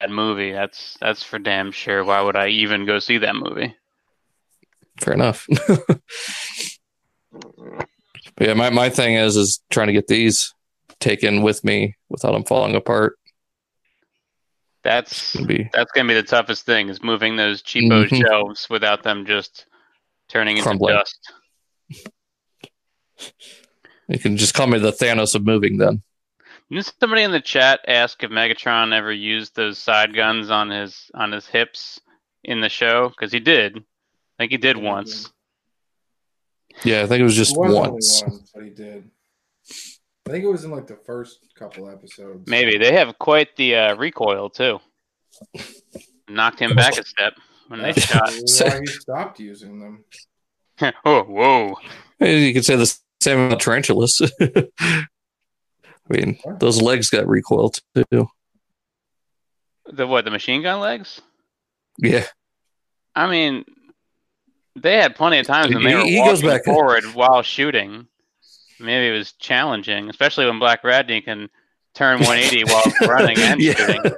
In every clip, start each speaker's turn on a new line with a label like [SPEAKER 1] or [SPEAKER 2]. [SPEAKER 1] bad movie. That's that's for damn sure. Why would I even go see that movie?
[SPEAKER 2] Fair enough. but yeah, my, my thing is is trying to get these taken with me without them falling apart.
[SPEAKER 1] That's
[SPEAKER 2] Would be
[SPEAKER 1] that's gonna be the toughest thing is moving those cheapo
[SPEAKER 2] Mhm.
[SPEAKER 1] shelves without them just turning into
[SPEAKER 2] Crumbling.
[SPEAKER 1] dust.
[SPEAKER 2] you can just call me the Thanos of moving then.
[SPEAKER 1] Didn't somebody in the chat ask if Megatron ever used those side guns on his on his hips in the show? Because he did. I think he did
[SPEAKER 3] Yeah, he
[SPEAKER 1] once.
[SPEAKER 3] did.
[SPEAKER 2] Yeah, I think it was just
[SPEAKER 3] It was only
[SPEAKER 2] once.
[SPEAKER 3] once that he did. I think it was in like the first couple episodes.
[SPEAKER 1] Maybe they have quite the uh, recoil too. Knocked him back a step when they
[SPEAKER 3] That's
[SPEAKER 1] shot.
[SPEAKER 3] why he stopped using them.
[SPEAKER 1] oh, whoa!
[SPEAKER 2] You could say the same about tarantulas. I mean, those legs got recoiled too.
[SPEAKER 1] The what? The machine gun legs?
[SPEAKER 2] Yeah,
[SPEAKER 1] I mean, they had plenty of times when they
[SPEAKER 2] He-
[SPEAKER 1] were
[SPEAKER 2] he
[SPEAKER 1] walking
[SPEAKER 2] goes back-
[SPEAKER 1] forward while shooting. Maybe it was challenging, especially when Black Radney can turn 180 while running and
[SPEAKER 2] Yeah.
[SPEAKER 1] shooting.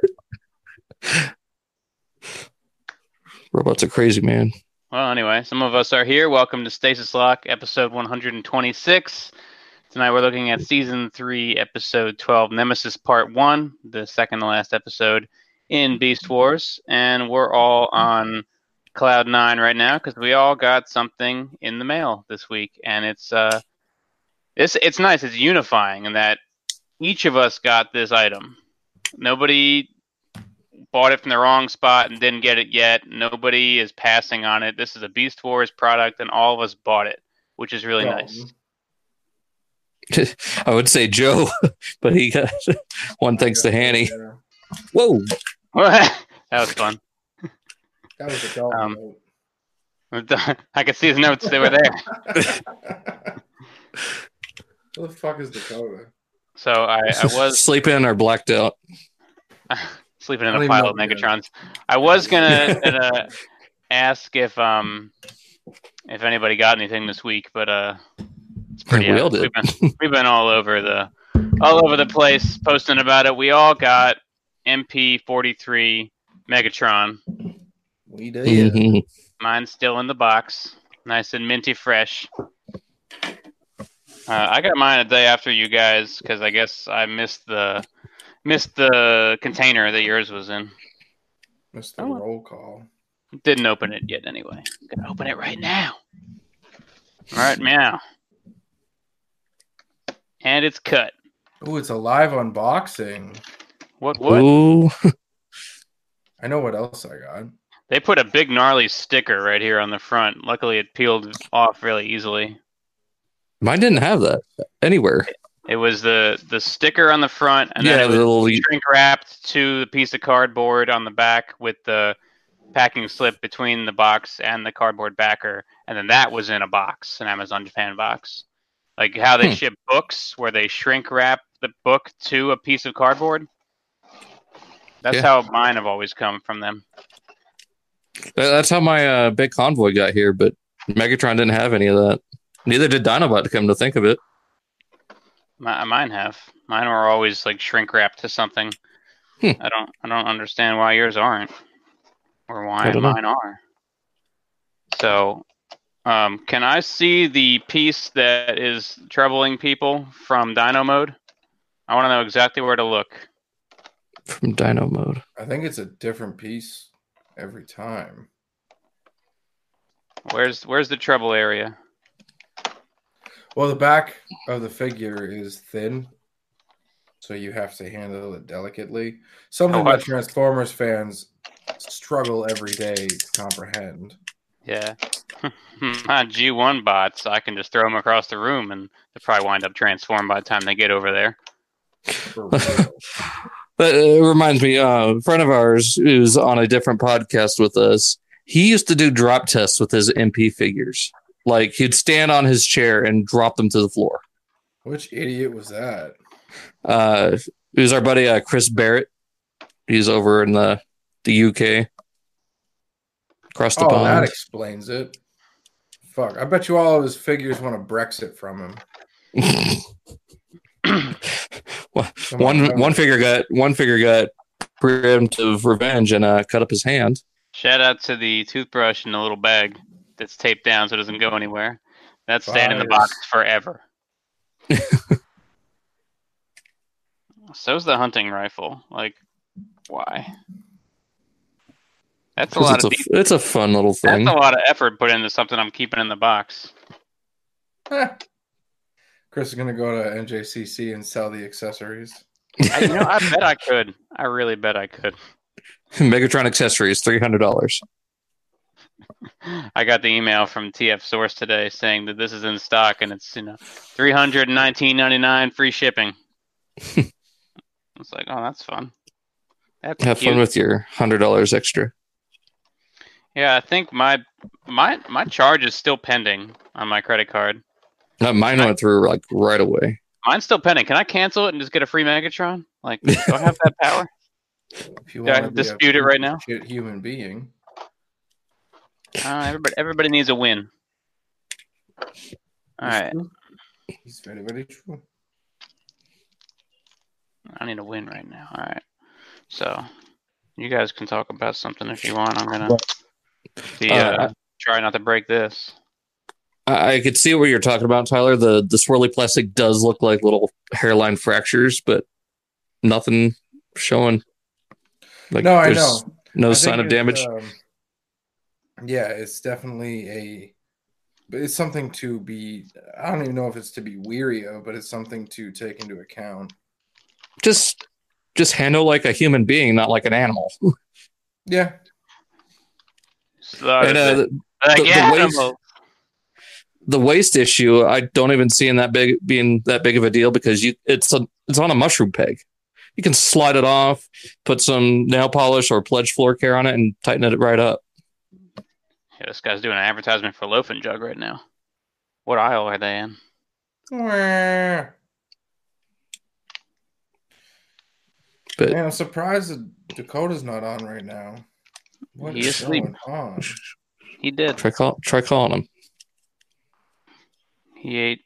[SPEAKER 2] robots are crazy, man.
[SPEAKER 1] Well, anyway, some of us are here. Welcome to Stasis Lock, episode 126. Tonight we're looking at season 3, episode 12, Nemesis Part 1, the second to last episode in Beast Wars. And we're all on Cloud 9 right now because we all got something in the mail this week. And it's, uh, it's, it's nice. It's unifying in that each of us got this item. Nobody bought it from the wrong spot and didn't get it yet. Nobody is passing on it. This is a Beast Wars product, and all of us bought it, which is really
[SPEAKER 3] Dalton.
[SPEAKER 1] nice.
[SPEAKER 2] I would say Joe, but he got one thanks to Hanny.
[SPEAKER 3] Yeah.
[SPEAKER 2] Whoa,
[SPEAKER 1] that was fun.
[SPEAKER 3] That was a Dalton
[SPEAKER 1] Um, I could see his notes; they were there.
[SPEAKER 3] vote. Who the fuck is Dakota?
[SPEAKER 1] So I, I was
[SPEAKER 2] sleeping or blacked out.
[SPEAKER 1] sleeping in
[SPEAKER 3] I don't
[SPEAKER 1] a
[SPEAKER 3] even
[SPEAKER 1] pile
[SPEAKER 3] know
[SPEAKER 1] of
[SPEAKER 3] if we
[SPEAKER 1] Megatrons. I was gonna uh, ask if um if anybody got anything this week, but uh, it's pretty.
[SPEAKER 2] We all
[SPEAKER 1] we've
[SPEAKER 2] did.
[SPEAKER 1] been, we've been all over the all over the place posting about it. We all got MP43 Megatron.
[SPEAKER 3] We did.
[SPEAKER 2] Mhm.
[SPEAKER 1] Mine's still in the box, nice and minty fresh. Uh, I got mine a day after you guys because I guess I missed the missed the container that yours was in.
[SPEAKER 3] Missed the
[SPEAKER 1] Oh.
[SPEAKER 3] roll call.
[SPEAKER 1] Didn't open it yet anyway. I'm gonna open it right now. All right, meow. And it's cut.
[SPEAKER 3] Ooh, it's a live unboxing.
[SPEAKER 1] What what?
[SPEAKER 2] Ooh,
[SPEAKER 3] I know what else I got.
[SPEAKER 1] They put a big gnarly sticker right here on the front. Luckily it peeled off really easily.
[SPEAKER 2] mine didn't have that anywhere.
[SPEAKER 1] It was the the sticker on the front and
[SPEAKER 2] yeah,
[SPEAKER 1] then it
[SPEAKER 2] the
[SPEAKER 1] was
[SPEAKER 2] little
[SPEAKER 1] shrink wrapped to the piece of cardboard on the back with the packing slip between the box and the cardboard backer, and then that was in a box, an Amazon Japan box. Like how they
[SPEAKER 2] Hmm.
[SPEAKER 1] ship books, where they shrink wrap the book to a piece of cardboard. That's
[SPEAKER 2] Yeah.
[SPEAKER 1] how mine have always come from them.
[SPEAKER 2] That- That's how my uh, big convoy got here, but Megatron didn't have any of that. Neither did Dinobot. Come to think of it,
[SPEAKER 1] My, mine have. Mine were always like shrink wrapped to something.
[SPEAKER 2] Hmm.
[SPEAKER 1] I don't. I don't understand why yours aren't, or why
[SPEAKER 2] I don't know.
[SPEAKER 1] mine are. So, um, can I see the piece that is troubling people from Dino Mode? I want to know exactly where to look.
[SPEAKER 2] from Dino mode.
[SPEAKER 3] I think it's a different piece every time.
[SPEAKER 1] Where's Where's the trouble area?
[SPEAKER 3] Well, the back of the figure is thin, so you have to handle it delicately. Something
[SPEAKER 1] Oh, I-
[SPEAKER 3] that Transformers fans struggle every day to comprehend.
[SPEAKER 1] Yeah. My G1 bots, I can just throw them across the room and they'll probably wind up transformed by the time they get over there.
[SPEAKER 3] For real.
[SPEAKER 2] But it reminds me, uh, a friend of ours who's on a different podcast with us, he used to do drop tests with his MP figures. Like he'd stand on his chair and drop them to the floor.
[SPEAKER 3] Which idiot was that?
[SPEAKER 2] Uh, it was our buddy uh, Chris Barrett. He's over in the the UK, across the
[SPEAKER 3] Oh, that
[SPEAKER 2] pond.
[SPEAKER 3] explains it. Fuck, I bet you all of his figures want to Brexit from him. Come on,
[SPEAKER 2] one
[SPEAKER 3] come
[SPEAKER 2] one
[SPEAKER 3] on.
[SPEAKER 2] figure got one figure got preemptive revenge and uh, cut up his hand.
[SPEAKER 1] Shout out to the toothbrush in the little bag that's taped down so it doesn't go anywhere. That's staying in the
[SPEAKER 3] Fires.
[SPEAKER 1] box forever. So's the hunting rifle. Like, why? That's a
[SPEAKER 2] 'Cause
[SPEAKER 1] lot
[SPEAKER 2] It's
[SPEAKER 1] of
[SPEAKER 2] a,
[SPEAKER 1] de-
[SPEAKER 2] it's a fun little
[SPEAKER 1] that's
[SPEAKER 2] thing.
[SPEAKER 1] a lot of effort put into something I'm keeping in the box.
[SPEAKER 3] Chris is gonna go to NJCC and sell the accessories.
[SPEAKER 1] I, you know, I bet I could. I really bet I could.
[SPEAKER 2] Megatron accessories, three hundred dollars.
[SPEAKER 1] I got the email from TF Source today saying that this is in stock and it's you know three hundred nineteen ninety nine free shipping. it's like, oh, that's fun. That's
[SPEAKER 2] Have
[SPEAKER 1] cute.
[SPEAKER 2] fun with your hundred dollars extra.
[SPEAKER 1] yeah, I think my my my charge is still pending on my credit card.
[SPEAKER 2] Not Uh, mine went through like right away.
[SPEAKER 1] Mine's still pending. Can I cancel it and just get a free Megatron? Like, do I have that power?
[SPEAKER 3] If you
[SPEAKER 1] Do I
[SPEAKER 3] wanna be a
[SPEAKER 1] dispute it right now?
[SPEAKER 3] shit human being.
[SPEAKER 1] Uh, everybody, everybody needs a win. All right,
[SPEAKER 3] He's very, very true.
[SPEAKER 1] I need a win right now. All right, so you guys can talk about something if you want. I'm gonna see, uh,
[SPEAKER 2] Uh,
[SPEAKER 1] try not to break this.
[SPEAKER 2] I, I could see what you're talking about, Tyler. The the swirly plastic does look like little hairline fractures, but nothing showing. Like
[SPEAKER 3] no, I
[SPEAKER 2] there's
[SPEAKER 3] know.
[SPEAKER 2] No
[SPEAKER 3] I
[SPEAKER 2] sign
[SPEAKER 3] think
[SPEAKER 2] of
[SPEAKER 3] it's,
[SPEAKER 2] damage.
[SPEAKER 3] um, yeah, it's definitely a. But it's something to be. I don't even know if it's to be weary of, but it's something to take into account.
[SPEAKER 2] just just handle like a human being, not like an animal.
[SPEAKER 3] Yeah,
[SPEAKER 1] Sorry,
[SPEAKER 2] And uh, the,
[SPEAKER 1] like,
[SPEAKER 2] the- the
[SPEAKER 1] yeah,
[SPEAKER 2] waist-
[SPEAKER 1] animal.
[SPEAKER 2] the waist issue, I don't even see in that big being that big of a deal because you it's a it's on a mushroom peg. You can slide it off, put some nail polish or pledge floor care on it, and tighten it right up.
[SPEAKER 1] Yeah, this guy's doing an advertisement for Loaf and Jug right now. What aisle are they in?
[SPEAKER 3] Wah.
[SPEAKER 2] But-
[SPEAKER 3] Man, I'm surprised that Dakota's not on right now. What
[SPEAKER 1] He
[SPEAKER 3] is
[SPEAKER 1] is asleep.
[SPEAKER 3] going on?
[SPEAKER 1] He did.
[SPEAKER 2] Try call try calling them.
[SPEAKER 1] He ate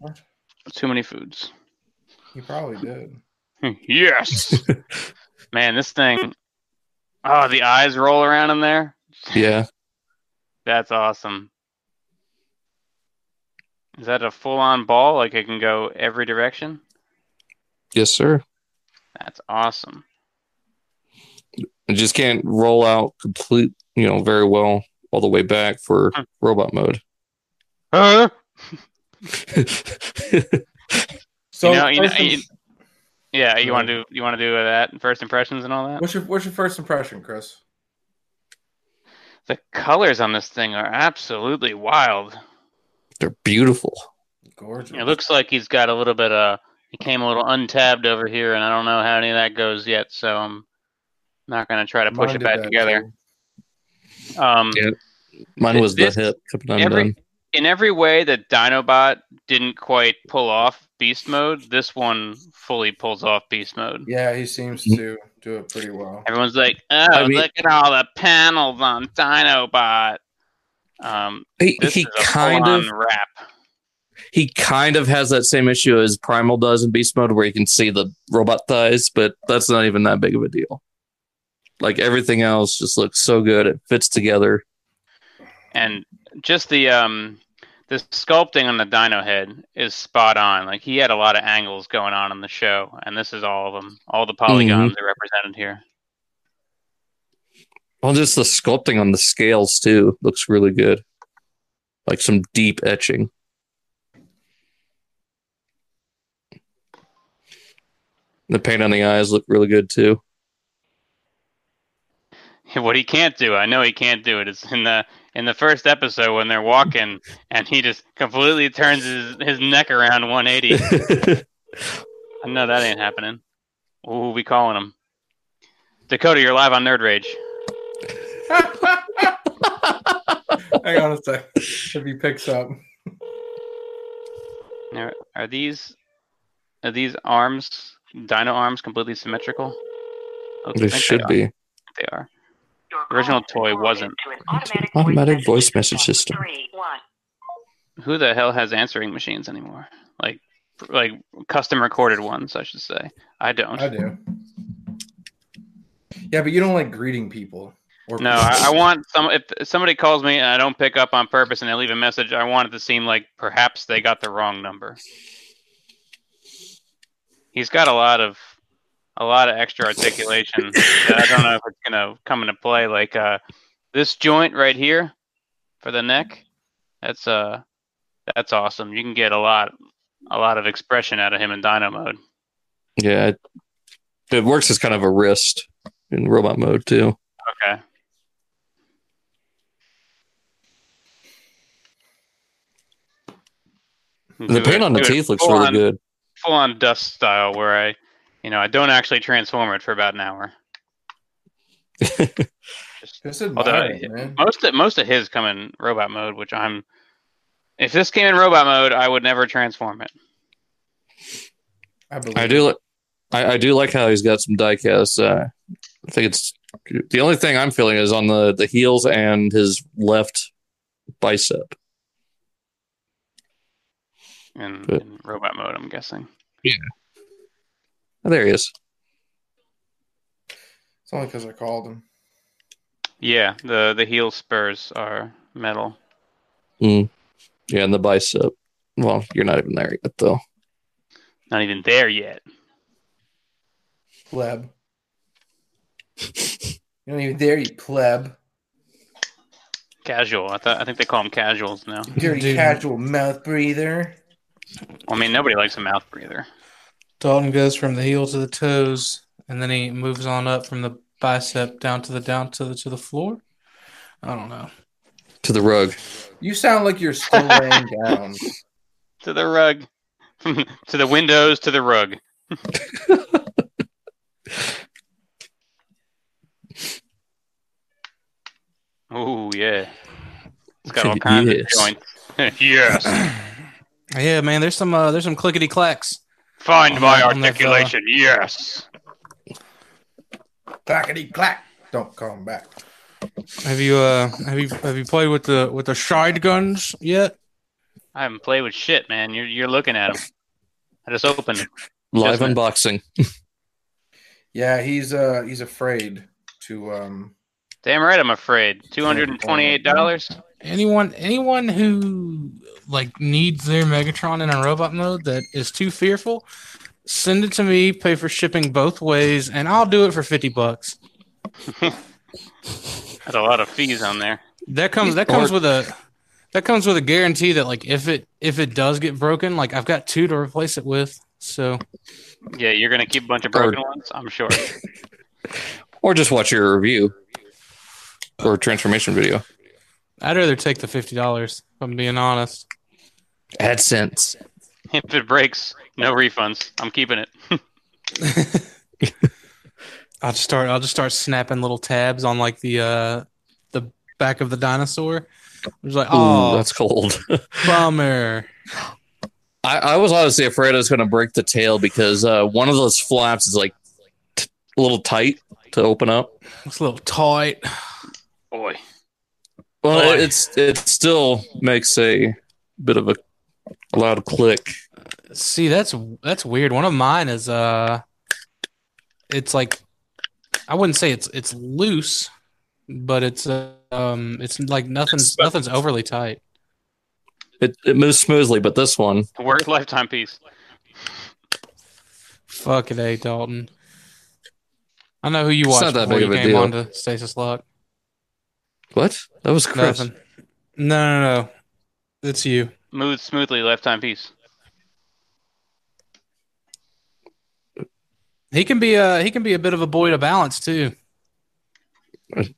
[SPEAKER 1] too many foods. Hmm,
[SPEAKER 3] He probably did.
[SPEAKER 1] yes. Man, this thing. Oh, the eyes roll around in there.
[SPEAKER 2] Yeah,
[SPEAKER 1] That's awesome. Is that a full on ball? Like it can go every direction?
[SPEAKER 2] yes, sir.
[SPEAKER 1] That's awesome.
[SPEAKER 2] It just can't roll out complete, you know, very well all the way back for
[SPEAKER 1] Hmm.
[SPEAKER 2] robot mode.
[SPEAKER 1] Huh?
[SPEAKER 3] So,
[SPEAKER 1] know, you know,
[SPEAKER 3] first im-
[SPEAKER 1] you- Yeah, you want to do you want to do uh, that first impressions and all that.
[SPEAKER 3] what's your what's your first impression, Chris?
[SPEAKER 1] The colors on this thing are absolutely wild.
[SPEAKER 2] They're beautiful.
[SPEAKER 3] Gorgeous.
[SPEAKER 1] It looks like he's got a little bit of he came a little untabbed over here, and I don't know how any of that goes yet. So I'm not gonna try to push
[SPEAKER 3] Mine
[SPEAKER 1] it
[SPEAKER 3] did
[SPEAKER 1] back
[SPEAKER 3] that,
[SPEAKER 1] together.
[SPEAKER 3] too.
[SPEAKER 1] Um,
[SPEAKER 2] Yeah. Mine was
[SPEAKER 1] This-
[SPEAKER 2] the hip. Kept it
[SPEAKER 1] every-
[SPEAKER 2] undone.
[SPEAKER 1] in every way that Dinobot didn't quite pull off beast mode, this one fully pulls off beast mode.
[SPEAKER 3] Yeah, he seems
[SPEAKER 2] Mm-hmm.
[SPEAKER 3] to do it pretty well.
[SPEAKER 1] Everyone's like, "Oh,
[SPEAKER 2] mean-
[SPEAKER 1] look at all the panels on Dinobot." Um,
[SPEAKER 2] he
[SPEAKER 1] this
[SPEAKER 2] he
[SPEAKER 1] is a
[SPEAKER 2] kind of
[SPEAKER 1] full-on wrap.
[SPEAKER 2] he kind of has that same issue as Primal does in Beast Mode, where you can see the robot thighs, but that's not even that big of a deal. Like everything else just looks so good; it fits together.
[SPEAKER 1] and just the um the sculpting on the dino head is spot on like he had a lot of angles going on in the show and this is all of them all the polygons are represented here
[SPEAKER 2] Well, just the sculpting on the scales too looks really good, like some deep etching. The paint on the eyes look really good too.
[SPEAKER 1] what he can't do i know he can't do it it's in the in the first episode when they're walking and he just completely turns his, his neck around 180 i know that ain't happening Ooh, we calling him dakota you're live on nerd rage
[SPEAKER 3] Hang on a sec. If he picks up,
[SPEAKER 1] are, are these are these arms dino arms completely symmetrical Oh, I
[SPEAKER 2] they
[SPEAKER 1] think
[SPEAKER 2] should
[SPEAKER 1] are.
[SPEAKER 2] be.
[SPEAKER 1] they are
[SPEAKER 4] Your
[SPEAKER 1] The original
[SPEAKER 4] call
[SPEAKER 1] toy
[SPEAKER 4] has been
[SPEAKER 1] wasn't.
[SPEAKER 4] forwarded to an Automatic,
[SPEAKER 2] Automatic voice message system.
[SPEAKER 4] Three, one.
[SPEAKER 1] who the hell has answering machines anymore? Like, like custom recorded ones, I should say. I don't.
[SPEAKER 3] I do. Yeah, but you don't like greeting people. Or
[SPEAKER 1] No, I, I want some. If somebody calls me and I don't pick up on purpose and they leave a message, I want it to seem like perhaps they got the wrong number. He's got a lot of a lot of extra articulation. that I don't know if it's gonna come into play. Like uh, this joint right here for the neck. That's uh, that's awesome. You can get a lot a lot of expression out of him in Dino mode.
[SPEAKER 2] Yeah, it, it works as kind of a wrist in robot mode too.
[SPEAKER 1] Okay.
[SPEAKER 2] The paint on the teeth looks really good.
[SPEAKER 1] Full on dust style, where I, you know, I don't actually transform it for about an hour.
[SPEAKER 3] Just
[SPEAKER 1] Although
[SPEAKER 3] admire
[SPEAKER 1] I-
[SPEAKER 3] it, man.
[SPEAKER 1] Most of, most of his come in robot mode, which I'm. If this came in robot mode, I would never transform it.
[SPEAKER 3] I, believe
[SPEAKER 2] I do. li- I, I do like how he's got some diecast. Uh, I think it's the only thing I'm feeling is on the the heels and his left bicep.
[SPEAKER 1] In,
[SPEAKER 2] But-
[SPEAKER 1] in robot mode, I'm guessing.
[SPEAKER 2] Oh, there he is.
[SPEAKER 3] It's only because I called him.
[SPEAKER 1] Yeah, the the heel spurs are metal.
[SPEAKER 2] Yeah, and the bicep. Well, you're not even there yet though.
[SPEAKER 1] Not even there yet.
[SPEAKER 3] Pleb. You're not even there, you pleb.
[SPEAKER 1] Casual. I thought. I think they call them casuals now.
[SPEAKER 3] Dirty
[SPEAKER 4] Dude.
[SPEAKER 3] casual mouth breather.
[SPEAKER 1] Well, I mean, nobody likes a mouth breather.
[SPEAKER 4] Dalton goes from the heel to the toes, and then he moves on up from the bicep down to the down to the to the floor. I don't know.
[SPEAKER 2] To the rug.
[SPEAKER 3] You sound like you're still laying down.
[SPEAKER 1] To the rug. to the windows. To the rug. oh yeah. It's got all kinds
[SPEAKER 2] Yes.
[SPEAKER 1] of joints. yes.
[SPEAKER 4] Yeah, man. There's some uh, there's some clickety clacks.
[SPEAKER 1] Find
[SPEAKER 4] On my that- on that, uh, articulation,
[SPEAKER 1] Yes.
[SPEAKER 3] Clackety clack. Don't call him back.
[SPEAKER 4] Have you uh have you have you played with the with the shide guns yet?
[SPEAKER 1] I haven't played with shit, man. You're you're looking at them. I just opened them.
[SPEAKER 2] Live
[SPEAKER 1] Doesn't it?
[SPEAKER 2] unboxing.
[SPEAKER 3] Yeah, he's uh he's afraid to um
[SPEAKER 1] Damn right, I'm afraid. Two hundred and twenty-eight dollars.
[SPEAKER 4] Anyone anyone who like needs their Megatron in a robot mode that is too fearful, send it to me. Pay for shipping both ways, and I'll do it for fifty bucks.
[SPEAKER 1] That's a lot of fees on there.
[SPEAKER 4] That comes that
[SPEAKER 2] Or-
[SPEAKER 4] comes with a that comes with a guarantee that like if it if it does get broken, like I've got two to replace it with. So
[SPEAKER 1] Yeah, you're gonna keep a bunch of broken ones. I'm sure.
[SPEAKER 2] Or just watch your review or transformation video.
[SPEAKER 4] I'd rather take the fifty dollars. If I'm being honest.
[SPEAKER 2] AdSense.
[SPEAKER 1] if it breaks, no refunds. I'm keeping it.
[SPEAKER 4] I'll just start. I'll just start snapping little tabs on like the uh the back of the dinosaur. I'm just like,
[SPEAKER 2] Ooh,
[SPEAKER 4] oh,
[SPEAKER 2] that's cold.
[SPEAKER 4] bummer.
[SPEAKER 2] I, I was honestly afraid I was going to break the tail because uh, one of those flaps is like t- a little tight to open up.
[SPEAKER 4] It's a little tight.
[SPEAKER 1] Boy,
[SPEAKER 2] Well,
[SPEAKER 1] Boy.
[SPEAKER 2] it, it's it still makes a bit of a, a loud click.
[SPEAKER 4] See, that's that's weird. One of mine is uh, it's like, I wouldn't say it's it's loose, but it's uh, um, it's like nothing's nothing's overly tight.
[SPEAKER 2] It it moves smoothly, but this one,
[SPEAKER 1] worth lifetime piece.
[SPEAKER 4] Fuck it, a Dalton. I know who you
[SPEAKER 2] It's not
[SPEAKER 4] watched
[SPEAKER 2] that
[SPEAKER 4] before
[SPEAKER 2] big
[SPEAKER 4] you
[SPEAKER 2] of a
[SPEAKER 4] came
[SPEAKER 2] deal.
[SPEAKER 4] onto Stasis Lock.
[SPEAKER 2] what? That was Chris.
[SPEAKER 4] Nothing. No, no, no. It's you.
[SPEAKER 1] Moves smoothly. Lifetime piece.
[SPEAKER 4] He can be a he can be a bit of a boy to balance too.
[SPEAKER 3] I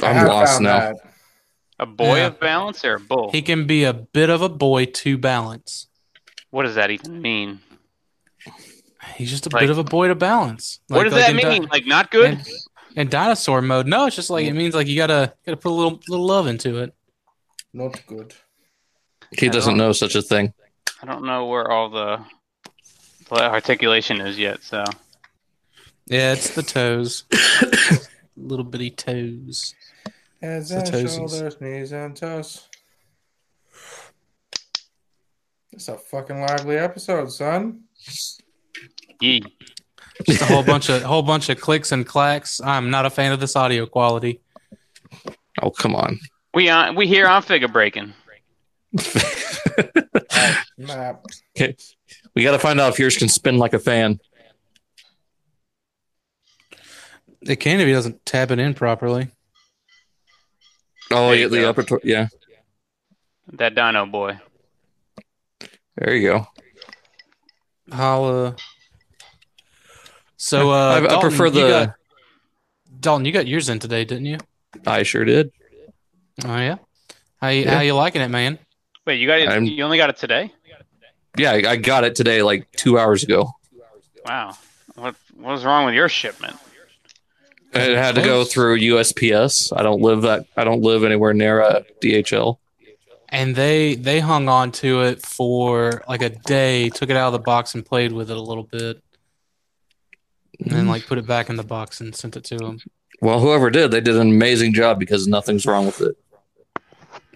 [SPEAKER 2] I'm
[SPEAKER 3] have
[SPEAKER 2] lost
[SPEAKER 3] found
[SPEAKER 2] now.
[SPEAKER 3] that.
[SPEAKER 1] A boy
[SPEAKER 4] Yeah.
[SPEAKER 1] of balance or a bull?
[SPEAKER 4] He can be a bit of a boy to balance.
[SPEAKER 1] What does that even mean?
[SPEAKER 4] He's just a
[SPEAKER 1] Like-
[SPEAKER 4] bit of a boy to balance.
[SPEAKER 1] what does that
[SPEAKER 4] in di-
[SPEAKER 1] mean? like not good?
[SPEAKER 4] in, in dinosaur mode, no, it's just like it means like you gotta gotta put a little little love into it.
[SPEAKER 3] Not good.
[SPEAKER 2] He
[SPEAKER 1] I
[SPEAKER 2] doesn't
[SPEAKER 1] don't-
[SPEAKER 2] know such a thing.
[SPEAKER 1] I don't know where all the the articulation is yet. So
[SPEAKER 4] Yeah, it's the toes, little bitty toes.
[SPEAKER 3] Heads
[SPEAKER 4] It's
[SPEAKER 3] and
[SPEAKER 4] the toesies.
[SPEAKER 3] shoulders, knees and toes. It's a fucking lively episode, son.
[SPEAKER 1] ye.
[SPEAKER 4] Just a whole bunch of whole bunch of clicks and clacks. I'm not a fan of this audio quality.
[SPEAKER 2] Oh, come on.
[SPEAKER 1] We on we here on figure breaking.
[SPEAKER 3] Map.
[SPEAKER 2] Okay. We got to find out if yours can spin like a fan.
[SPEAKER 4] It can if he doesn't tap it in properly.
[SPEAKER 2] Oh,
[SPEAKER 1] There
[SPEAKER 2] yeah,
[SPEAKER 1] you
[SPEAKER 2] the
[SPEAKER 1] go.
[SPEAKER 2] upper. tor- yeah.
[SPEAKER 1] That Dino boy.
[SPEAKER 2] There you go.
[SPEAKER 4] Holla. So uh,
[SPEAKER 2] I, I
[SPEAKER 4] Dalton,
[SPEAKER 2] prefer
[SPEAKER 4] you
[SPEAKER 2] the.
[SPEAKER 4] got- Dalton. You got yours in today, didn't you?
[SPEAKER 2] I sure did.
[SPEAKER 4] Oh yeah. How you,
[SPEAKER 2] Yeah.
[SPEAKER 4] how you liking it, man?
[SPEAKER 1] Wait, you got it
[SPEAKER 2] I'm-
[SPEAKER 1] you only got it today?
[SPEAKER 2] Yeah, I I got it today, like two hours ago.
[SPEAKER 1] Wow. What what was wrong with your shipment?
[SPEAKER 2] It had to go
[SPEAKER 4] Close.
[SPEAKER 2] through USPS. I don't live that. I don't live anywhere near a DHL.
[SPEAKER 4] And they they hung on to it for like a day, took it out of the box and played with it a little bit, and then like put it back in the box and sent it to him.
[SPEAKER 2] Well, whoever did, they did an amazing job because nothing's wrong with it.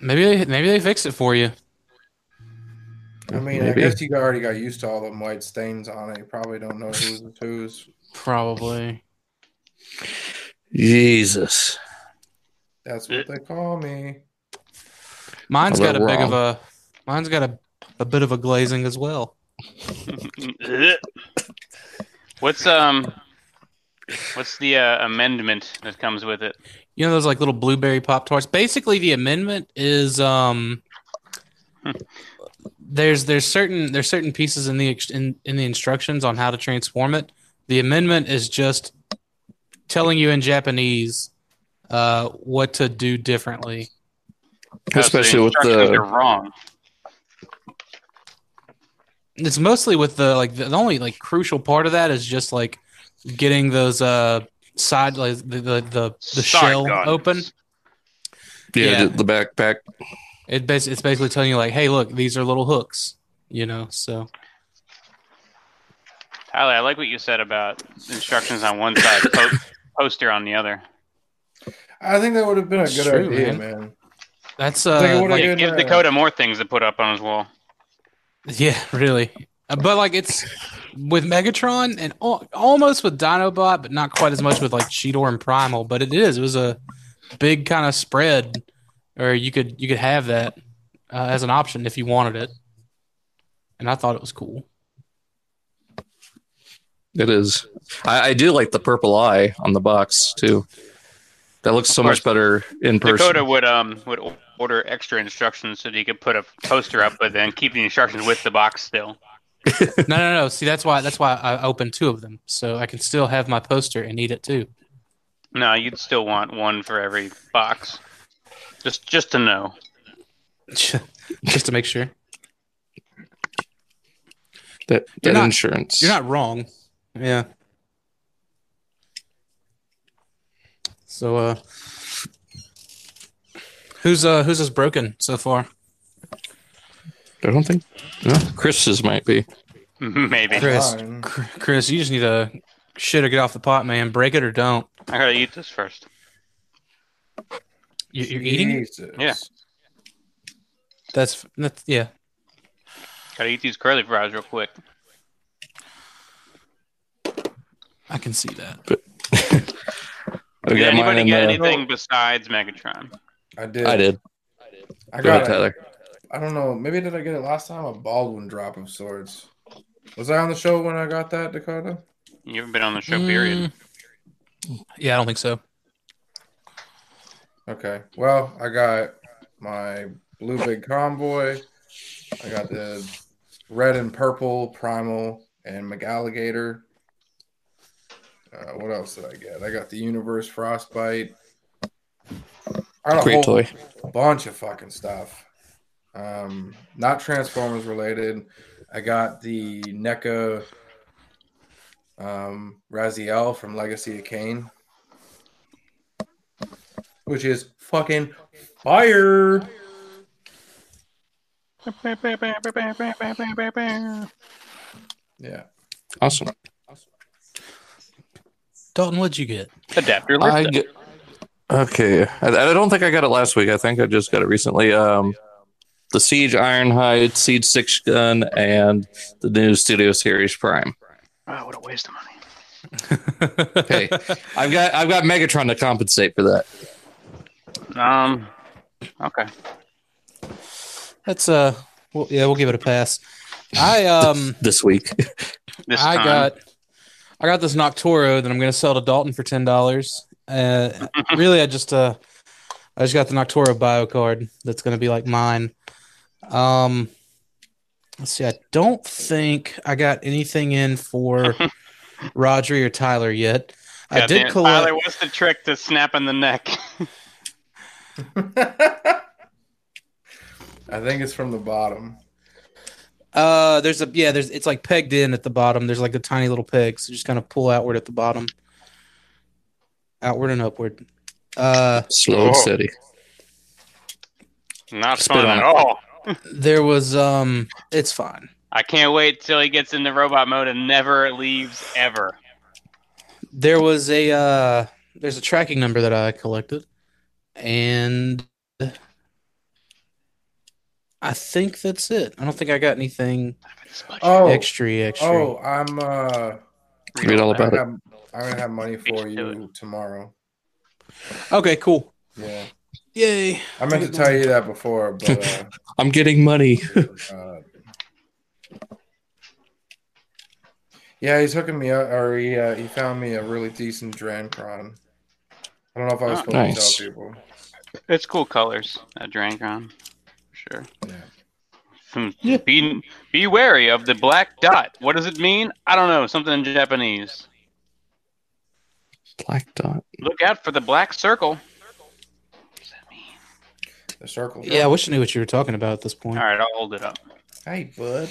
[SPEAKER 4] Maybe they maybe they fixed it for you.
[SPEAKER 3] I mean,
[SPEAKER 2] Maybe.
[SPEAKER 3] I guess you already got used to all them white stains on it. You probably don't know who's is who's.
[SPEAKER 4] Probably.
[SPEAKER 2] Jesus.
[SPEAKER 3] That's what they call me.
[SPEAKER 4] Mine's
[SPEAKER 2] Well,
[SPEAKER 4] got a
[SPEAKER 2] we're
[SPEAKER 4] big of
[SPEAKER 2] wrong.
[SPEAKER 4] a mine's got a, a bit of a glazing as well.
[SPEAKER 1] what's um what's the uh, amendment that comes with it?
[SPEAKER 4] You know those like little blueberry pop tarts. Basically, the amendment is um, there's there's certain there's certain pieces in the ex- in, in the instructions on how to transform it. The amendment is just telling you in Japanese uh, what to do differently.
[SPEAKER 2] Especially with
[SPEAKER 1] Oh, instructions are
[SPEAKER 2] the
[SPEAKER 1] wrong.
[SPEAKER 4] It's mostly with the like the, the only like crucial part of that is just like getting those uh side like the the the, the
[SPEAKER 1] Star
[SPEAKER 4] shell
[SPEAKER 1] guns.
[SPEAKER 4] open.
[SPEAKER 2] yeah,
[SPEAKER 4] yeah.
[SPEAKER 2] The, the backpack.
[SPEAKER 4] It bas- it's basically telling you like, hey, look, these are little hooks, you know. So
[SPEAKER 1] Tyler, I like what you said about instructions on one side, po- poster on the other.
[SPEAKER 3] I think that would have been a
[SPEAKER 4] It's
[SPEAKER 3] good
[SPEAKER 4] true,
[SPEAKER 3] idea,
[SPEAKER 4] man.
[SPEAKER 3] man.
[SPEAKER 4] that's
[SPEAKER 3] Like,
[SPEAKER 4] uh,
[SPEAKER 3] what
[SPEAKER 4] like-
[SPEAKER 1] Yeah,
[SPEAKER 3] good,
[SPEAKER 1] give
[SPEAKER 3] uh,
[SPEAKER 1] Dakota more things to put up on his wall.
[SPEAKER 4] yeah, really. Uh, But like, it's with Megatron and al- almost with Dinobot, but not quite as much with like Cheetor and Primal. But it is, it was a big kind of spread, or you could you could have that uh, as an option if you wanted it. And I thought it was cool.
[SPEAKER 2] It is. I, I do like the purple eye on the box too. That looks so
[SPEAKER 1] course.
[SPEAKER 2] much better in person.
[SPEAKER 1] Dakota would um would o- order extra instructions so that he could put a poster up, but then keep the instructions with the box still.
[SPEAKER 4] No, no, no. See, that's why that's why I opened two of them, so I can still have my poster and eat it too.
[SPEAKER 1] No, you'd still want one for every box, just just to know.
[SPEAKER 4] just to make sure.
[SPEAKER 2] that that
[SPEAKER 4] You're not-
[SPEAKER 2] insurance.
[SPEAKER 4] You're not wrong. Yeah. So uh who's uh who's this broken so far?
[SPEAKER 2] I don't think. No, Chris's might be.
[SPEAKER 1] Maybe
[SPEAKER 4] Chris.
[SPEAKER 3] Fine.
[SPEAKER 4] Cr- Chris, you just need to shit or get off the pot, man. Break it or don't.
[SPEAKER 1] I gotta eat this first.
[SPEAKER 4] You, you're eating. it?
[SPEAKER 3] Jesus.
[SPEAKER 1] Yeah.
[SPEAKER 4] That's that's yeah.
[SPEAKER 1] Gotta eat these curly fries real quick.
[SPEAKER 4] I can see that.
[SPEAKER 2] I
[SPEAKER 1] Did
[SPEAKER 2] got mine
[SPEAKER 1] anybody
[SPEAKER 2] in
[SPEAKER 1] get
[SPEAKER 2] the-
[SPEAKER 1] anything besides Megatron?
[SPEAKER 3] I did.
[SPEAKER 2] I did.
[SPEAKER 3] I
[SPEAKER 2] Go ahead,
[SPEAKER 3] got. A,
[SPEAKER 2] Tyler.
[SPEAKER 3] I don't know. Maybe did I get it last time? A Baldwin drop of sorts. Was I on the show when I got that, Dakota?
[SPEAKER 1] You haven't been on the show, period.
[SPEAKER 4] Mm. Yeah, I don't think so.
[SPEAKER 3] Okay. Well, I got my blue big convoy. I got the red and purple primal and McAlligator. Uh, what else did I get? I got the universe frostbite. I got a
[SPEAKER 2] Great
[SPEAKER 3] whole
[SPEAKER 2] toy.
[SPEAKER 3] bunch of fucking stuff. Um, not Transformers related. I got the NECA um, Raziel from Legacy of Kane, which is fucking fire. Yeah.
[SPEAKER 2] Awesome.
[SPEAKER 4] Dalton, what'd you get?
[SPEAKER 1] Adapter list.
[SPEAKER 2] Mm. I get, okay. I, I don't think I got it last week. I think I just got it recently. Um, the Siege Ironhide, Siege Six Gun, and the new Studio Series Prime.
[SPEAKER 1] Wow, what a Oh, waste of money.
[SPEAKER 2] Hey, I've got I've got Megatron to compensate for that.
[SPEAKER 1] Um, okay.
[SPEAKER 4] That's uh, well, yeah, we'll give it a pass. I um,
[SPEAKER 2] This week,
[SPEAKER 1] This
[SPEAKER 4] I
[SPEAKER 1] time.
[SPEAKER 4] got, I got this Noctoro that I'm gonna sell to Dalton for ten dollars. Uh, really, I just uh, I just got the Noctoro bio card that's gonna be like mine. Um, let's see. I don't think I got anything in for Roger or Tyler yet. I
[SPEAKER 1] God damn
[SPEAKER 4] did
[SPEAKER 1] it.
[SPEAKER 4] collect.
[SPEAKER 1] Tyler, what's the trick to snapping the neck?
[SPEAKER 3] I think it's from the bottom.
[SPEAKER 4] Uh, there's a yeah, there's it's like pegged in at the bottom. There's like a tiny little peg, so you just kind of pull outward at the bottom, outward and upward. Uh,
[SPEAKER 2] slow and
[SPEAKER 1] Oh.
[SPEAKER 2] steady.
[SPEAKER 1] Not
[SPEAKER 2] Spit
[SPEAKER 1] fun at
[SPEAKER 2] on it.
[SPEAKER 1] all.
[SPEAKER 4] there was um, it's fine.
[SPEAKER 1] I can't wait till he gets into robot mode and never leaves ever.
[SPEAKER 4] There was a uh, there's a tracking number that I collected, and I think that's it. I don't think I got anything
[SPEAKER 3] Oh,
[SPEAKER 4] extra extra.
[SPEAKER 3] oh, I'm uh,
[SPEAKER 2] Read all
[SPEAKER 3] I'm
[SPEAKER 2] about it.
[SPEAKER 3] gonna, have, I'm gonna have money for you tomorrow.
[SPEAKER 4] Okay, cool.
[SPEAKER 3] Yeah,
[SPEAKER 4] Yay.
[SPEAKER 3] I meant to tell you that before, but
[SPEAKER 2] I'm getting money.
[SPEAKER 3] uh, uh, yeah, he's hooking me up, or he uh, he found me a really decent Drancron. I don't know if I was
[SPEAKER 1] Ah,
[SPEAKER 3] supposed
[SPEAKER 2] nice.
[SPEAKER 3] to tell people.
[SPEAKER 1] It's cool colors. That Drancon, for sure.
[SPEAKER 3] Yeah.
[SPEAKER 1] Hmm. Be be wary of the black dot. What does it mean? I don't know. Something in Japanese.
[SPEAKER 2] Black dot.
[SPEAKER 1] Look out for the black circle. What does that mean?
[SPEAKER 3] The circle.
[SPEAKER 4] Yeah, I wish I knew what you were talking about at this point.
[SPEAKER 1] All right, I'll hold it up.
[SPEAKER 3] Hey, bud.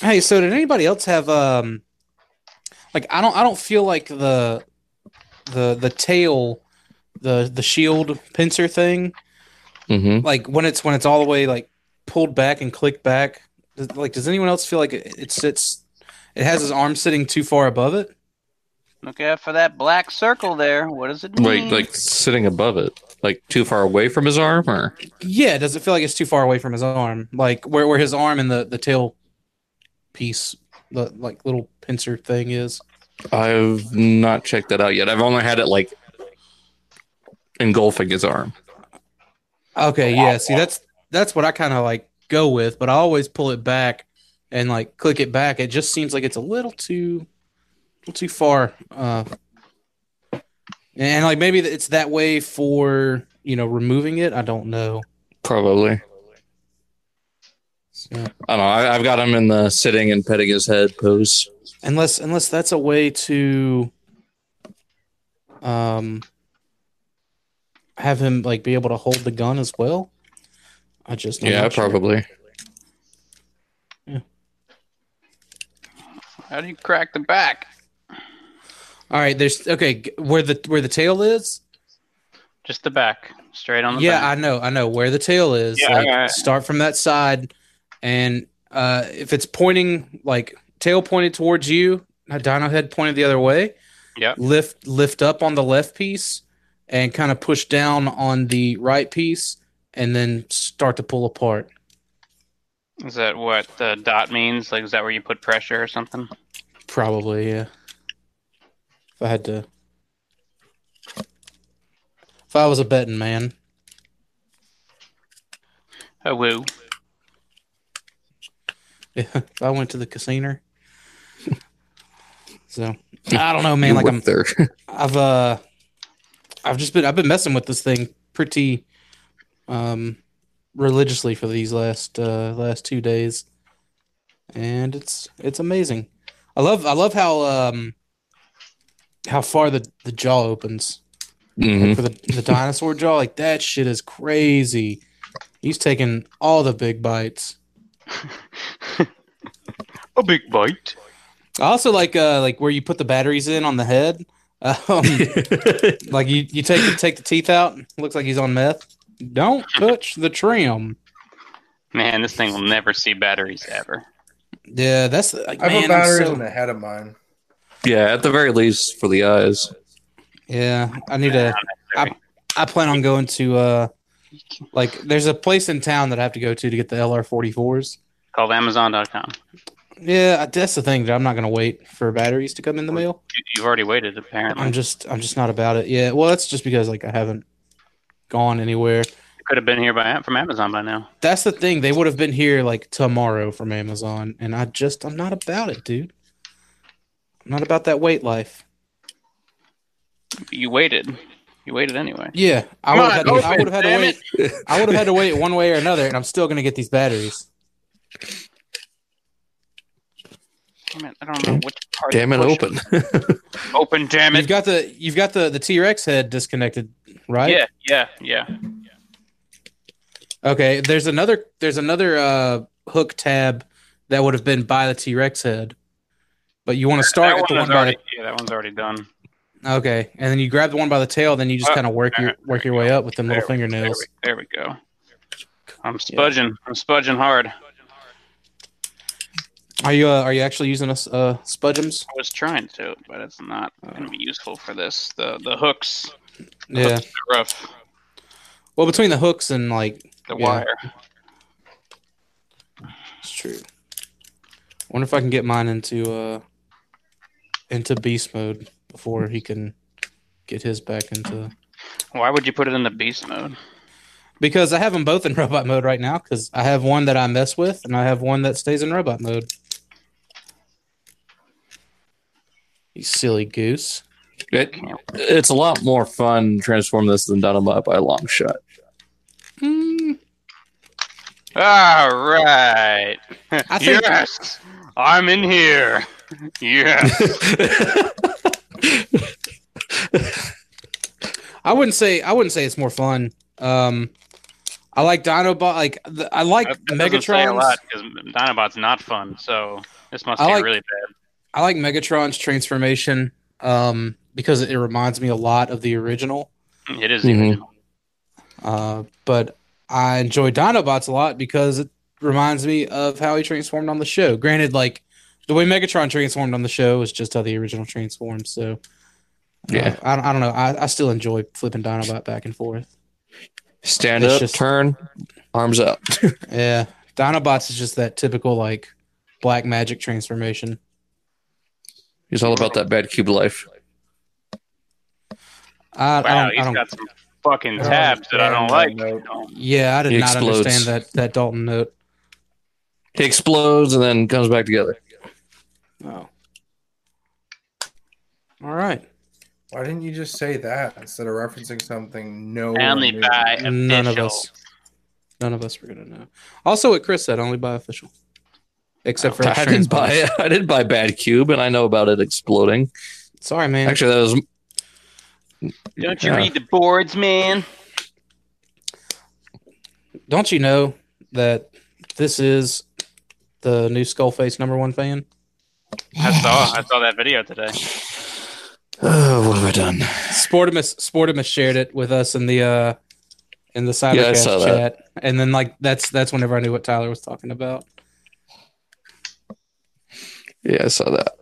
[SPEAKER 4] Hey, so did anybody else have um like I don't I don't feel like the the the tail the the shield pincer thing
[SPEAKER 2] Mm-hmm.
[SPEAKER 4] like when it's when it's all the way like pulled back and clicked back does, like does anyone else feel like it, it sits it has his arm sitting too far above it?
[SPEAKER 1] Look out for that black circle there. What does it mean?
[SPEAKER 2] Wait, like sitting above it, like too far away from his arm, or
[SPEAKER 4] Yeah, does it feel like it's too far away from his arm? Like where where his arm and the the tail piece the like little pincer thing is.
[SPEAKER 2] I've not checked that out yet. I've only had it like engulfing his arm.
[SPEAKER 4] Okay, yeah. See, that's that's what I kind of like go with, but I always pull it back and like click it back. It just seems like it's a little too, little too far. Uh, and like maybe it's that way for you know removing it. I don't know.
[SPEAKER 2] Probably.
[SPEAKER 4] So,
[SPEAKER 2] I don't know. I, I've got him in the sitting and petting his head pose.
[SPEAKER 4] unless unless that's a way to, um, have him like be able to hold the gun as well. I just I'm
[SPEAKER 2] yeah,
[SPEAKER 4] not sure.
[SPEAKER 2] probably.
[SPEAKER 1] How do you crack the back?
[SPEAKER 4] All right, there's okay g- where the where the tail is.
[SPEAKER 1] Just the back, straight on the
[SPEAKER 4] yeah
[SPEAKER 1] back.
[SPEAKER 4] i know i know where the tail is
[SPEAKER 1] Yeah,
[SPEAKER 4] like,
[SPEAKER 1] alright.
[SPEAKER 4] start from that side and uh if it's pointing like tail pointed towards you a dino head pointed the other way
[SPEAKER 1] Yep.
[SPEAKER 4] lift lift up on the left piece and kind of push down on the right piece and then start to pull apart
[SPEAKER 1] Is that what the dot means? Like, is that where you put pressure or something?
[SPEAKER 4] probably yeah if i had to if i was a betting man
[SPEAKER 1] Oh, woo.
[SPEAKER 4] if i went to the casino so i don't know man
[SPEAKER 2] You
[SPEAKER 4] like
[SPEAKER 2] went
[SPEAKER 4] i'm
[SPEAKER 2] there.
[SPEAKER 4] I've uh I've just been I've been messing with this thing pretty um religiously for these last uh last two days. And it's it's amazing. I love I love how um how far the, the jaw opens
[SPEAKER 2] Mhm.
[SPEAKER 4] for the, the dinosaur jaw. Like that shit is crazy. He's taking all the big bites.
[SPEAKER 1] A big bite.
[SPEAKER 4] I also like uh like where you put the batteries in on the head. Um, like you, you take the, take the teeth out. Looks like he's on meth. Don't touch the trim.
[SPEAKER 1] Man, this thing will never see batteries ever.
[SPEAKER 4] Yeah, that's like,
[SPEAKER 3] I have a
[SPEAKER 4] man. I'm
[SPEAKER 3] battery
[SPEAKER 4] so-
[SPEAKER 3] in the head of mine.
[SPEAKER 2] yeah, at the very least for the eyes.
[SPEAKER 4] yeah, I need to. I, I plan on going to uh, like there's a place in town that I have to go to to get the LR44s.
[SPEAKER 1] Called Amazon.com.
[SPEAKER 4] Yeah, that's the thing. That I'm not gonna wait for batteries to come in the mail.
[SPEAKER 1] You- You've already waited, apparently.
[SPEAKER 4] I'm just, I'm just not about it. Yeah. Well, that's just because like I haven't gone anywhere.
[SPEAKER 1] It could have been here by from Amazon by now.
[SPEAKER 4] That's the thing. They would have been here like tomorrow from Amazon, and I just, I'm not about it, dude. I'm not about that weight life.
[SPEAKER 1] But You waited. You waited anyway.
[SPEAKER 4] Yeah, I
[SPEAKER 1] Come
[SPEAKER 4] would have had, to-
[SPEAKER 1] on,
[SPEAKER 4] I
[SPEAKER 1] open,
[SPEAKER 4] would have had to
[SPEAKER 1] damn
[SPEAKER 4] wait. I would have had to wait one way or another, and I'm still gonna get these batteries.
[SPEAKER 1] Damn it! I don't know which part.
[SPEAKER 2] Damn it,
[SPEAKER 1] to push.
[SPEAKER 2] open.
[SPEAKER 1] Open, damn
[SPEAKER 4] You've
[SPEAKER 1] it!
[SPEAKER 4] got the, you've got the, the T Rex head disconnected, right?
[SPEAKER 1] Yeah, yeah, yeah.
[SPEAKER 4] Okay, there's another there's another uh hook tab that would have been by the T Rex head. But you want to
[SPEAKER 1] That
[SPEAKER 4] start
[SPEAKER 1] one
[SPEAKER 4] at the
[SPEAKER 1] was
[SPEAKER 4] one by
[SPEAKER 1] already. Yeah, that one's already done.
[SPEAKER 4] the Okay. And then you grab the one by the tail, then you just
[SPEAKER 1] Uh,
[SPEAKER 4] kinda work your
[SPEAKER 1] there
[SPEAKER 4] work
[SPEAKER 1] we
[SPEAKER 4] your way up with them little
[SPEAKER 1] There we- There
[SPEAKER 4] fingernails.
[SPEAKER 1] we, there we go. I'm spudging. I'm spudging hard. I
[SPEAKER 4] Are you uh, are you actually using us uh spudgems?
[SPEAKER 1] was trying to, but it's not
[SPEAKER 4] Oh.
[SPEAKER 1] going to be useful for this. The the hooks
[SPEAKER 4] Yeah.
[SPEAKER 1] are rough.
[SPEAKER 4] Well between the hooks and like
[SPEAKER 1] The
[SPEAKER 4] Yeah.
[SPEAKER 1] wire.
[SPEAKER 4] it's true. Wonder if I can get mine into uh into beast mode before he can get his back into
[SPEAKER 1] Why would you put it in the beast mode?
[SPEAKER 4] Because I have them both in robot mode right now. Because I have one that I mess with, and I have one that stays in robot mode. You silly goose!
[SPEAKER 2] It- it's a lot more fun to transform this than Dinobot by a long shot.
[SPEAKER 4] Mm,
[SPEAKER 1] All right.
[SPEAKER 4] I think-
[SPEAKER 1] yes, I'm in here. Yes.
[SPEAKER 4] I wouldn't say I wouldn't say it's more fun. Um, I like Dinobot. Like the, I like
[SPEAKER 1] That doesn't say a
[SPEAKER 4] Megatron's.
[SPEAKER 1] lot because Dinobot's not fun. So this must
[SPEAKER 4] I
[SPEAKER 1] be
[SPEAKER 4] like-
[SPEAKER 1] really bad.
[SPEAKER 4] I like Megatron's transformation um, because it reminds me a lot of the original.
[SPEAKER 1] It is
[SPEAKER 2] Mhm.
[SPEAKER 4] Mm-hmm.
[SPEAKER 1] even.
[SPEAKER 4] Uh, but I enjoy Dinobots a lot because it reminds me of how he transformed on the show. Granted, like the way Megatron transformed on the show was just how the original transformed. So, uh,
[SPEAKER 2] Yeah.
[SPEAKER 4] I, don't- I don't know. I, I still enjoy flipping Dinobot back and forth.
[SPEAKER 2] Stand
[SPEAKER 4] It's
[SPEAKER 2] up,
[SPEAKER 4] just-
[SPEAKER 2] turn, arms up.
[SPEAKER 4] Yeah, Dinobots is just that typical like black magic transformation.
[SPEAKER 2] He's all about that bad cube life.
[SPEAKER 4] I,
[SPEAKER 1] Wow,
[SPEAKER 4] I don't. I
[SPEAKER 1] he's
[SPEAKER 4] don't
[SPEAKER 1] got some fucking tabs that I don't like.
[SPEAKER 3] Nope.
[SPEAKER 4] yeah, I did
[SPEAKER 2] He
[SPEAKER 4] not
[SPEAKER 2] explodes.
[SPEAKER 4] understand that that Dalton note.
[SPEAKER 2] He explodes and then comes back together.
[SPEAKER 4] Oh. All right.
[SPEAKER 3] Why didn't you just say that instead of referencing something? No,
[SPEAKER 1] Only
[SPEAKER 3] one knew?
[SPEAKER 1] by
[SPEAKER 4] None of
[SPEAKER 1] official.
[SPEAKER 4] us. None of us were gonna know. Also, what Chris said, only by official, except for
[SPEAKER 2] I didn't buy. I didn't buy bad cube, and I know about it exploding.
[SPEAKER 4] Sorry, man.
[SPEAKER 2] Actually, that was
[SPEAKER 1] Don't you
[SPEAKER 2] Yeah.
[SPEAKER 1] read the boards, man?
[SPEAKER 4] Don't you know that this is the new Skullface number one fan?
[SPEAKER 1] I saw I saw that video today.
[SPEAKER 2] Oh, what have I done?
[SPEAKER 4] Sportimus Sportimus shared it with us in the uh in the
[SPEAKER 2] I
[SPEAKER 4] cybercast
[SPEAKER 2] saw that.
[SPEAKER 4] chat, and then like that's that's whenever I knew what Tyler was talking about.
[SPEAKER 2] Yeah, I saw that.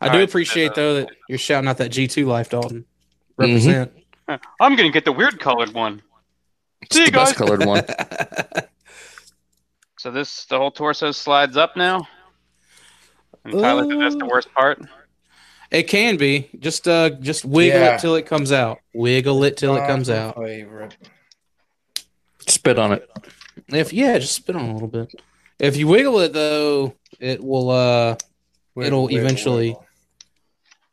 [SPEAKER 4] I
[SPEAKER 1] All
[SPEAKER 4] do
[SPEAKER 1] right.
[SPEAKER 4] appreciate though that you're shouting out that G two life, Dalton.
[SPEAKER 2] Mm-hmm.
[SPEAKER 4] Represent.
[SPEAKER 1] I'm gonna get the weird colored one.
[SPEAKER 2] It's
[SPEAKER 1] See you
[SPEAKER 2] the best
[SPEAKER 1] guys.
[SPEAKER 2] colored one.
[SPEAKER 1] So this the whole torso slides up now. And Tyler said that's the
[SPEAKER 4] Ooh.
[SPEAKER 1] worst part.
[SPEAKER 4] it can be just uh just wiggle
[SPEAKER 3] Yeah.
[SPEAKER 4] it till it comes out. Wiggle it till it
[SPEAKER 3] My
[SPEAKER 4] comes out.
[SPEAKER 3] Favorite.
[SPEAKER 2] Spit on it.
[SPEAKER 4] If yeah, just spit on it a little bit. If you wiggle it though, it will uh It'll eventually-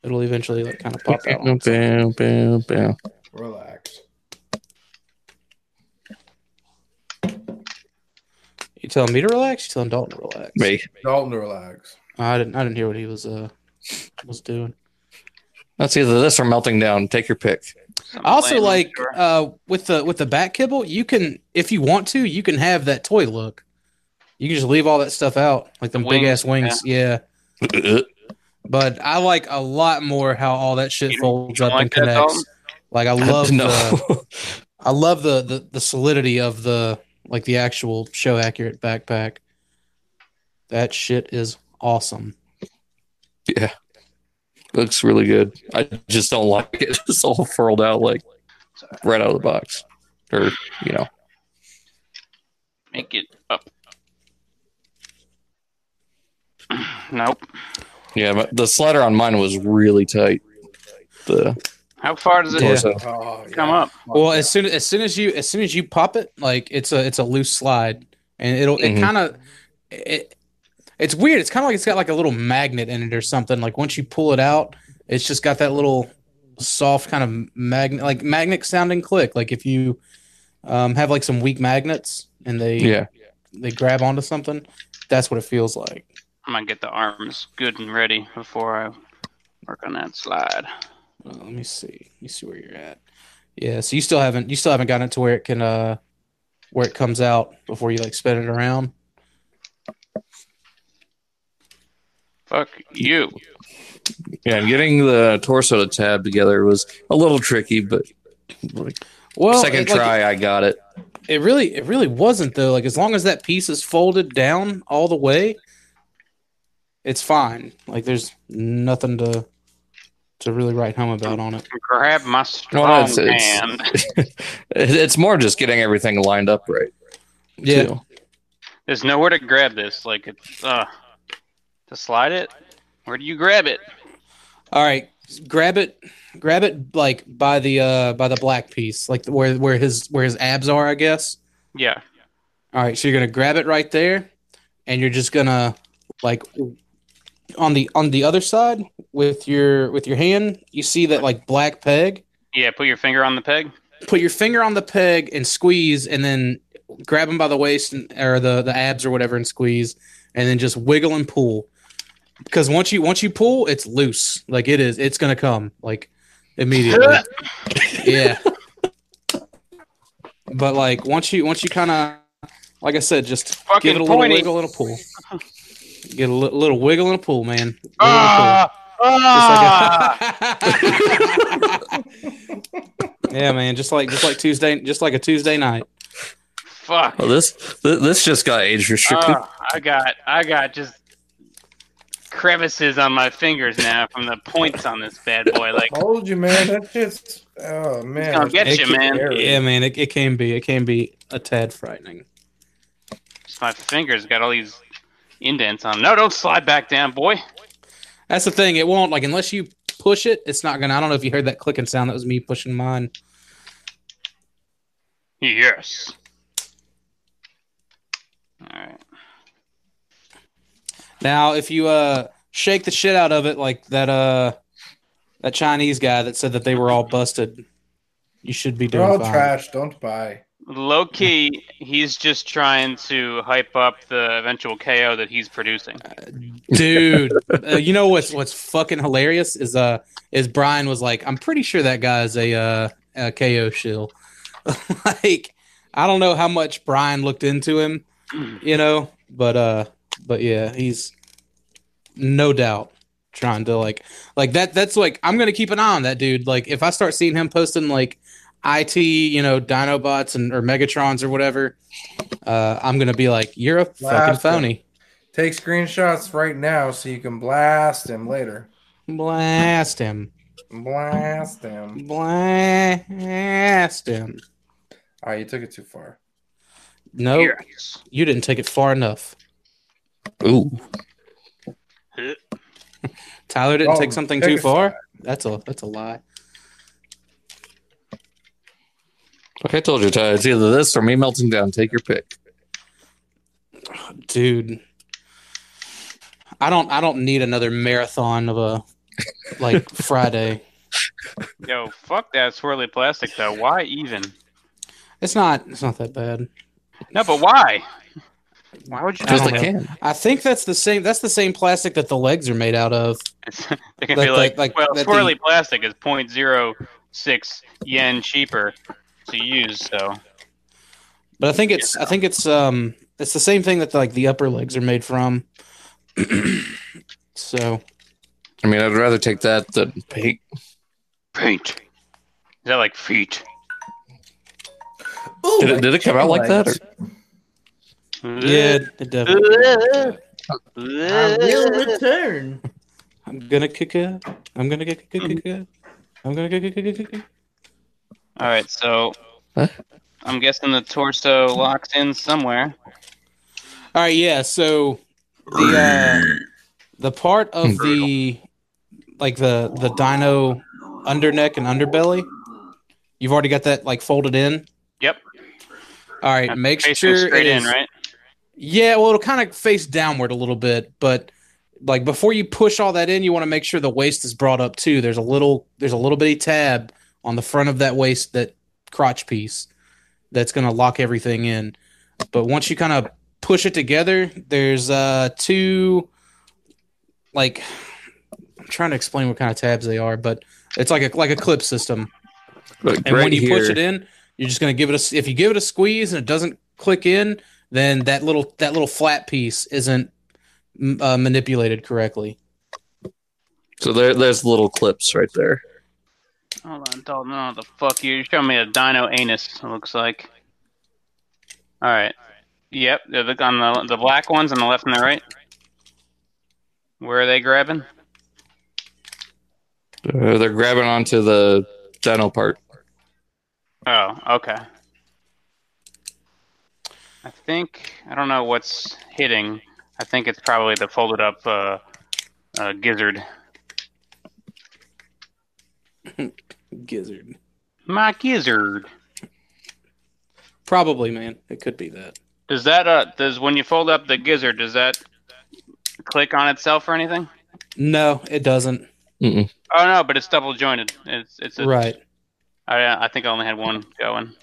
[SPEAKER 4] it'll eventually like kind of pop out.
[SPEAKER 2] Bow, bow, bow, bow.
[SPEAKER 3] relax.
[SPEAKER 4] You telling me to relax? You telling Dalton to relax?
[SPEAKER 2] Me.
[SPEAKER 3] Dalton, to relax.
[SPEAKER 4] I didn't. I didn't hear what he was uh was doing.
[SPEAKER 2] That's either this or melting down. Take your pick.
[SPEAKER 1] Some
[SPEAKER 4] I also
[SPEAKER 1] lame,
[SPEAKER 4] like
[SPEAKER 1] sure.
[SPEAKER 4] uh with the with the back kibble, you can if you want to, you can have that toy look. You can just leave all that stuff out, like them
[SPEAKER 1] The
[SPEAKER 4] big
[SPEAKER 1] wings,
[SPEAKER 4] ass wings. Yeah. but I like a lot more how all that shit
[SPEAKER 1] You don't-
[SPEAKER 4] folds
[SPEAKER 1] you don't
[SPEAKER 4] up and
[SPEAKER 1] like that, Dalton?
[SPEAKER 4] connects. Like I love
[SPEAKER 2] no.
[SPEAKER 4] the I love the, the the solidity of the like the actual show accurate backpack. That shit is awesome.
[SPEAKER 2] Looks really good. I just don't like it. It's all furled out like right out of the box, or you know,
[SPEAKER 1] Make it up. Nope.
[SPEAKER 2] Yeah, but the slider on mine was really tight. The
[SPEAKER 1] How far does it
[SPEAKER 4] Yeah.
[SPEAKER 2] torso.
[SPEAKER 3] Oh, yeah.
[SPEAKER 1] come up?
[SPEAKER 4] Well, as soon as soon as you as soon as you pop it, like it's a it's a loose slide, and it'll it
[SPEAKER 2] Mhm.
[SPEAKER 4] kind of it it's weird. It's kind of like it's got like a little magnet in it or something. Like once you pull it out, it's just got that little soft kind of magnet, like magnet sounding click. Like if you um, have like some weak magnets and they
[SPEAKER 2] Yeah.
[SPEAKER 4] they grab onto something, that's what it feels like.
[SPEAKER 1] I'm gonna get the arms good and ready before I work on that slide.
[SPEAKER 4] Uh, let me see. Let me see where you're at. Yeah, so you still haven't you still haven't gotten it to where it can uh where it comes out before you like spin it around.
[SPEAKER 1] Fuck you.
[SPEAKER 2] Yeah, and getting the torso to tab together was a little tricky, but like,
[SPEAKER 4] Well,
[SPEAKER 2] second
[SPEAKER 4] it, like,
[SPEAKER 2] try, I got it.
[SPEAKER 4] it really it really wasn't though. Like as long as that piece is folded down all the way, it's fine. Like there's nothing to to really write home about on it.
[SPEAKER 1] Grab my
[SPEAKER 2] No,
[SPEAKER 1] strong
[SPEAKER 2] no, it's,
[SPEAKER 1] hand.
[SPEAKER 2] it's, it's more just getting everything lined up right.
[SPEAKER 4] Yeah.
[SPEAKER 2] too.
[SPEAKER 1] There's nowhere to grab this. Like it's uh to slide it. Where do you grab it?
[SPEAKER 4] All right, grab it, grab it like by the uh by the black piece, like where where his where his abs are, I guess.
[SPEAKER 1] Yeah.
[SPEAKER 4] All right, so you're gonna grab it right there, and you're just gonna like on the on the other side with your with your hand. You see that like black peg.
[SPEAKER 1] Yeah, put your finger on the peg.
[SPEAKER 4] Put your finger on the peg and squeeze, and then grab him by the waist and, or the the abs or whatever and squeeze, and then just wiggle and pull. Because once you once you pull, it's loose. Like it is, it's gonna come like immediately. yeah. But like once you once you kind of like I said, just
[SPEAKER 1] Fucking
[SPEAKER 4] give it a little
[SPEAKER 1] pointy.
[SPEAKER 4] wiggle and a pull. Get a li- little wiggle and a pull, man. Wiggle and a
[SPEAKER 1] Ah,
[SPEAKER 4] pull.
[SPEAKER 1] ah!
[SPEAKER 4] Just like a- yeah, man. Just like just like Tuesday, just like a Tuesday night.
[SPEAKER 1] Fuck.
[SPEAKER 2] Well, this th- this just got age restricted.
[SPEAKER 1] Ah, I got I got just crevices on my fingers now from the points on this bad boy. Like
[SPEAKER 3] Told you, man. That shit's. Oh man.
[SPEAKER 1] gonna get
[SPEAKER 3] that's
[SPEAKER 1] you, man.
[SPEAKER 3] scary.
[SPEAKER 4] Yeah, man. It, it can be. It can be a tad frightening.
[SPEAKER 1] just my fingers got all these indents on. 'em. No, don't slide back down, boy.
[SPEAKER 4] That's the thing. It won't like unless you push it. It's not gonna. I don't know if you heard that clicking sound. That was me pushing mine.
[SPEAKER 1] Yes. All right.
[SPEAKER 4] Now, if you uh shake the shit out of it like that uh that Chinese guy that said that they were all busted, you should be
[SPEAKER 3] They're
[SPEAKER 4] doing
[SPEAKER 3] all
[SPEAKER 4] fine.
[SPEAKER 3] trash. Don't buy.
[SPEAKER 1] Low key, he's just trying to hype up the eventual KO that he's producing.
[SPEAKER 4] Dude, uh, you know what's what's fucking hilarious is uh is Brian was like, I'm pretty sure that guy is a uh a KO shill. like I don't know how much Brian looked into him, you know, but uh but yeah, he's no doubt trying to like like that that's like I'm gonna keep an eye on that dude. Like if I start seeing him posting like IT, you know, Dinobots and or Megatrons or whatever, uh I'm gonna be like, You're a fucking
[SPEAKER 3] Blast him.
[SPEAKER 4] phony.
[SPEAKER 3] Take screenshots right now so you can blast him later.
[SPEAKER 4] Blast him.
[SPEAKER 3] Blast him.
[SPEAKER 4] Blast him.
[SPEAKER 3] Oh, you took it too far.
[SPEAKER 1] Oh.
[SPEAKER 4] No,
[SPEAKER 1] Yes.
[SPEAKER 4] you didn't take it far enough.
[SPEAKER 2] Ooh,
[SPEAKER 4] Tyler didn't
[SPEAKER 3] Oh,
[SPEAKER 4] take something
[SPEAKER 3] take
[SPEAKER 4] too
[SPEAKER 3] a
[SPEAKER 4] far. That's a that's a lie.
[SPEAKER 2] like I told you, Ty, it's either this or me melting down. Take your pick.
[SPEAKER 4] Dude. I don't I don't need another marathon of a like Friday.
[SPEAKER 1] Yo, fuck that swirly plastic though. Why even?
[SPEAKER 4] It's not it's not that bad.
[SPEAKER 1] No, but why? Why would you?
[SPEAKER 4] I don't
[SPEAKER 2] Because I
[SPEAKER 4] know.
[SPEAKER 2] can.
[SPEAKER 4] I think that's the same that's the same plastic that the legs are made out of.
[SPEAKER 1] They can
[SPEAKER 4] Like-
[SPEAKER 1] be like,
[SPEAKER 4] like- like
[SPEAKER 1] well,
[SPEAKER 4] that
[SPEAKER 1] swirly plastic is 0.06 yen cheaper to use, so
[SPEAKER 4] But I think it's I think it's um it's the same thing that like the upper legs are made from. so
[SPEAKER 2] I mean, I'd rather take that than paint.
[SPEAKER 1] paint. Is that like feet?
[SPEAKER 3] Ooh,
[SPEAKER 2] Did it, did it come out like that? Or?
[SPEAKER 4] yeah, it definitely
[SPEAKER 3] return.
[SPEAKER 4] I'm gonna kick it. I'm gonna kick it. Kick it. I'm gonna kick it. Kick it. Kick it.
[SPEAKER 1] All right, so
[SPEAKER 2] Huh?
[SPEAKER 1] I'm guessing the torso locks in somewhere.
[SPEAKER 4] All right. Yeah. So the uh, The part
[SPEAKER 1] Hmm.
[SPEAKER 4] of the like the the dino underneck and underbelly, you've already got that like folded in.
[SPEAKER 1] Yep.
[SPEAKER 4] All right,
[SPEAKER 1] That's
[SPEAKER 4] make
[SPEAKER 1] Facing
[SPEAKER 4] sure
[SPEAKER 1] straight
[SPEAKER 4] it
[SPEAKER 1] in,
[SPEAKER 4] is-
[SPEAKER 1] right?
[SPEAKER 4] Yeah, well, it'll kind of face downward a little bit, but like before you push all that in, you want to make sure the waist is brought up too. There's a little there's a little bitty tab on the front of that waist that crotch piece that's going to lock everything in. But once you kind of push it together, there's uh two like I'm trying to explain what kind of tabs they are, but it's like a like a clip system.
[SPEAKER 2] Look,
[SPEAKER 4] And
[SPEAKER 2] right
[SPEAKER 4] when you push
[SPEAKER 2] here.
[SPEAKER 4] it in, you're just going to give it a. s- If you give it a squeeze and it doesn't click in, then that little that little flat piece isn't m- uh, manipulated correctly.
[SPEAKER 2] so there, there's little clips right there.
[SPEAKER 1] Hold on, Dalton. I don't know what the fuck you. You're showing me a dino anus. It looks like. All right. Yep. they're the- On the the black ones on the left and the right. Where are they grabbing?
[SPEAKER 2] Uh, they're grabbing onto the dental part.
[SPEAKER 1] Oh, okay. I think I don't know what's hitting. I think it's probably the folded up uh, uh, gizzard.
[SPEAKER 4] Gizzard.
[SPEAKER 1] My gizzard.
[SPEAKER 4] Probably, man. It could be that.
[SPEAKER 1] Does that uh does when you fold up the gizzard does that click on itself or anything?
[SPEAKER 4] No, it doesn't.
[SPEAKER 1] Oh no, but it's double jointed. It's it's a,
[SPEAKER 4] Right.
[SPEAKER 1] I I think I only had one going.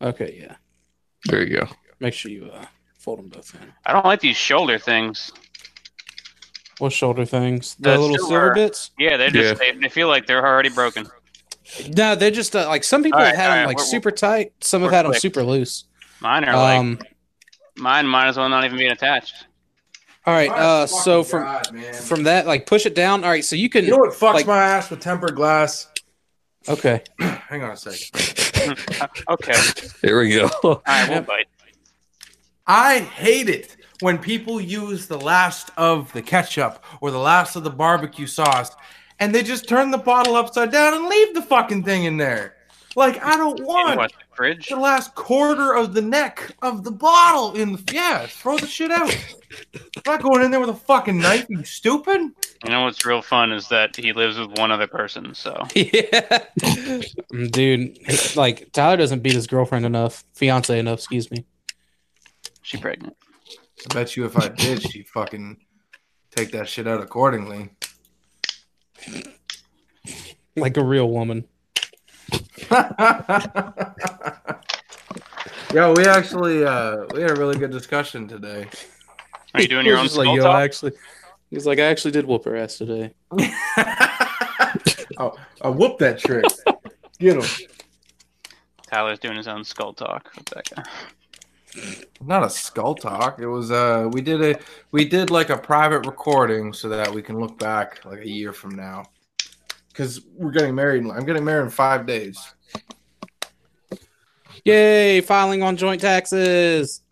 [SPEAKER 4] Okay. Yeah.
[SPEAKER 2] There you go.
[SPEAKER 4] Make sure you uh, fold them both in.
[SPEAKER 1] I don't like these shoulder things.
[SPEAKER 4] What shoulder things?
[SPEAKER 1] The
[SPEAKER 4] The little silver
[SPEAKER 1] silver.
[SPEAKER 4] bits?
[SPEAKER 1] Yeah, they're just they, they feel like they're already broken.
[SPEAKER 4] No, they're just uh, like some people
[SPEAKER 1] All
[SPEAKER 4] have
[SPEAKER 1] right,
[SPEAKER 4] had
[SPEAKER 1] all right,
[SPEAKER 4] them like
[SPEAKER 1] we're-
[SPEAKER 4] super tight. Some have
[SPEAKER 1] we're
[SPEAKER 4] had them
[SPEAKER 1] quick.
[SPEAKER 4] super loose.
[SPEAKER 1] Mine are like
[SPEAKER 4] Um.
[SPEAKER 1] mine might as well not even be attached.
[SPEAKER 4] All right.
[SPEAKER 3] My
[SPEAKER 4] Uh.
[SPEAKER 3] fucking
[SPEAKER 4] So from
[SPEAKER 3] God, man.
[SPEAKER 4] from that, like push it down. All right. So you can.
[SPEAKER 3] you know what fucks
[SPEAKER 4] like-
[SPEAKER 3] my ass with tempered glass?
[SPEAKER 4] Okay.
[SPEAKER 3] Hang on a second.
[SPEAKER 1] Okay,
[SPEAKER 2] There we go.
[SPEAKER 1] all right, we'll
[SPEAKER 4] Yep.
[SPEAKER 1] bite.
[SPEAKER 3] I hate it when people use the last of the ketchup or the last of the barbecue sauce and they just turn the bottle upside down and leave the fucking thing in there. Like, I don't
[SPEAKER 1] In
[SPEAKER 3] want
[SPEAKER 1] what, the fridge?
[SPEAKER 3] the last quarter of the neck of the bottle in the. Yeah, throw the shit out. I'm not going in there with a fucking knife, you stupid.
[SPEAKER 1] You know what's real fun is that he lives with one other person. So
[SPEAKER 4] yeah. Dude, like Tyler doesn't beat his girlfriend enough, fiance enough, excuse me.
[SPEAKER 1] she pregnant.
[SPEAKER 3] I bet you if I did, she'd fucking take that shit out accordingly.
[SPEAKER 4] Like a real woman.
[SPEAKER 3] Yo, we actually uh, we had a really good discussion today.
[SPEAKER 1] Are you doing your own
[SPEAKER 4] He's just like,
[SPEAKER 1] skull
[SPEAKER 4] yo, I
[SPEAKER 1] talk?
[SPEAKER 4] actually He's like, I actually did whoop her ass today.
[SPEAKER 3] oh, I whoop that trick. Get him.
[SPEAKER 1] Tyler's doing his own skull talk with that guy.
[SPEAKER 3] Not a skull talk. It was uh we did a we did like a private recording so that we can look back like a year from now. Cause we're getting married. I'm getting married in five days.
[SPEAKER 4] Yay, filing on joint taxes.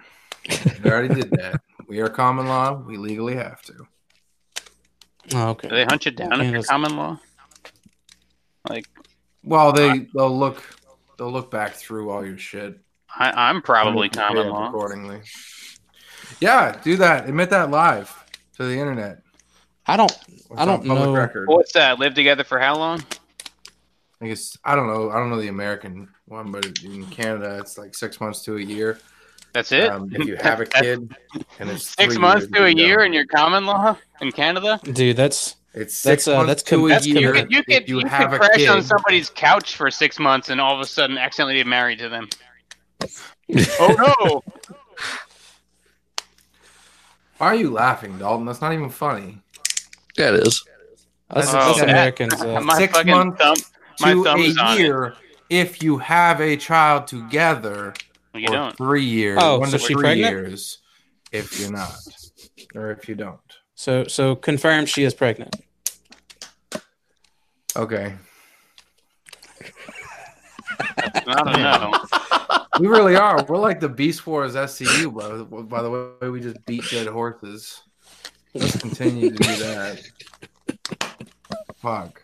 [SPEAKER 3] We already did that. We are common law. We legally have to.
[SPEAKER 4] Oh,
[SPEAKER 1] Do they
[SPEAKER 4] okay.
[SPEAKER 1] hunt you down if you're
[SPEAKER 4] Yes.
[SPEAKER 1] common law? Like
[SPEAKER 3] Well, they they'll look they'll look back through all your shit.
[SPEAKER 1] I, I'm probably
[SPEAKER 3] Prepare
[SPEAKER 1] common law.
[SPEAKER 3] accordingly. Yeah, do that. Admit that live to the internet.
[SPEAKER 4] I don't
[SPEAKER 3] It's
[SPEAKER 4] I
[SPEAKER 3] on
[SPEAKER 4] don't
[SPEAKER 3] public
[SPEAKER 4] know.
[SPEAKER 3] Record.
[SPEAKER 1] What's that? Live together for how long?
[SPEAKER 3] I guess I don't know. I don't know the American one, but in Canada, it's like six months to a year.
[SPEAKER 1] That's it.
[SPEAKER 3] Um, if you have a
[SPEAKER 1] That's
[SPEAKER 3] kid, and it's
[SPEAKER 1] six
[SPEAKER 3] three
[SPEAKER 1] months
[SPEAKER 3] years
[SPEAKER 1] to a
[SPEAKER 3] you go.
[SPEAKER 1] year, and you're common law in Canada.
[SPEAKER 4] dude, that's
[SPEAKER 3] it's six
[SPEAKER 4] That's, uh,
[SPEAKER 3] months
[SPEAKER 4] that's
[SPEAKER 3] to
[SPEAKER 4] com-
[SPEAKER 3] a
[SPEAKER 4] that's
[SPEAKER 1] You
[SPEAKER 3] year.
[SPEAKER 1] could you
[SPEAKER 3] if
[SPEAKER 1] could,
[SPEAKER 3] you,
[SPEAKER 1] you could
[SPEAKER 3] have a
[SPEAKER 1] crash
[SPEAKER 3] kid,
[SPEAKER 1] on somebody's couch for six months and all of a sudden accidentally get married to them. oh no!
[SPEAKER 3] Why are you laughing, Dalton? That's not even funny.
[SPEAKER 2] That is.
[SPEAKER 4] that's,
[SPEAKER 3] Oh,
[SPEAKER 4] that's
[SPEAKER 1] that-
[SPEAKER 4] Americans. Uh,
[SPEAKER 1] my
[SPEAKER 3] Six
[SPEAKER 1] fucking
[SPEAKER 3] months
[SPEAKER 1] thumb, my
[SPEAKER 3] to
[SPEAKER 1] thumb's
[SPEAKER 3] a
[SPEAKER 1] on it.
[SPEAKER 3] year, if you have a child together,
[SPEAKER 1] You
[SPEAKER 3] or
[SPEAKER 1] don't.
[SPEAKER 3] three years.
[SPEAKER 4] Oh,
[SPEAKER 3] one
[SPEAKER 4] so
[SPEAKER 3] to
[SPEAKER 4] she
[SPEAKER 3] three
[SPEAKER 4] pregnant?
[SPEAKER 3] years if you're not, or if you don't.
[SPEAKER 4] so so confirm she is pregnant.
[SPEAKER 3] Okay,
[SPEAKER 1] I don't know.
[SPEAKER 3] we really are. We're like the Beast Wars SCU, by the, by the way. We just beat dead horses. Let's continue to do that. Fuck.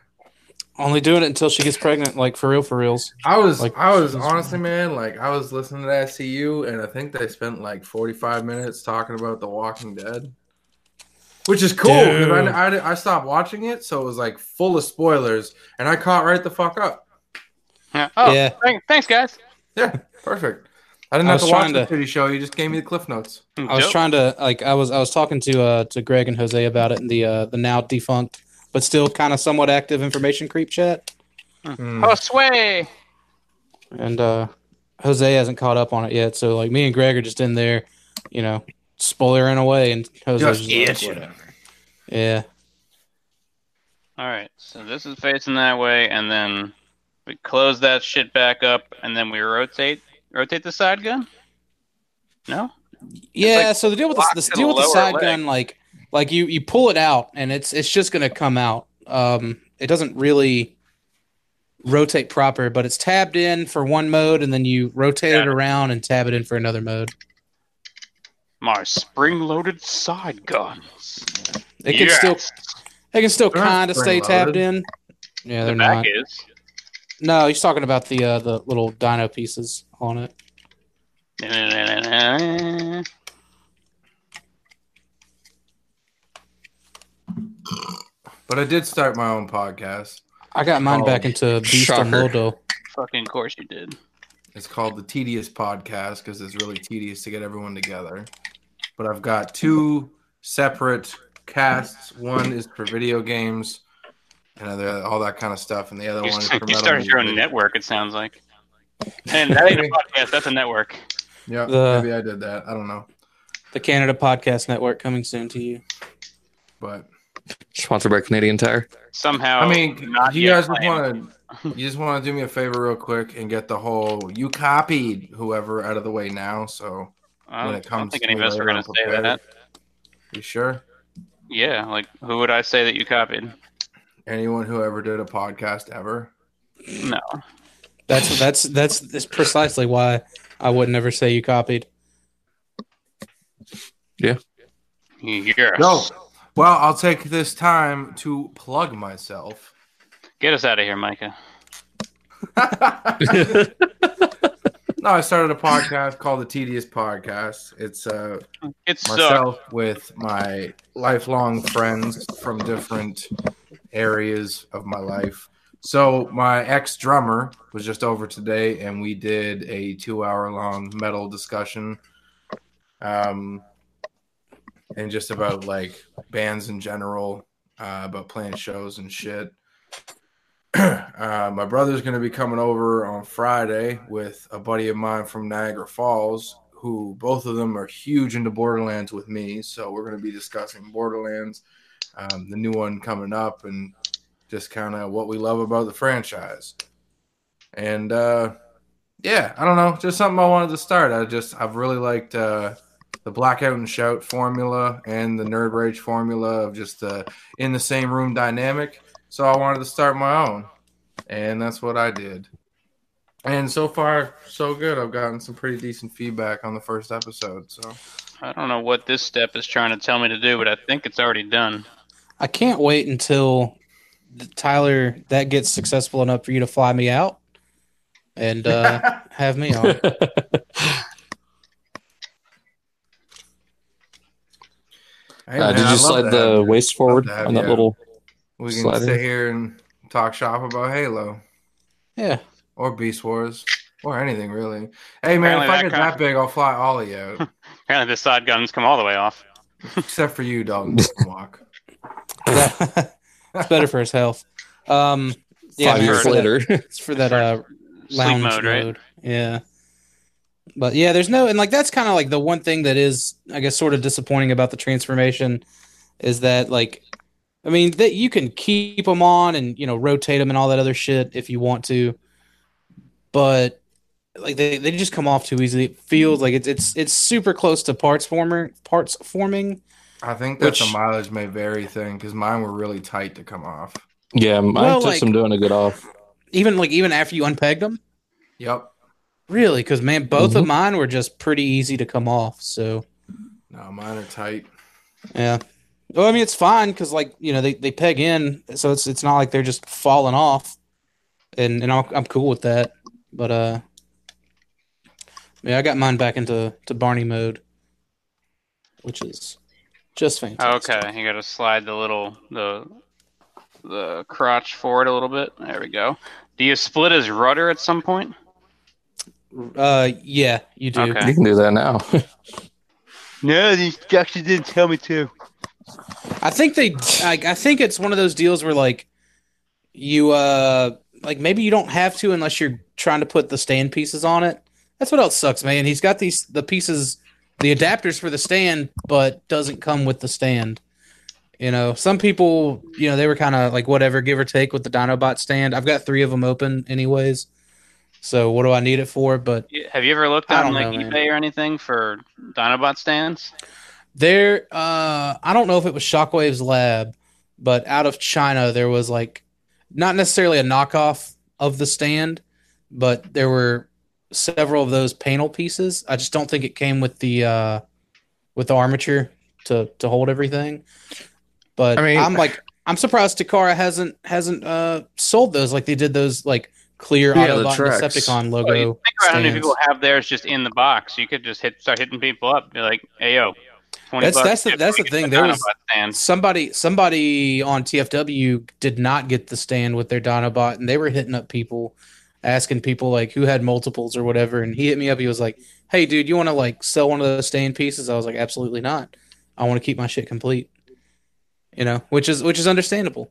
[SPEAKER 4] Only doing it until she gets pregnant, like for real, for reals.
[SPEAKER 3] I was,
[SPEAKER 4] Like,
[SPEAKER 3] I was
[SPEAKER 4] she's-
[SPEAKER 3] honestly, man. Like, I was listening to SCU, and I think they spent like forty-five minutes talking about The Walking Dead. which is cool. 'cause I,
[SPEAKER 4] Dude.
[SPEAKER 3] I, I stopped watching it, so it was like full of spoilers, and I caught right the fuck up.
[SPEAKER 1] Yeah. Oh,
[SPEAKER 4] Yeah.
[SPEAKER 1] thank- thanks, guys.
[SPEAKER 3] Yeah, perfect. I didn't
[SPEAKER 4] I
[SPEAKER 3] have
[SPEAKER 4] was
[SPEAKER 3] to watch
[SPEAKER 4] trying
[SPEAKER 3] the
[SPEAKER 4] to-
[SPEAKER 3] city show. You just gave me the cliff notes.
[SPEAKER 4] I was
[SPEAKER 1] Mm, Dope.
[SPEAKER 4] trying to like I was I was talking to uh to Greg and Jose about it in the uh the now defunct but still kind of somewhat active information creep chat Hmm.
[SPEAKER 1] Oh, sway.
[SPEAKER 4] and uh Jose hasn't caught up on it yet so like me and Greg are just in there you know spoilering away and Jose's
[SPEAKER 3] Just
[SPEAKER 4] just like,
[SPEAKER 3] itching.
[SPEAKER 4] yeah
[SPEAKER 1] All right, so this is facing that way, and then we close that shit back up, and then we rotate rotate the side gun. No,
[SPEAKER 4] yeah so the deal with the,
[SPEAKER 1] locked
[SPEAKER 4] the
[SPEAKER 1] to the
[SPEAKER 4] deal with the
[SPEAKER 1] lower
[SPEAKER 4] side
[SPEAKER 1] leg.
[SPEAKER 4] gun like like you you pull it out and it's it's just gonna come out um it doesn't really rotate proper but it's tabbed in for one mode and then you rotate
[SPEAKER 1] Got
[SPEAKER 4] it
[SPEAKER 1] it.
[SPEAKER 4] around and tab it in for another mode
[SPEAKER 1] my spring-loaded side guns.
[SPEAKER 4] It can
[SPEAKER 1] Yes.
[SPEAKER 4] still it can still
[SPEAKER 3] They're not
[SPEAKER 4] kind of stay
[SPEAKER 3] spring-loaded.
[SPEAKER 4] tabbed in. Yeah,
[SPEAKER 1] the
[SPEAKER 4] they're
[SPEAKER 1] back
[SPEAKER 4] not.
[SPEAKER 1] is.
[SPEAKER 4] No, he's talking about the uh, the little dino pieces on it.
[SPEAKER 3] But I did start my own podcast.
[SPEAKER 4] I got mine
[SPEAKER 3] Oh,
[SPEAKER 4] back into Beast
[SPEAKER 2] shocker.
[SPEAKER 4] and Lodo.
[SPEAKER 1] Fucking course you did.
[SPEAKER 3] It's called the Tedious Podcast because it's really tedious to get everyone together. But I've got two separate casts. One is for video games and other, all that kind of stuff, and the other
[SPEAKER 1] You,
[SPEAKER 3] one is
[SPEAKER 1] s-
[SPEAKER 3] for
[SPEAKER 1] you
[SPEAKER 3] metal
[SPEAKER 1] started your own
[SPEAKER 3] music.
[SPEAKER 1] network. It sounds like. And that ain't a podcast. That's a network.
[SPEAKER 3] Yeah,
[SPEAKER 4] The-
[SPEAKER 3] maybe I did that. I don't know,
[SPEAKER 4] The Canada Podcast Network coming soon to you.
[SPEAKER 3] but
[SPEAKER 2] Sponsored by Canadian Tire.
[SPEAKER 1] Somehow,
[SPEAKER 3] I mean,
[SPEAKER 1] Oh, not
[SPEAKER 3] you
[SPEAKER 1] yet
[SPEAKER 3] guys just
[SPEAKER 1] planned.
[SPEAKER 3] want to you just want to do me a favor real quick and get the whole you copied whoever out of the way now. So
[SPEAKER 1] I don't,
[SPEAKER 3] when
[SPEAKER 1] I
[SPEAKER 3] it
[SPEAKER 1] don't
[SPEAKER 3] comes
[SPEAKER 1] think
[SPEAKER 3] to
[SPEAKER 1] any of
[SPEAKER 3] me
[SPEAKER 1] us are
[SPEAKER 3] later,
[SPEAKER 1] going to
[SPEAKER 3] I'm
[SPEAKER 1] say
[SPEAKER 3] prepared.
[SPEAKER 1] that.
[SPEAKER 3] you sure?
[SPEAKER 1] Yeah, like who would I say that you copied?
[SPEAKER 3] Anyone who ever did a podcast ever?
[SPEAKER 1] No.
[SPEAKER 4] That's that's that's, that's precisely why I would never say you copied.
[SPEAKER 1] Yes.
[SPEAKER 3] No. Well, I'll take this time to plug myself.
[SPEAKER 1] Get us out of here, Micah.
[SPEAKER 3] no,
[SPEAKER 2] Uh,
[SPEAKER 3] I started a podcast called the Tedious Podcast. It's uh,
[SPEAKER 1] It's so
[SPEAKER 3] myself with my lifelong friends from different areas of my life. So my ex drummer was just over today, and we did a two-hour-long metal discussion, um, and just about like bands in general, uh, about playing shows and shit. uh, my brother's going to be coming over on Friday with a buddy of mine from Niagara Falls, who both of them are huge into Borderlands with me. So we're going to be discussing Borderlands, um, the new one coming up, and just kind of what we love about the franchise. And uh, yeah, I don't know, just something I wanted to start. I just I've really liked uh, the Blackout and Shout formula and the Nerd Rage formula of just uh, in the same room dynamic. So I wanted to start my own, and that's what I did. And so far, so good. I've gotten some pretty decent feedback on the first episode.
[SPEAKER 2] Uh,
[SPEAKER 3] So
[SPEAKER 1] I don't know what this step is trying to tell me to do, but I think it's already done.
[SPEAKER 4] I can't wait until th- Tyler that gets successful enough for you to fly me out and uh, have me on.
[SPEAKER 3] Hey,
[SPEAKER 2] Uh,
[SPEAKER 3] man,
[SPEAKER 2] did
[SPEAKER 3] I
[SPEAKER 2] you
[SPEAKER 3] love
[SPEAKER 2] slide
[SPEAKER 3] that.
[SPEAKER 2] the waist forward
[SPEAKER 3] that,
[SPEAKER 2] on that
[SPEAKER 3] yeah.
[SPEAKER 2] little?
[SPEAKER 3] We can
[SPEAKER 2] slide in?
[SPEAKER 3] sit here and talk shop about Halo
[SPEAKER 4] Yeah.
[SPEAKER 3] or Beast Wars or anything really. Hey man,
[SPEAKER 1] Apparently
[SPEAKER 3] if I
[SPEAKER 1] that
[SPEAKER 3] get
[SPEAKER 1] con-
[SPEAKER 3] that big, I'll fly all of you out.
[SPEAKER 1] Apparently, the side guns come all the way off.
[SPEAKER 3] except for you, Dalton. you can Walk.
[SPEAKER 4] it's better for his health. Um, yeah,
[SPEAKER 2] Five
[SPEAKER 1] I've
[SPEAKER 2] years
[SPEAKER 1] heard
[SPEAKER 4] for that-
[SPEAKER 2] later.
[SPEAKER 4] it's for that uh,
[SPEAKER 1] Sleep
[SPEAKER 4] lounge
[SPEAKER 1] mode,
[SPEAKER 4] mode,
[SPEAKER 1] right?
[SPEAKER 4] Yeah. But yeah, there's no and like that's kind of like the one thing that is I guess sort of disappointing about the transformation is that like I mean that you can keep them on and you know rotate them and all that other shit if you want to, but like they, they just come off too easily. It feels like it's it's it's super close to parts former parts forming.
[SPEAKER 3] I think that's
[SPEAKER 4] Which-
[SPEAKER 3] a mileage may vary thing because mine were really tight to come off.
[SPEAKER 2] yeah, mine
[SPEAKER 4] Well,
[SPEAKER 2] took
[SPEAKER 4] like-
[SPEAKER 2] some doing to get off.
[SPEAKER 4] Even like even after you unpegged them,
[SPEAKER 3] Yep.
[SPEAKER 4] Really? Because man, both
[SPEAKER 1] Mm-hmm.
[SPEAKER 4] of mine were just pretty easy to come off. So
[SPEAKER 3] No, mine are tight.
[SPEAKER 4] yeah. Well, I mean, it's fine because like you know they, they peg in, so it's it's not like they're just falling off, and and I'll, I'm cool with that. But uh, yeah, I got mine back into to Barney mode, which is
[SPEAKER 5] Just fantastic.
[SPEAKER 1] Okay, you got to slide the little the the crotch forward a little bit. There we go. Do you split his rudder at some point?
[SPEAKER 4] Uh, yeah, you do.
[SPEAKER 1] Okay.
[SPEAKER 2] You can do that now.
[SPEAKER 1] No, the instructions didn't tell me to.
[SPEAKER 4] I think they. I, I think it's one of those deals where like you uh like maybe you don't have to unless you're trying to put the stand pieces on it. That's what else sucks, man. He's got these the pieces, the adapters for the stand, but doesn't come with the stand. You know, some people, you know, they were kind of like whatever, give or take with the Dinobot stand. I've got three of them open, anyways. So what do I need it for? But
[SPEAKER 1] Have you ever looked
[SPEAKER 4] I
[SPEAKER 1] on
[SPEAKER 4] don't
[SPEAKER 1] like
[SPEAKER 4] know, man.
[SPEAKER 1] eBay or anything for Dinobot stands?
[SPEAKER 4] There, uh, I don't know if it was Shockwave's lab, but out of China, there was like not necessarily a knockoff of the stand, but there were several of those panel pieces. I just don't think it came with the uh, with the armature to to hold everything. But
[SPEAKER 2] I mean-
[SPEAKER 4] I'm like, I'm surprised Takara hasn't hasn't uh, sold those like they did those like clear
[SPEAKER 2] Yeah, the
[SPEAKER 4] Autobot and
[SPEAKER 2] tracks.
[SPEAKER 4] Decepticon logo.
[SPEAKER 1] Well, you think about how many
[SPEAKER 4] stands.
[SPEAKER 1] people have theirs just in the box. You could just hit start hitting people up. Be like, "Hey yo, 20
[SPEAKER 4] That's-
[SPEAKER 1] bucks,
[SPEAKER 4] that's the-
[SPEAKER 1] yeah,
[SPEAKER 4] that's
[SPEAKER 1] we
[SPEAKER 4] the
[SPEAKER 1] get
[SPEAKER 4] thing. There was-
[SPEAKER 1] Dinobot stand."
[SPEAKER 4] somebody somebody on TFW did not get the stand with their Dinobot, and they were hitting up people, asking people like who had multiples or whatever. And he hit me up. He was like, "Hey, dude, you want to like sell one of those stand pieces?" I was like, "Absolutely not. I want to keep my shit complete." You know, which is which is understandable.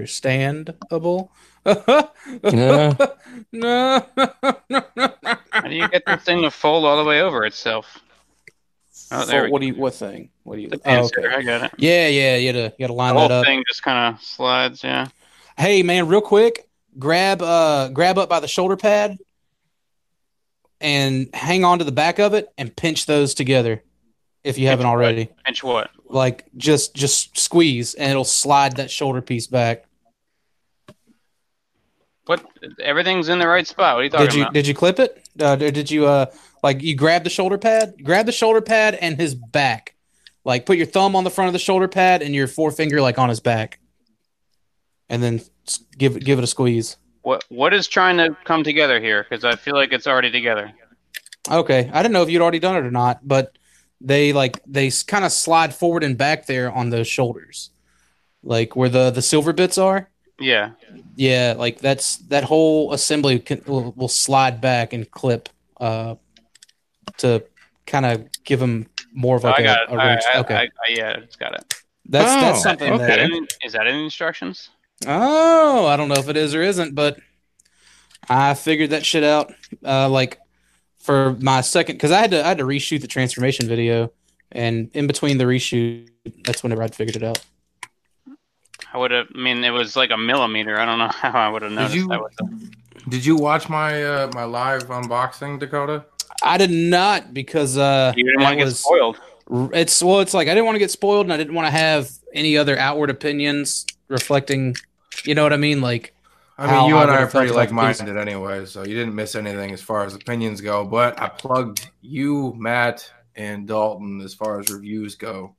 [SPEAKER 4] Understandable.
[SPEAKER 2] Yeah.
[SPEAKER 4] no.
[SPEAKER 1] How do you get this thing to fold all the way over itself? Oh, there
[SPEAKER 5] For-
[SPEAKER 1] we
[SPEAKER 5] what do you? What thing? What do you?
[SPEAKER 1] The Oh,
[SPEAKER 5] Oh,
[SPEAKER 1] pincer, I got it.
[SPEAKER 4] yeah, yeah, you gotta, you
[SPEAKER 1] The
[SPEAKER 4] gotta line that
[SPEAKER 1] whole
[SPEAKER 4] up.
[SPEAKER 1] thing just kind of slides. Yeah.
[SPEAKER 4] Hey man, real quick, grab uh grab up by the shoulder pad and hang on to the back of it and pinch those together if you haven't already.
[SPEAKER 1] Pinch what?
[SPEAKER 4] Like just just squeeze and it'll slide that shoulder piece back.
[SPEAKER 1] What? Everything's in the right spot. What are you talking
[SPEAKER 4] Did you
[SPEAKER 1] about?
[SPEAKER 4] did you clip it? Uh, did did you uh like you grab the shoulder pad? Grab the shoulder pad and his back. Like put your thumb on the front of the shoulder pad and your forefinger like on his back. And then s- give it give it a squeeze.
[SPEAKER 1] What? What is trying to come together here? Because I feel like it's already together.
[SPEAKER 4] Okay, I didn't know if you'd already done it or not, but they like they kind of slide forward and back there on those shoulders, like where the the silver bits are.
[SPEAKER 1] Yeah.
[SPEAKER 4] Yeah, like that's that whole assembly can, will, will slide back and clip uh to kind of give them more of
[SPEAKER 1] So
[SPEAKER 4] like
[SPEAKER 1] Oh, I
[SPEAKER 4] a,
[SPEAKER 1] got it.
[SPEAKER 4] a
[SPEAKER 1] I-
[SPEAKER 4] wrench.
[SPEAKER 1] I-
[SPEAKER 4] okay,
[SPEAKER 1] I- I- yeah, it's got it.
[SPEAKER 4] that's that's
[SPEAKER 2] Oh,
[SPEAKER 4] something.
[SPEAKER 1] Is that
[SPEAKER 4] That,
[SPEAKER 1] in- is that in the instructions?
[SPEAKER 4] oh, I don't know if it is or isn't, but I figured that shit out. Uh, like for my second, because I had to I had to reshoot the transformation video, and in between the reshoot, that's whenever I'd figured it out.
[SPEAKER 1] I would have. I mean, it was like a millimeter. I don't know how I would have noticed.
[SPEAKER 3] you-
[SPEAKER 1] I was
[SPEAKER 3] Did you watch my uh, my live unboxing, Dakota?
[SPEAKER 4] I did not because uh,
[SPEAKER 1] You didn't
[SPEAKER 4] that
[SPEAKER 1] want to get
[SPEAKER 4] was-
[SPEAKER 1] spoiled.
[SPEAKER 4] It's well, it's like I didn't want to get spoiled, and I didn't want to have any other outward opinions reflecting. You know what I mean? Like
[SPEAKER 3] I mean,
[SPEAKER 4] How
[SPEAKER 3] you
[SPEAKER 4] I
[SPEAKER 3] and I
[SPEAKER 4] would've
[SPEAKER 3] are pretty
[SPEAKER 4] felt
[SPEAKER 3] like
[SPEAKER 4] about the piece.
[SPEAKER 3] minded anyway, so you didn't miss anything as far as opinions go. But I plugged you, Matt, and Dalton as far as reviews go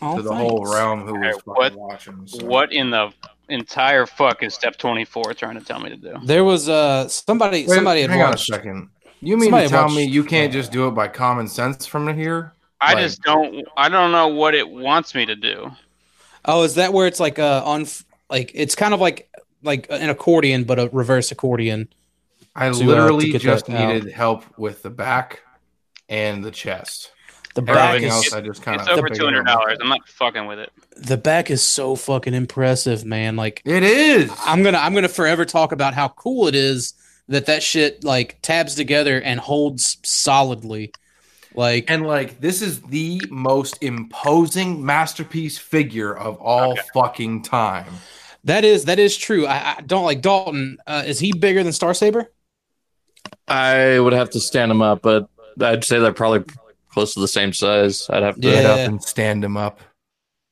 [SPEAKER 4] oh,
[SPEAKER 3] to the
[SPEAKER 4] thanks.
[SPEAKER 3] whole realm who was
[SPEAKER 1] Okay,
[SPEAKER 3] fucking
[SPEAKER 1] what-
[SPEAKER 3] watching. so.
[SPEAKER 1] What in the entire fuck is step twenty four trying to tell me to do?
[SPEAKER 4] There was uh somebody
[SPEAKER 3] Wait,
[SPEAKER 4] somebody had
[SPEAKER 3] hang on a
[SPEAKER 4] watched.
[SPEAKER 3] second. You mean
[SPEAKER 4] Somebody
[SPEAKER 3] to
[SPEAKER 4] had
[SPEAKER 3] tell
[SPEAKER 4] watched-
[SPEAKER 3] me you can't just do it by common sense from here?
[SPEAKER 1] I
[SPEAKER 3] Like-
[SPEAKER 1] just don't. I don't know what it wants me to do.
[SPEAKER 4] Oh, is that where it's like uh on like it's kind of like like uh, an accordion but a reverse accordion.
[SPEAKER 3] I
[SPEAKER 4] to
[SPEAKER 3] literally
[SPEAKER 4] get
[SPEAKER 3] just
[SPEAKER 4] that out.
[SPEAKER 3] needed help with the back and the chest.
[SPEAKER 4] The back
[SPEAKER 1] Alright,
[SPEAKER 3] Everything
[SPEAKER 4] is
[SPEAKER 3] else, I just kind
[SPEAKER 1] It's
[SPEAKER 3] of
[SPEAKER 1] over two hundred dollars. I'm not fucking with it.
[SPEAKER 4] the back is so fucking impressive, man. Like
[SPEAKER 3] It is.
[SPEAKER 4] I'm going to I'm going to forever talk about how cool it is that that shit like tabs together and holds solidly. Like
[SPEAKER 3] and like this is the most imposing masterpiece figure of all fucking time.
[SPEAKER 4] that is that is true. I, I don't like Dalton. Uh, is he bigger than Star Saber?
[SPEAKER 2] I would have to stand him up, but I'd say they're probably close to the same size. I'd have to.
[SPEAKER 3] Get
[SPEAKER 4] Yeah.
[SPEAKER 3] up and stand him up.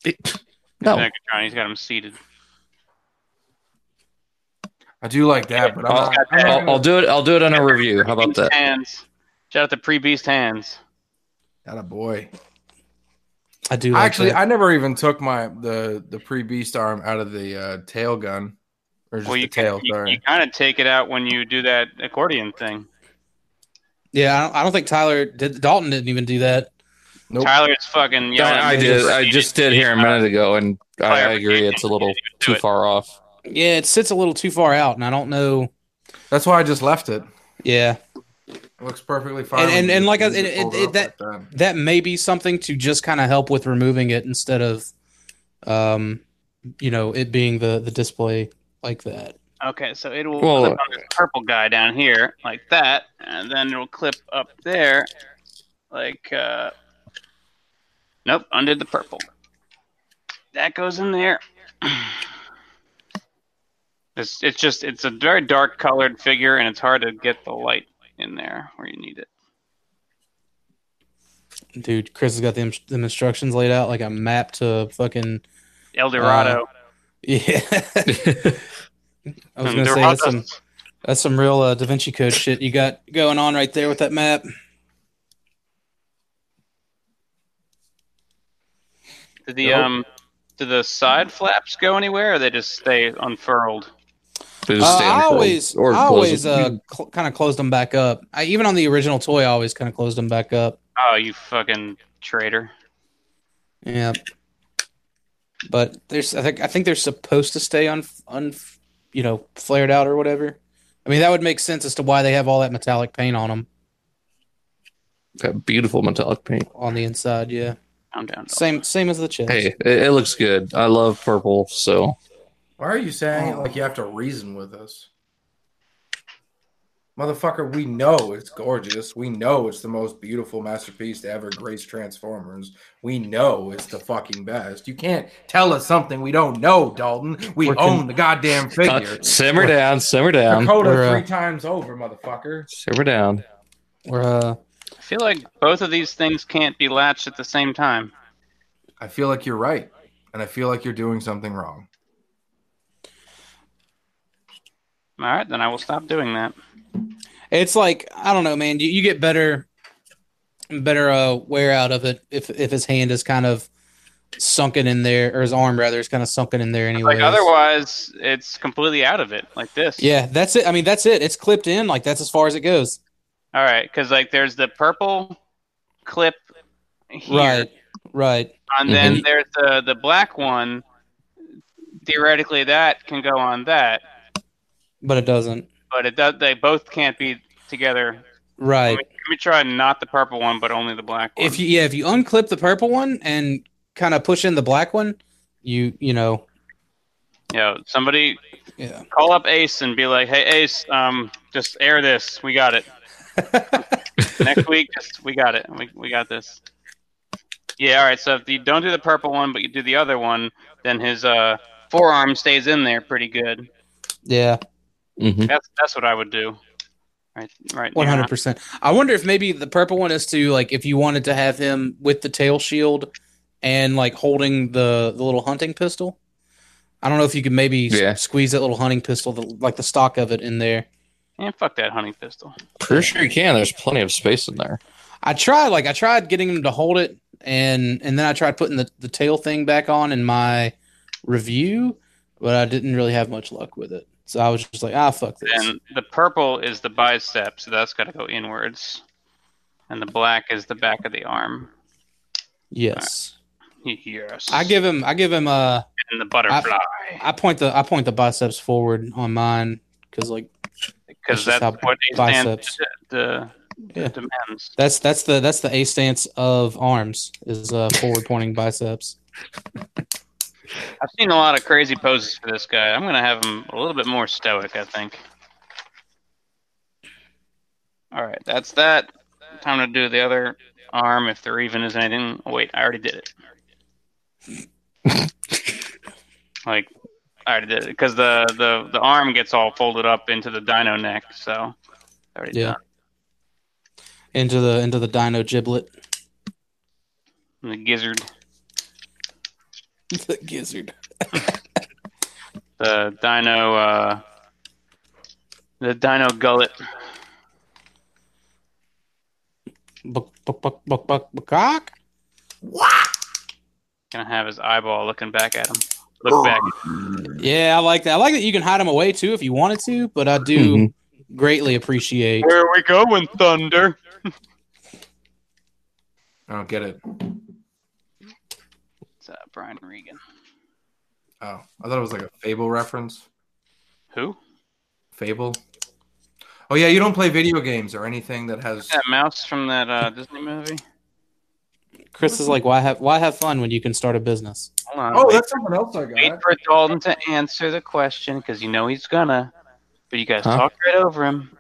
[SPEAKER 1] No.
[SPEAKER 2] No,
[SPEAKER 1] He's got him seated.
[SPEAKER 3] I do like that, but I'm
[SPEAKER 2] I'll,
[SPEAKER 3] not, I'm not
[SPEAKER 4] Oh.
[SPEAKER 2] I'll, I'll do it. I'll do it in a review. How about that?
[SPEAKER 1] Hands. Shout out to pre beast hands.
[SPEAKER 3] Atta boy.
[SPEAKER 4] I do like
[SPEAKER 3] Actually,
[SPEAKER 4] that.
[SPEAKER 3] I never even took my the the pre beast arm out of the uh, tail gun or just
[SPEAKER 1] Well,
[SPEAKER 3] the
[SPEAKER 1] you
[SPEAKER 3] tail.
[SPEAKER 1] can, you,
[SPEAKER 3] sorry.
[SPEAKER 1] you kind of take it out when you do that accordion thing.
[SPEAKER 4] yeah, I don't, I don't think Tyler did. Dalton didn't even do that.
[SPEAKER 3] Nope.
[SPEAKER 1] Tyler is fucking. yelling at
[SPEAKER 2] I
[SPEAKER 1] me.
[SPEAKER 2] did. I just did here a minute ago, and I, I agree.
[SPEAKER 1] Clarification.
[SPEAKER 2] It's a little
[SPEAKER 1] Do
[SPEAKER 2] too
[SPEAKER 1] it.
[SPEAKER 2] far off.
[SPEAKER 4] Yeah, it sits a little too far out, and I don't know.
[SPEAKER 3] That's why I just left it.
[SPEAKER 4] Yeah,
[SPEAKER 3] it looks perfectly fine.
[SPEAKER 4] And-
[SPEAKER 3] when
[SPEAKER 4] and-
[SPEAKER 3] you-
[SPEAKER 4] and like I-
[SPEAKER 3] when you
[SPEAKER 4] it-
[SPEAKER 3] fold
[SPEAKER 4] it-
[SPEAKER 3] up
[SPEAKER 4] that-
[SPEAKER 3] like that.
[SPEAKER 4] that may be something to just kind of help with removing it instead of, um, you know, it being the the display like that.
[SPEAKER 1] Okay, so it will
[SPEAKER 2] Well-
[SPEAKER 1] clip on this purple guy down here like that, and then it'll clip up there, like. uh Nope, under the purple. That goes in there. It's it's just it's a very dark colored figure, and it's hard to get the light in there where you need it.
[SPEAKER 4] Dude, Chris has got them, them instructions laid out like a map to fucking
[SPEAKER 1] El Dorado.
[SPEAKER 4] yeah. I was
[SPEAKER 1] Um,
[SPEAKER 4] gonna say
[SPEAKER 1] Dorado's-
[SPEAKER 4] that's some that's some real uh, Da Vinci Code shit you got going on right there with that map.
[SPEAKER 1] Do the
[SPEAKER 4] Nope.
[SPEAKER 1] um, do the side flaps go anywhere, or they just stay unfurled?
[SPEAKER 2] They just
[SPEAKER 4] Uh,
[SPEAKER 2] stay in
[SPEAKER 4] I
[SPEAKER 2] the
[SPEAKER 4] always,
[SPEAKER 2] clothes or
[SPEAKER 4] I
[SPEAKER 2] clothes.
[SPEAKER 4] always uh, cl- kind of closed them back up. I, even on the original toy, I always kind of closed them back up.
[SPEAKER 1] Oh, you fucking traitor!
[SPEAKER 4] Yeah, but there's, I think, I think they're supposed to stay un, un, you know, flared out or whatever. I mean, that would make sense as to why they have all that metallic paint on them
[SPEAKER 2] Got beautiful metallic paint.
[SPEAKER 4] on the inside. Yeah,
[SPEAKER 1] Calm down. dog.
[SPEAKER 4] same, same as the chest.
[SPEAKER 2] Hey, it, it looks good. I love purple, so
[SPEAKER 3] Why are you saying it like you have to reason with us? Motherfucker, we know it's gorgeous. We know it's the most beautiful masterpiece to ever grace Transformers. We know it's the fucking best. You can't tell us something we don't know, Dalton. We
[SPEAKER 4] We're con-
[SPEAKER 3] own the goddamn
[SPEAKER 2] Uh,
[SPEAKER 3] figure.
[SPEAKER 2] simmer down, simmer down,
[SPEAKER 3] Dakota
[SPEAKER 4] We're, uh,
[SPEAKER 3] three times over, motherfucker.
[SPEAKER 2] simmer down.
[SPEAKER 4] Or, uh,
[SPEAKER 1] I feel like both of these things can't be latched at the same time.
[SPEAKER 3] I feel like you're right, and I feel like you're doing something wrong.
[SPEAKER 1] All right, then I will stop doing that.
[SPEAKER 4] It's like I don't know, man. You, you get better, better uh, wear out of it if if his hand is kind of sunken in there, or his arm rather is kind of sunken in there anyway.
[SPEAKER 1] Like otherwise, it's completely out of it. Like this.
[SPEAKER 4] yeah, that's it. I mean, that's it. It's clipped in. Like that's as far as it goes.
[SPEAKER 1] All right, because like there's the purple clip here,
[SPEAKER 4] Right. Mm-hmm. Right.
[SPEAKER 1] and then there's the the black one. Theoretically, that can go on that,
[SPEAKER 4] But it doesn't.
[SPEAKER 1] but it does. They both can't be together
[SPEAKER 4] Right.
[SPEAKER 1] Let me try not the purple one, but only the black one.
[SPEAKER 4] If you yeah, if you unclip the purple one and kind of push in the black one, you you know
[SPEAKER 1] yeah, somebody
[SPEAKER 4] yeah.
[SPEAKER 1] call up Ace and be like, "Hey, Ace, um, just air this. We got it. Next week, just we got it. We we got this." Yeah, all right. So if you don't do the purple one, but you do the other one, then his uh forearm stays in there pretty good.
[SPEAKER 4] yeah.
[SPEAKER 2] Mhm.
[SPEAKER 1] That's that's what I would do. Right, right.
[SPEAKER 4] One
[SPEAKER 1] now.
[SPEAKER 4] hundred percent. I wonder if maybe the purple one is to like if you wanted to have him with the tail shield and like holding the the little hunting pistol. I don't know if you could maybe s-
[SPEAKER 2] Yeah.
[SPEAKER 4] squeeze that little hunting pistol, the, like the stock of it, in there.
[SPEAKER 1] And fuck that hunting pistol.
[SPEAKER 2] Pretty sure you can. There's plenty of space in there.
[SPEAKER 4] I tried, like I tried getting him to hold it, and and then I tried putting the the tail thing back on in my review, but I didn't really have much luck with it. So I was just like, ah, fuck this.
[SPEAKER 1] And the purple is the bicep, so that's got to go inwards. And the black is the back of the arm.
[SPEAKER 4] yes,
[SPEAKER 1] Yes.
[SPEAKER 4] I give him, I give him uh
[SPEAKER 1] and the butterfly
[SPEAKER 4] I point the I point the biceps forward on mine because like
[SPEAKER 1] because
[SPEAKER 4] that's just
[SPEAKER 1] that's,
[SPEAKER 4] how
[SPEAKER 1] what A stands
[SPEAKER 4] biceps-
[SPEAKER 1] to- the, the
[SPEAKER 4] Yeah.
[SPEAKER 1] demands.
[SPEAKER 4] That's that's the that's the A stance of arms is uh, forward pointing biceps.
[SPEAKER 1] I've seen a lot of crazy poses for this guy. I'm gonna have him a little bit more stoic, I think. All right, that's that. Time to do the other arm if there even is anything. oh, wait, I already did it. like, I already did it because the, the the arm gets all folded up into the dino neck. So, already
[SPEAKER 4] Yeah.
[SPEAKER 1] done.
[SPEAKER 4] Into the into the dino giblet.
[SPEAKER 1] And the gizzard.
[SPEAKER 4] the gizzard.
[SPEAKER 1] the dino uh the dino gullet
[SPEAKER 4] Buck buck buck buck buck buck.
[SPEAKER 1] gonna have his eyeball looking back at him
[SPEAKER 3] Oh,
[SPEAKER 1] look back
[SPEAKER 4] Yeah, I like that. I like that you can hide them away too if you wanted to, but I do
[SPEAKER 2] Mm-hmm.
[SPEAKER 4] greatly appreciate
[SPEAKER 1] where are we going thunder
[SPEAKER 3] I don't get it. Oh,
[SPEAKER 1] It's uh, Brian Regan.
[SPEAKER 3] Oh, I thought it was like a Fable reference.
[SPEAKER 1] Who?
[SPEAKER 3] Fable. Oh yeah, you don't play video games or anything that has.
[SPEAKER 1] That mouse from that uh, Disney movie.
[SPEAKER 4] Chris is like, why have why have fun when you can start a business?
[SPEAKER 1] Hold on.
[SPEAKER 3] Oh,
[SPEAKER 1] Uh, wait,
[SPEAKER 3] that's something else I
[SPEAKER 1] wait
[SPEAKER 3] got.
[SPEAKER 1] for Dalton to answer the question because you know he's gonna. But you guys
[SPEAKER 2] Huh?
[SPEAKER 1] talked right over him.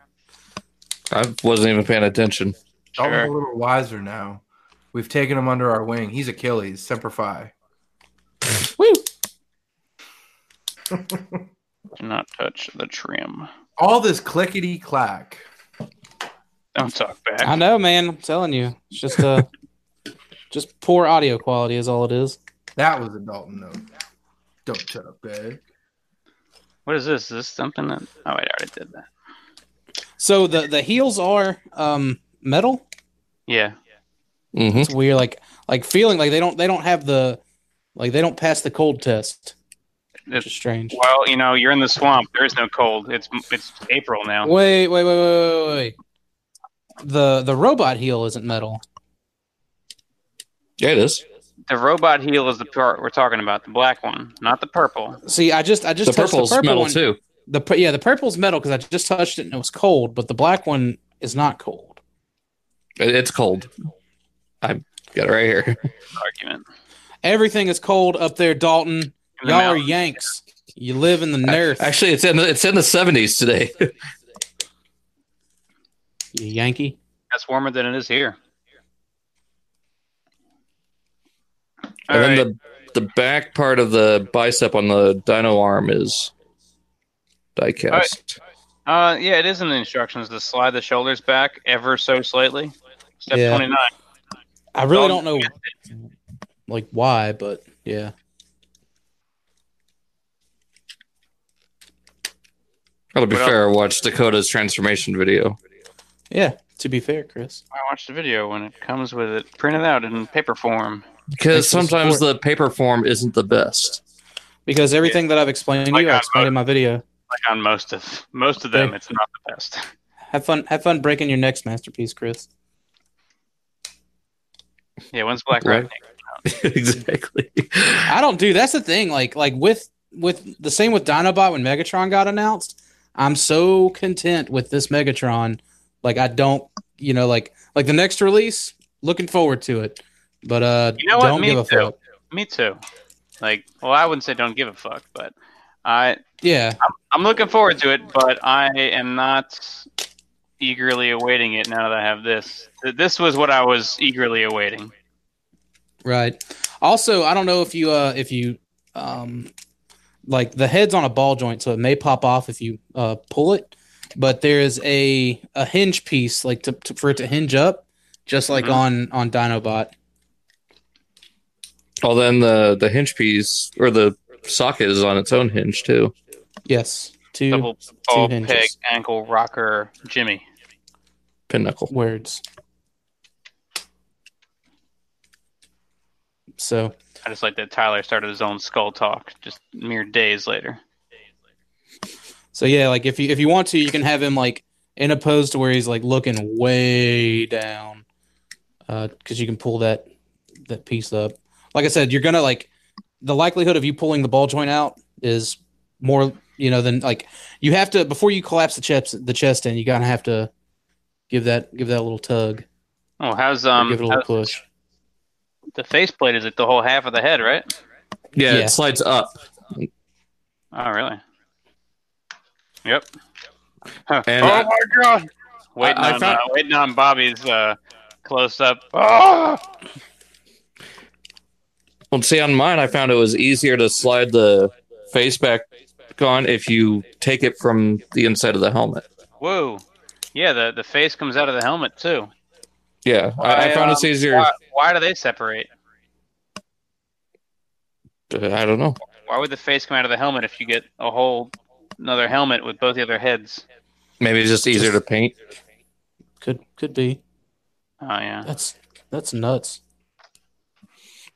[SPEAKER 2] I wasn't even paying attention.
[SPEAKER 3] Dalton's
[SPEAKER 1] Sure.
[SPEAKER 3] a little wiser now. We've taken him under our wing. He's Achilles. Semper Fi.
[SPEAKER 1] Do not touch the trim.
[SPEAKER 3] All this clickety clack.
[SPEAKER 1] Don't talk back.
[SPEAKER 4] I know, man. I'm telling you, it's just uh, just poor audio quality is all it is.
[SPEAKER 3] That was a Dalton note. Don't shut up, babe.
[SPEAKER 1] What is this? Is this something that? Oh, wait, I already did that.
[SPEAKER 4] So the the heels are um metal.
[SPEAKER 1] Yeah.
[SPEAKER 2] hmm
[SPEAKER 4] It's weird, like like feeling like they don't they don't have the like they don't pass the cold test. Which is strange.
[SPEAKER 1] Well, you know, you're in the swamp. There is no cold. It's it's April now.
[SPEAKER 4] Wait, wait, wait, wait, wait, wait. The the robot heel isn't metal.
[SPEAKER 2] Yeah, it is.
[SPEAKER 1] The robot heel is the part we're talking about, the black one, not the purple.
[SPEAKER 4] See, I just I just
[SPEAKER 2] The
[SPEAKER 4] touched
[SPEAKER 2] purple's
[SPEAKER 4] the purple
[SPEAKER 2] metal
[SPEAKER 4] one.
[SPEAKER 2] too.
[SPEAKER 4] The pur- yeah, the purple's metal because I just touched it and it was cold, but the black one is not cold.
[SPEAKER 2] It- It's cold. I got it right here.
[SPEAKER 1] Argument.
[SPEAKER 4] Everything is cold up there, Dalton.
[SPEAKER 1] In the
[SPEAKER 4] Y'all are
[SPEAKER 1] mountain.
[SPEAKER 4] Yanks. You live in the north.
[SPEAKER 2] Actually, it's in the, it's in the seventies today.
[SPEAKER 4] you Yankee.
[SPEAKER 1] That's warmer than it is here. All
[SPEAKER 2] and
[SPEAKER 1] right.
[SPEAKER 2] then the the back part of the bicep on the dino arm is diecast.
[SPEAKER 1] uh, yeah, it is in the instructions to slide the shoulders back ever so slightly. Step
[SPEAKER 4] Yeah.
[SPEAKER 1] 29.
[SPEAKER 4] I really
[SPEAKER 1] Dalton.
[SPEAKER 4] don't know like why, but yeah.
[SPEAKER 2] Well, to be
[SPEAKER 1] What
[SPEAKER 2] fair, I watched Dakota's transformation video.
[SPEAKER 4] Yeah, to be fair, Chris.
[SPEAKER 1] I watched the video when it comes with it printed out in paper form.
[SPEAKER 2] Because
[SPEAKER 4] Thanks for the
[SPEAKER 2] sometimes
[SPEAKER 4] support.
[SPEAKER 2] the paper form isn't the best.
[SPEAKER 4] Because everything that I've explained to
[SPEAKER 1] Like
[SPEAKER 4] you, I
[SPEAKER 1] on
[SPEAKER 4] explained in my video.
[SPEAKER 1] Like on most of most of them, it's not the best.
[SPEAKER 4] Have fun have fun breaking your next masterpiece, Chris.
[SPEAKER 1] Yeah, when's Black
[SPEAKER 2] Right.
[SPEAKER 1] Rat?
[SPEAKER 2] exactly.
[SPEAKER 4] I don't do that's the thing. Like like with with the same with Dinobot when Megatron got announced. I'm so content with this Megatron. Like I don't you know, like like the next release, looking forward to it. But uh
[SPEAKER 1] You know what?
[SPEAKER 4] don't
[SPEAKER 1] Me
[SPEAKER 4] give a
[SPEAKER 1] too.
[SPEAKER 4] fuck.
[SPEAKER 1] Me too. Like, well, I wouldn't say don't give a fuck, but I
[SPEAKER 4] Yeah.
[SPEAKER 1] I'm looking forward to it, but I am not eagerly awaiting it now that I have this. Th- This was what I was eagerly awaiting.
[SPEAKER 4] Right. Also, I don't know if you uh if you um like the head's on a ball joint, so it may pop off if you uh pull it. But there is a a hinge piece like to, to for it to hinge up, just like
[SPEAKER 1] Mhm.
[SPEAKER 4] on on Dinobot.
[SPEAKER 2] Well, then the the hinge piece or the socket is on its own hinge too.
[SPEAKER 4] Yes, two
[SPEAKER 1] Double ball
[SPEAKER 4] hinges.
[SPEAKER 1] peg ankle rocker Jimmy.
[SPEAKER 2] Pinnacle.
[SPEAKER 4] words. So
[SPEAKER 1] I just like that Tyler started his own skull talk just mere days later.
[SPEAKER 4] so yeah, like if you if you want to, you can have him like in a pose to where he's like looking way down, because you can pull that that piece up. Like I said, you're gonna like the likelihood of you pulling the ball joint out is more, you know, than like you have to before you collapse the chest the chest in, you gotta have to give that give that a little tug,
[SPEAKER 1] Oh, how's
[SPEAKER 4] or
[SPEAKER 1] um
[SPEAKER 4] give it a little
[SPEAKER 1] how's
[SPEAKER 4] push.
[SPEAKER 1] the faceplate? Is it the whole half of the head, right?
[SPEAKER 2] Yeah,
[SPEAKER 4] Yeah.
[SPEAKER 2] it slides up,
[SPEAKER 1] Oh, really? Yep. Huh.
[SPEAKER 2] And
[SPEAKER 1] oh
[SPEAKER 2] I-
[SPEAKER 1] my god! Waiting
[SPEAKER 2] I
[SPEAKER 1] on
[SPEAKER 2] found-
[SPEAKER 1] uh, waiting on Bobby's uh, close up. Oh!
[SPEAKER 2] Well, see, on mine, I found it was easier to slide the face back on if you take it from the inside of the helmet.
[SPEAKER 1] Whoa! Yeah, the the face comes out of the helmet too.
[SPEAKER 2] Yeah, I, I found it's easier.
[SPEAKER 1] Why, why do they separate?
[SPEAKER 2] I don't know.
[SPEAKER 1] Why would the face come out of the helmet if you get a whole another helmet with both the other heads?
[SPEAKER 2] Maybe it's just easier to paint.
[SPEAKER 4] Could could be.
[SPEAKER 1] Oh yeah.
[SPEAKER 4] That's that's nuts.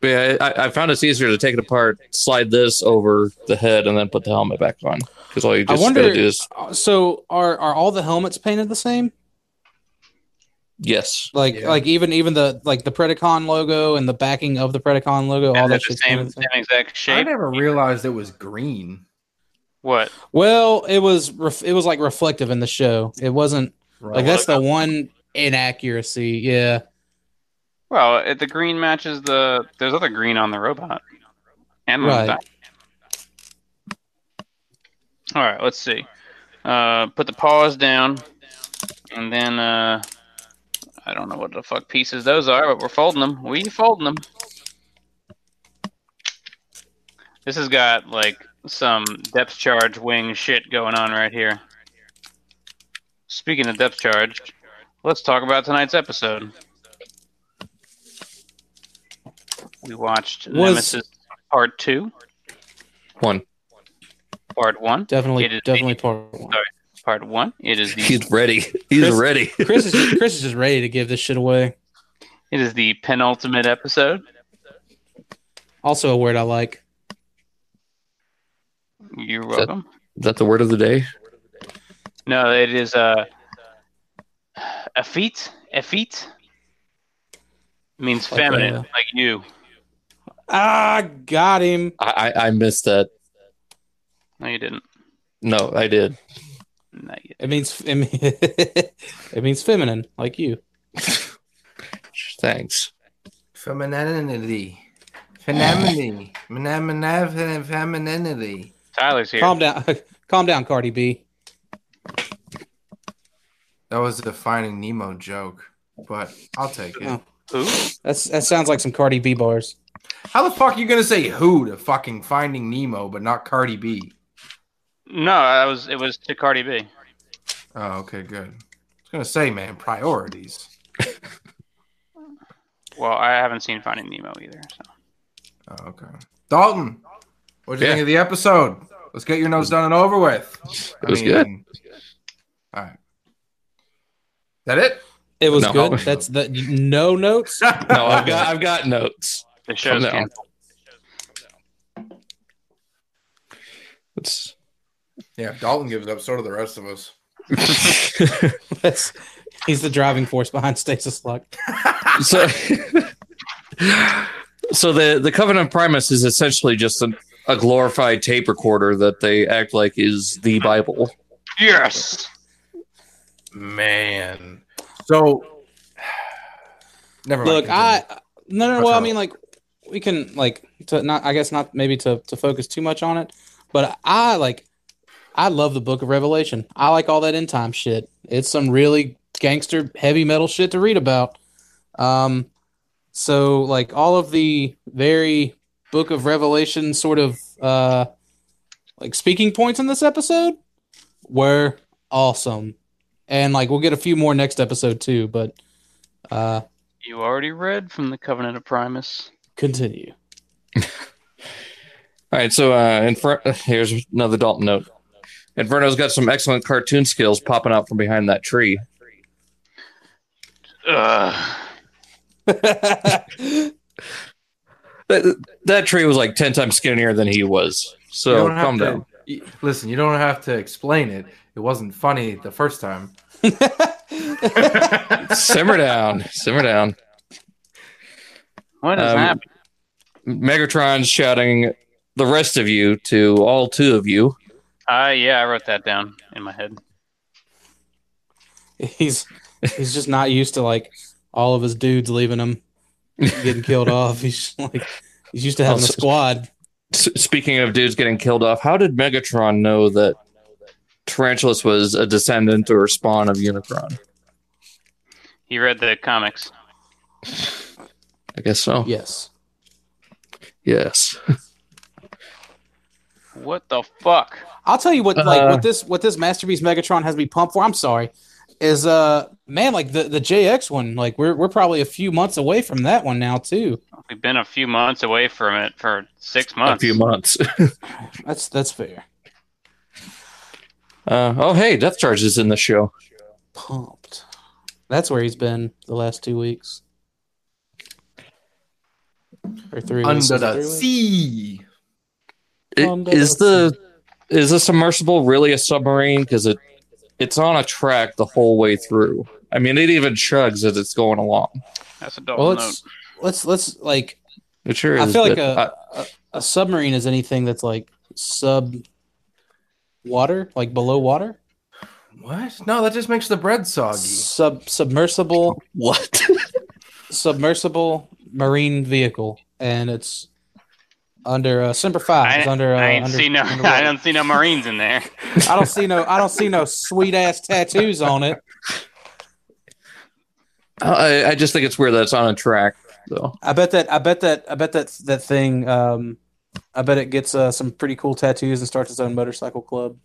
[SPEAKER 2] But yeah, I, I found it's easier to take it apart, slide this over the head, and then put the helmet back on. Because all you
[SPEAKER 4] I
[SPEAKER 2] just
[SPEAKER 4] wonder-
[SPEAKER 2] gotta do is
[SPEAKER 4] Uh, So are are all the helmets painted the same?
[SPEAKER 2] Yes.
[SPEAKER 4] Like
[SPEAKER 3] Yeah.
[SPEAKER 4] like even even the like the Predacon logo and the backing of the Predacon logo, all
[SPEAKER 1] Is it
[SPEAKER 4] that
[SPEAKER 1] the
[SPEAKER 4] shit's
[SPEAKER 1] same,
[SPEAKER 4] kinda the
[SPEAKER 1] same
[SPEAKER 4] same.
[SPEAKER 1] exact
[SPEAKER 3] I
[SPEAKER 1] shape?
[SPEAKER 3] never realized it was green.
[SPEAKER 1] What?
[SPEAKER 4] Well, it was ref- it was like reflective in the show. It wasn't like that's the one inaccuracy. Yeah.
[SPEAKER 1] Well, it, the green matches the. There's other green on the robot. And on the
[SPEAKER 4] Right.
[SPEAKER 1] back. All right, let's see. Uh, put the paws down, and then uh, I don't know what the fuck pieces those are, but we're folding them. We folding them. This has got like some depth charge wing shit going on right here. Speaking of depth charge, let's talk about tonight's episode. We watched
[SPEAKER 4] Was-
[SPEAKER 1] Nemesis Part Two,
[SPEAKER 2] One.
[SPEAKER 1] Part One.
[SPEAKER 4] Definitely
[SPEAKER 1] It is-
[SPEAKER 4] definitely part one.
[SPEAKER 1] Part one. It is the
[SPEAKER 2] He's ready. He's
[SPEAKER 4] Chris-
[SPEAKER 2] ready.
[SPEAKER 4] Chris is Chris is just ready to give this shit away.
[SPEAKER 1] it is the penultimate episode.
[SPEAKER 4] Also a word I like.
[SPEAKER 1] You're welcome.
[SPEAKER 2] Is that the word of the day?
[SPEAKER 1] No, it is uh, a feat. A feat means
[SPEAKER 4] Like,
[SPEAKER 1] feminine,
[SPEAKER 4] uh,
[SPEAKER 1] like you.
[SPEAKER 4] Ah, got him.
[SPEAKER 2] I, I, I missed that.
[SPEAKER 1] No, you didn't.
[SPEAKER 2] No, I did.
[SPEAKER 1] No, you
[SPEAKER 4] It means it, mean, it means feminine, like you.
[SPEAKER 2] Thanks.
[SPEAKER 3] Femininity. Femininity. Femininity. Femininity.
[SPEAKER 1] Tyler's here.
[SPEAKER 4] Calm down, calm down, Cardi B.
[SPEAKER 3] That was a Finding Nemo joke, but I'll take it.
[SPEAKER 4] Oh.
[SPEAKER 1] Who?
[SPEAKER 4] That's that sounds like some Cardi B bars.
[SPEAKER 3] How the fuck are you gonna say who to fucking Finding Nemo, but not Cardi B?
[SPEAKER 1] No, I was. It was to Cardi B.
[SPEAKER 3] Oh, okay, good. I was gonna say, man, priorities.
[SPEAKER 1] Well, I haven't seen Finding Nemo either. So.
[SPEAKER 3] Oh, okay. Dalton, what'd you
[SPEAKER 2] Yeah.
[SPEAKER 3] think of the episode? Let's get your notes done and over with.
[SPEAKER 2] It was good.
[SPEAKER 3] All right. That it?
[SPEAKER 4] It was
[SPEAKER 2] No.
[SPEAKER 4] good. That's the no notes.
[SPEAKER 2] No, I've got I've got notes.
[SPEAKER 1] The show's
[SPEAKER 2] down.
[SPEAKER 1] canceled.
[SPEAKER 2] It's
[SPEAKER 3] yeah, if Dalton gives up, so do the rest of us.
[SPEAKER 4] That's, he's the driving force behind Stasis Lock.
[SPEAKER 2] so so the the covenant primus is essentially just an, a glorified tape recorder that they act like is the bible
[SPEAKER 1] Yes.
[SPEAKER 3] Man. So never mind.
[SPEAKER 4] Look, I no no.
[SPEAKER 3] Press
[SPEAKER 4] Well, I
[SPEAKER 3] out.
[SPEAKER 4] mean, like we can like to not. I guess not. Maybe to to focus too much on it. But I like. I love the Book of Revelation. I like all that end time shit. It's some really gangster heavy metal shit to read about. Um, so like all of the very Book of Revelation sort of uh, like speaking points in this episode were awesome, and like we'll get a few more next episode too. But uh,
[SPEAKER 1] You already read from the Covenant of Primus.
[SPEAKER 4] Continue.
[SPEAKER 2] all right so uh Infer- here's another dalton note inferno's got some excellent cartoon skills popping out from behind that tree
[SPEAKER 1] Ugh.
[SPEAKER 2] that, that tree was like 10 times skinnier than he was
[SPEAKER 3] You
[SPEAKER 2] so
[SPEAKER 3] don't have
[SPEAKER 2] calm
[SPEAKER 3] to-
[SPEAKER 2] down
[SPEAKER 3] y- Listen, you don't have to explain it. It wasn't funny the first time.
[SPEAKER 2] simmer down simmer down
[SPEAKER 1] What is
[SPEAKER 2] Um,
[SPEAKER 1] happening?
[SPEAKER 2] megatron's shouting the rest of you to all two of you
[SPEAKER 1] Uh, yeah, I wrote that down in my head.
[SPEAKER 4] he's he's just not used to like all of his dudes leaving him, getting killed off. He's just, like he's used to having
[SPEAKER 2] Also-
[SPEAKER 4] a squad.
[SPEAKER 2] S- speaking of dudes getting killed off, how did Megatron know that Tarantulas was a descendant or spawn of Unicron?
[SPEAKER 1] He read the comics.
[SPEAKER 2] I guess so.
[SPEAKER 4] Yes.
[SPEAKER 2] Yes.
[SPEAKER 1] What the fuck?
[SPEAKER 4] I'll tell you what like
[SPEAKER 2] Uh,
[SPEAKER 4] what this what this masterpiece Megatron has me pumped for. I'm sorry, is uh man like the the JX one like we're we're probably a few months away from that one now too.
[SPEAKER 1] We've been a few months away from it for six
[SPEAKER 2] A
[SPEAKER 1] months.
[SPEAKER 2] few months.
[SPEAKER 4] That's that's fair.
[SPEAKER 2] Uh, oh, hey, Death Charge is in the show.
[SPEAKER 4] Pumped. That's where he's been the last two weeks. Or three weeks.
[SPEAKER 3] Under
[SPEAKER 4] Is it
[SPEAKER 3] the
[SPEAKER 4] three weeks?
[SPEAKER 3] sea.
[SPEAKER 2] I-
[SPEAKER 4] Um,
[SPEAKER 2] Is the is the submersible really a submarine? Because it it's on a track the whole way through. I mean, it even chugs as it's going along.
[SPEAKER 1] That's a dull
[SPEAKER 4] Well,
[SPEAKER 1] note.
[SPEAKER 4] let's let's let's like
[SPEAKER 2] It sure
[SPEAKER 4] I
[SPEAKER 2] is.
[SPEAKER 4] feel like
[SPEAKER 2] but
[SPEAKER 4] a, a a submarine is anything that's like sub water, like below water,
[SPEAKER 3] What? No, that just makes the bread soggy.
[SPEAKER 4] sub submersible
[SPEAKER 2] what?
[SPEAKER 4] submersible marine vehicle, and it's under uh, Semper Fi.
[SPEAKER 1] I-
[SPEAKER 4] it's under. Uh,
[SPEAKER 1] I ain't
[SPEAKER 4] under-
[SPEAKER 1] see no.
[SPEAKER 4] underwater.
[SPEAKER 1] I don't see no Marines in there.
[SPEAKER 4] I don't see no. I don't see no sweet ass tattoos on it.
[SPEAKER 2] I, I just think it's weird that it's on a track, though.
[SPEAKER 4] I bet that. I bet that. I bet that that thing. Um, I bet it gets uh, some pretty cool tattoos and starts its own motorcycle club.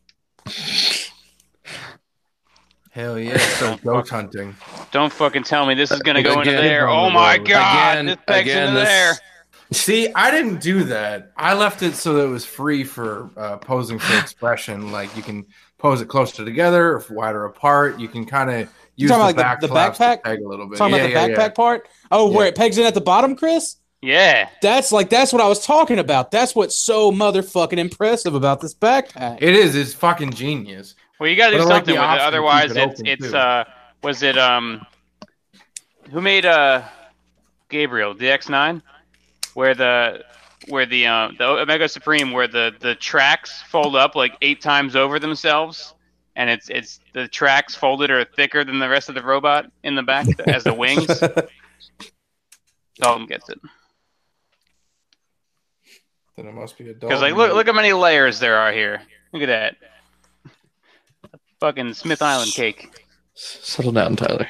[SPEAKER 3] Hell yeah! So goat hunting.
[SPEAKER 1] Don't fucking tell me this is gonna go into
[SPEAKER 2] Again-
[SPEAKER 1] there. Oh my god!
[SPEAKER 2] Again-
[SPEAKER 1] this pecks
[SPEAKER 2] again,
[SPEAKER 1] into
[SPEAKER 2] this-
[SPEAKER 1] there.
[SPEAKER 3] See, I didn't do that. I left it so that it was free for uh, posing for expression. Like you can pose it closer together, or wider apart. You can kind of use the,
[SPEAKER 4] talking about, like,
[SPEAKER 3] back
[SPEAKER 4] the- the
[SPEAKER 3] flaps to
[SPEAKER 4] backpack?
[SPEAKER 3] peg a little bit.
[SPEAKER 4] Talking
[SPEAKER 3] yeah,
[SPEAKER 4] about the
[SPEAKER 3] yeah,
[SPEAKER 4] backpack part. Oh, where
[SPEAKER 3] Yeah.
[SPEAKER 4] it pegs in at the bottom, Chris.
[SPEAKER 1] Yeah.
[SPEAKER 4] That's like that's what I was talking about. That's what's so motherfucking impressive about this backpack.
[SPEAKER 3] yeah. It is. It's fucking genius.
[SPEAKER 1] Well, you got to do
[SPEAKER 3] But I like
[SPEAKER 1] something
[SPEAKER 3] the
[SPEAKER 1] with it.
[SPEAKER 3] option to keep
[SPEAKER 1] Otherwise,
[SPEAKER 3] it
[SPEAKER 1] it's
[SPEAKER 3] open,
[SPEAKER 1] it's
[SPEAKER 3] too.
[SPEAKER 1] uh, was it um, who made uh, Gabriel the X nine, where the where the uh, the Omega Supreme where the the tracks fold up like eight times over themselves, and it's it's the tracks folded are thicker than the rest of the robot in the back as the wings. Dalton gets it
[SPEAKER 3] Then it must be a
[SPEAKER 1] because like look look how many layers there are here. Look at that. Fucking Smith Island cake.
[SPEAKER 2] Settle down, Tyler.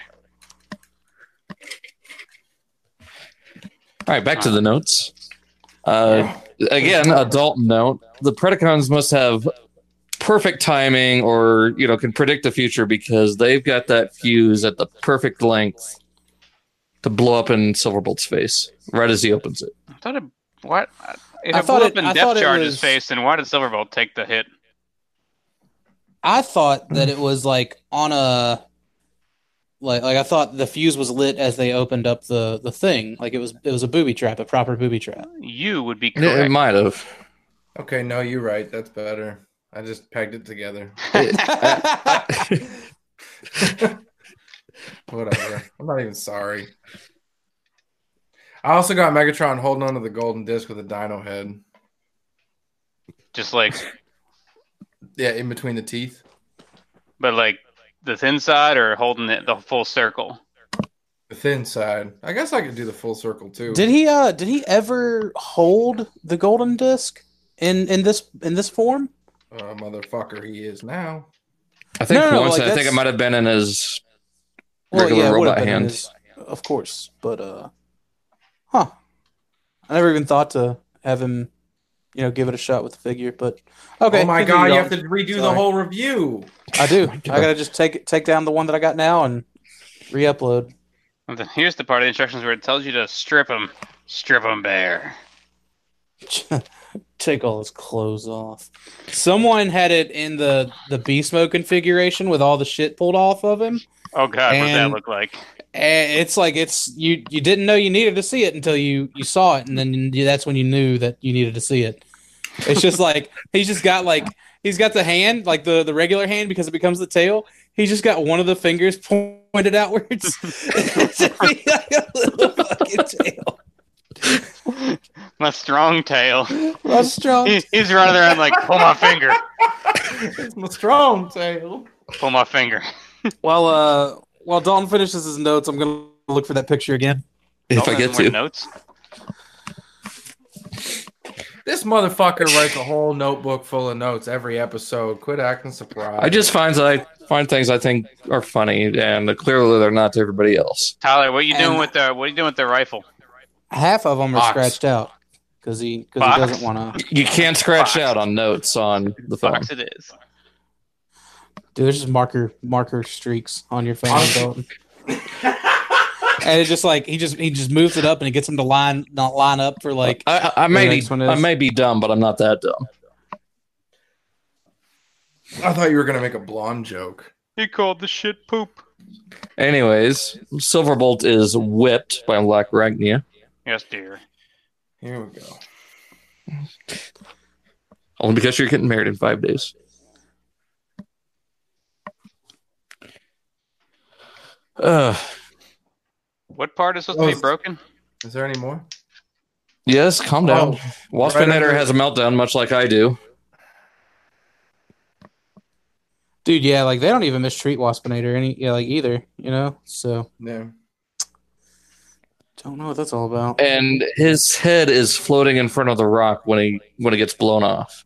[SPEAKER 2] All right, back to the notes. Uh, again, adult note. The Predacons must have perfect timing or, you know, can predict the future because they've got that fuse at the perfect length to blow up in Silverbolt's face right as he opens it.
[SPEAKER 1] I thought it. What? If
[SPEAKER 4] I
[SPEAKER 1] I thought
[SPEAKER 4] thought it-
[SPEAKER 1] up in
[SPEAKER 4] I thought
[SPEAKER 1] depth
[SPEAKER 4] it
[SPEAKER 1] charge's
[SPEAKER 4] was-
[SPEAKER 1] face, then why did Silverbolt take the hit?
[SPEAKER 4] I thought that it was like on a like like I thought the fuse was lit as they opened up the the thing. Like it was it was a booby trap, a proper booby trap.
[SPEAKER 1] You would be
[SPEAKER 2] It, it
[SPEAKER 1] correct.
[SPEAKER 2] might have.
[SPEAKER 3] Okay, no, you're right. That's better. I just pegged it together. Whatever. I'm not even sorry. I also got Megatron holding onto the golden disc with a dino head.
[SPEAKER 1] Just like,
[SPEAKER 3] Yeah, in between the teeth.
[SPEAKER 1] but like the thin side or holding it the full circle.
[SPEAKER 3] The thin side. I guess I could do the full circle too.
[SPEAKER 4] did he uh did he ever hold the golden disc in in this in this form?
[SPEAKER 3] Uh, motherfucker, he is now.
[SPEAKER 2] I think
[SPEAKER 4] No, no, no,
[SPEAKER 2] once
[SPEAKER 4] like,
[SPEAKER 2] I think
[SPEAKER 4] that's-
[SPEAKER 2] it might have been in his
[SPEAKER 4] Well,
[SPEAKER 2] regular
[SPEAKER 4] yeah, it would have
[SPEAKER 2] robot
[SPEAKER 4] been in
[SPEAKER 2] hand.
[SPEAKER 4] his- of course, but uh huh. I never even thought to have him you know give it a shot with the figure, but okay.
[SPEAKER 3] oh my
[SPEAKER 4] continue,
[SPEAKER 3] god, you
[SPEAKER 4] Dalton.
[SPEAKER 3] have to redo the
[SPEAKER 4] Sorry.
[SPEAKER 3] whole review.
[SPEAKER 4] I do. I gotta just take take down the one that I got now and re-upload.
[SPEAKER 1] And then here's the part of the instructions where it tells you to strip him, strip him bare.
[SPEAKER 4] take all his clothes off. Someone had it in the the beast mode configuration with all the shit pulled off of him.
[SPEAKER 1] Oh god, what does that
[SPEAKER 4] And-
[SPEAKER 1] look like?
[SPEAKER 4] And Eh, it's like it's you you didn't know you needed to see it until you you saw it, and then you, that's when you knew that you needed to see it. It's just like he's just got like he's got the hand like the the regular hand because it becomes the tail. He's just got one of the fingers pointed outwards. It's like a little fucking tail.
[SPEAKER 1] My strong tail.
[SPEAKER 4] That's strong.
[SPEAKER 1] He- He's running around like, pull my finger,
[SPEAKER 3] It's my strong tail.
[SPEAKER 1] pull my finger.
[SPEAKER 4] While uh while Dalton finishes his notes, I'm gonna look for that picture again.
[SPEAKER 2] If
[SPEAKER 1] Dalton
[SPEAKER 2] I get
[SPEAKER 1] has more
[SPEAKER 2] to.
[SPEAKER 1] notes,
[SPEAKER 3] This motherfucker writes a whole notebook full of notes every episode. Quit acting surprised.
[SPEAKER 2] I just find that I find things I think are funny, and clearly they're not to everybody else.
[SPEAKER 1] Tyler, what you doing
[SPEAKER 4] And-
[SPEAKER 1] with the what you doing with the rifle?
[SPEAKER 4] Half of them are
[SPEAKER 3] Box.
[SPEAKER 4] scratched out because he because
[SPEAKER 1] Box.
[SPEAKER 4] he doesn't want to.
[SPEAKER 2] You can't scratch
[SPEAKER 1] Fox.
[SPEAKER 2] out on notes on the phone.
[SPEAKER 1] Fox, it is.
[SPEAKER 4] Dude, there's just marker marker streaks on your phone, Dalton. and it's just like he just he just moves it up and it gets him to line not line up for
[SPEAKER 1] Uh,
[SPEAKER 4] like
[SPEAKER 2] I, I, I
[SPEAKER 4] The
[SPEAKER 2] may
[SPEAKER 4] next one
[SPEAKER 2] be, I
[SPEAKER 4] is-
[SPEAKER 2] may be dumb, but I'm not that dumb.
[SPEAKER 3] I thought you were gonna make a blonde joke.
[SPEAKER 1] He called the shit poop.
[SPEAKER 2] Anyways, Silverbolt is whipped by Black Ragnia.
[SPEAKER 1] Yes, dear.
[SPEAKER 3] Here we go.
[SPEAKER 2] Only because you're getting married in five days. Uh,
[SPEAKER 1] What part is supposed to
[SPEAKER 3] Oh.
[SPEAKER 1] be broken?
[SPEAKER 3] Is there any more?
[SPEAKER 2] yes, calm down.
[SPEAKER 3] Oh,
[SPEAKER 2] Waspinator
[SPEAKER 3] right
[SPEAKER 2] has a meltdown, much like I do.
[SPEAKER 4] Dude, yeah, like they don't even mistreat Waspinator any yeah, like either, you know? So
[SPEAKER 3] no.
[SPEAKER 4] don't know what that's all about.
[SPEAKER 2] And his head is floating in front of the rock when he when it gets blown off.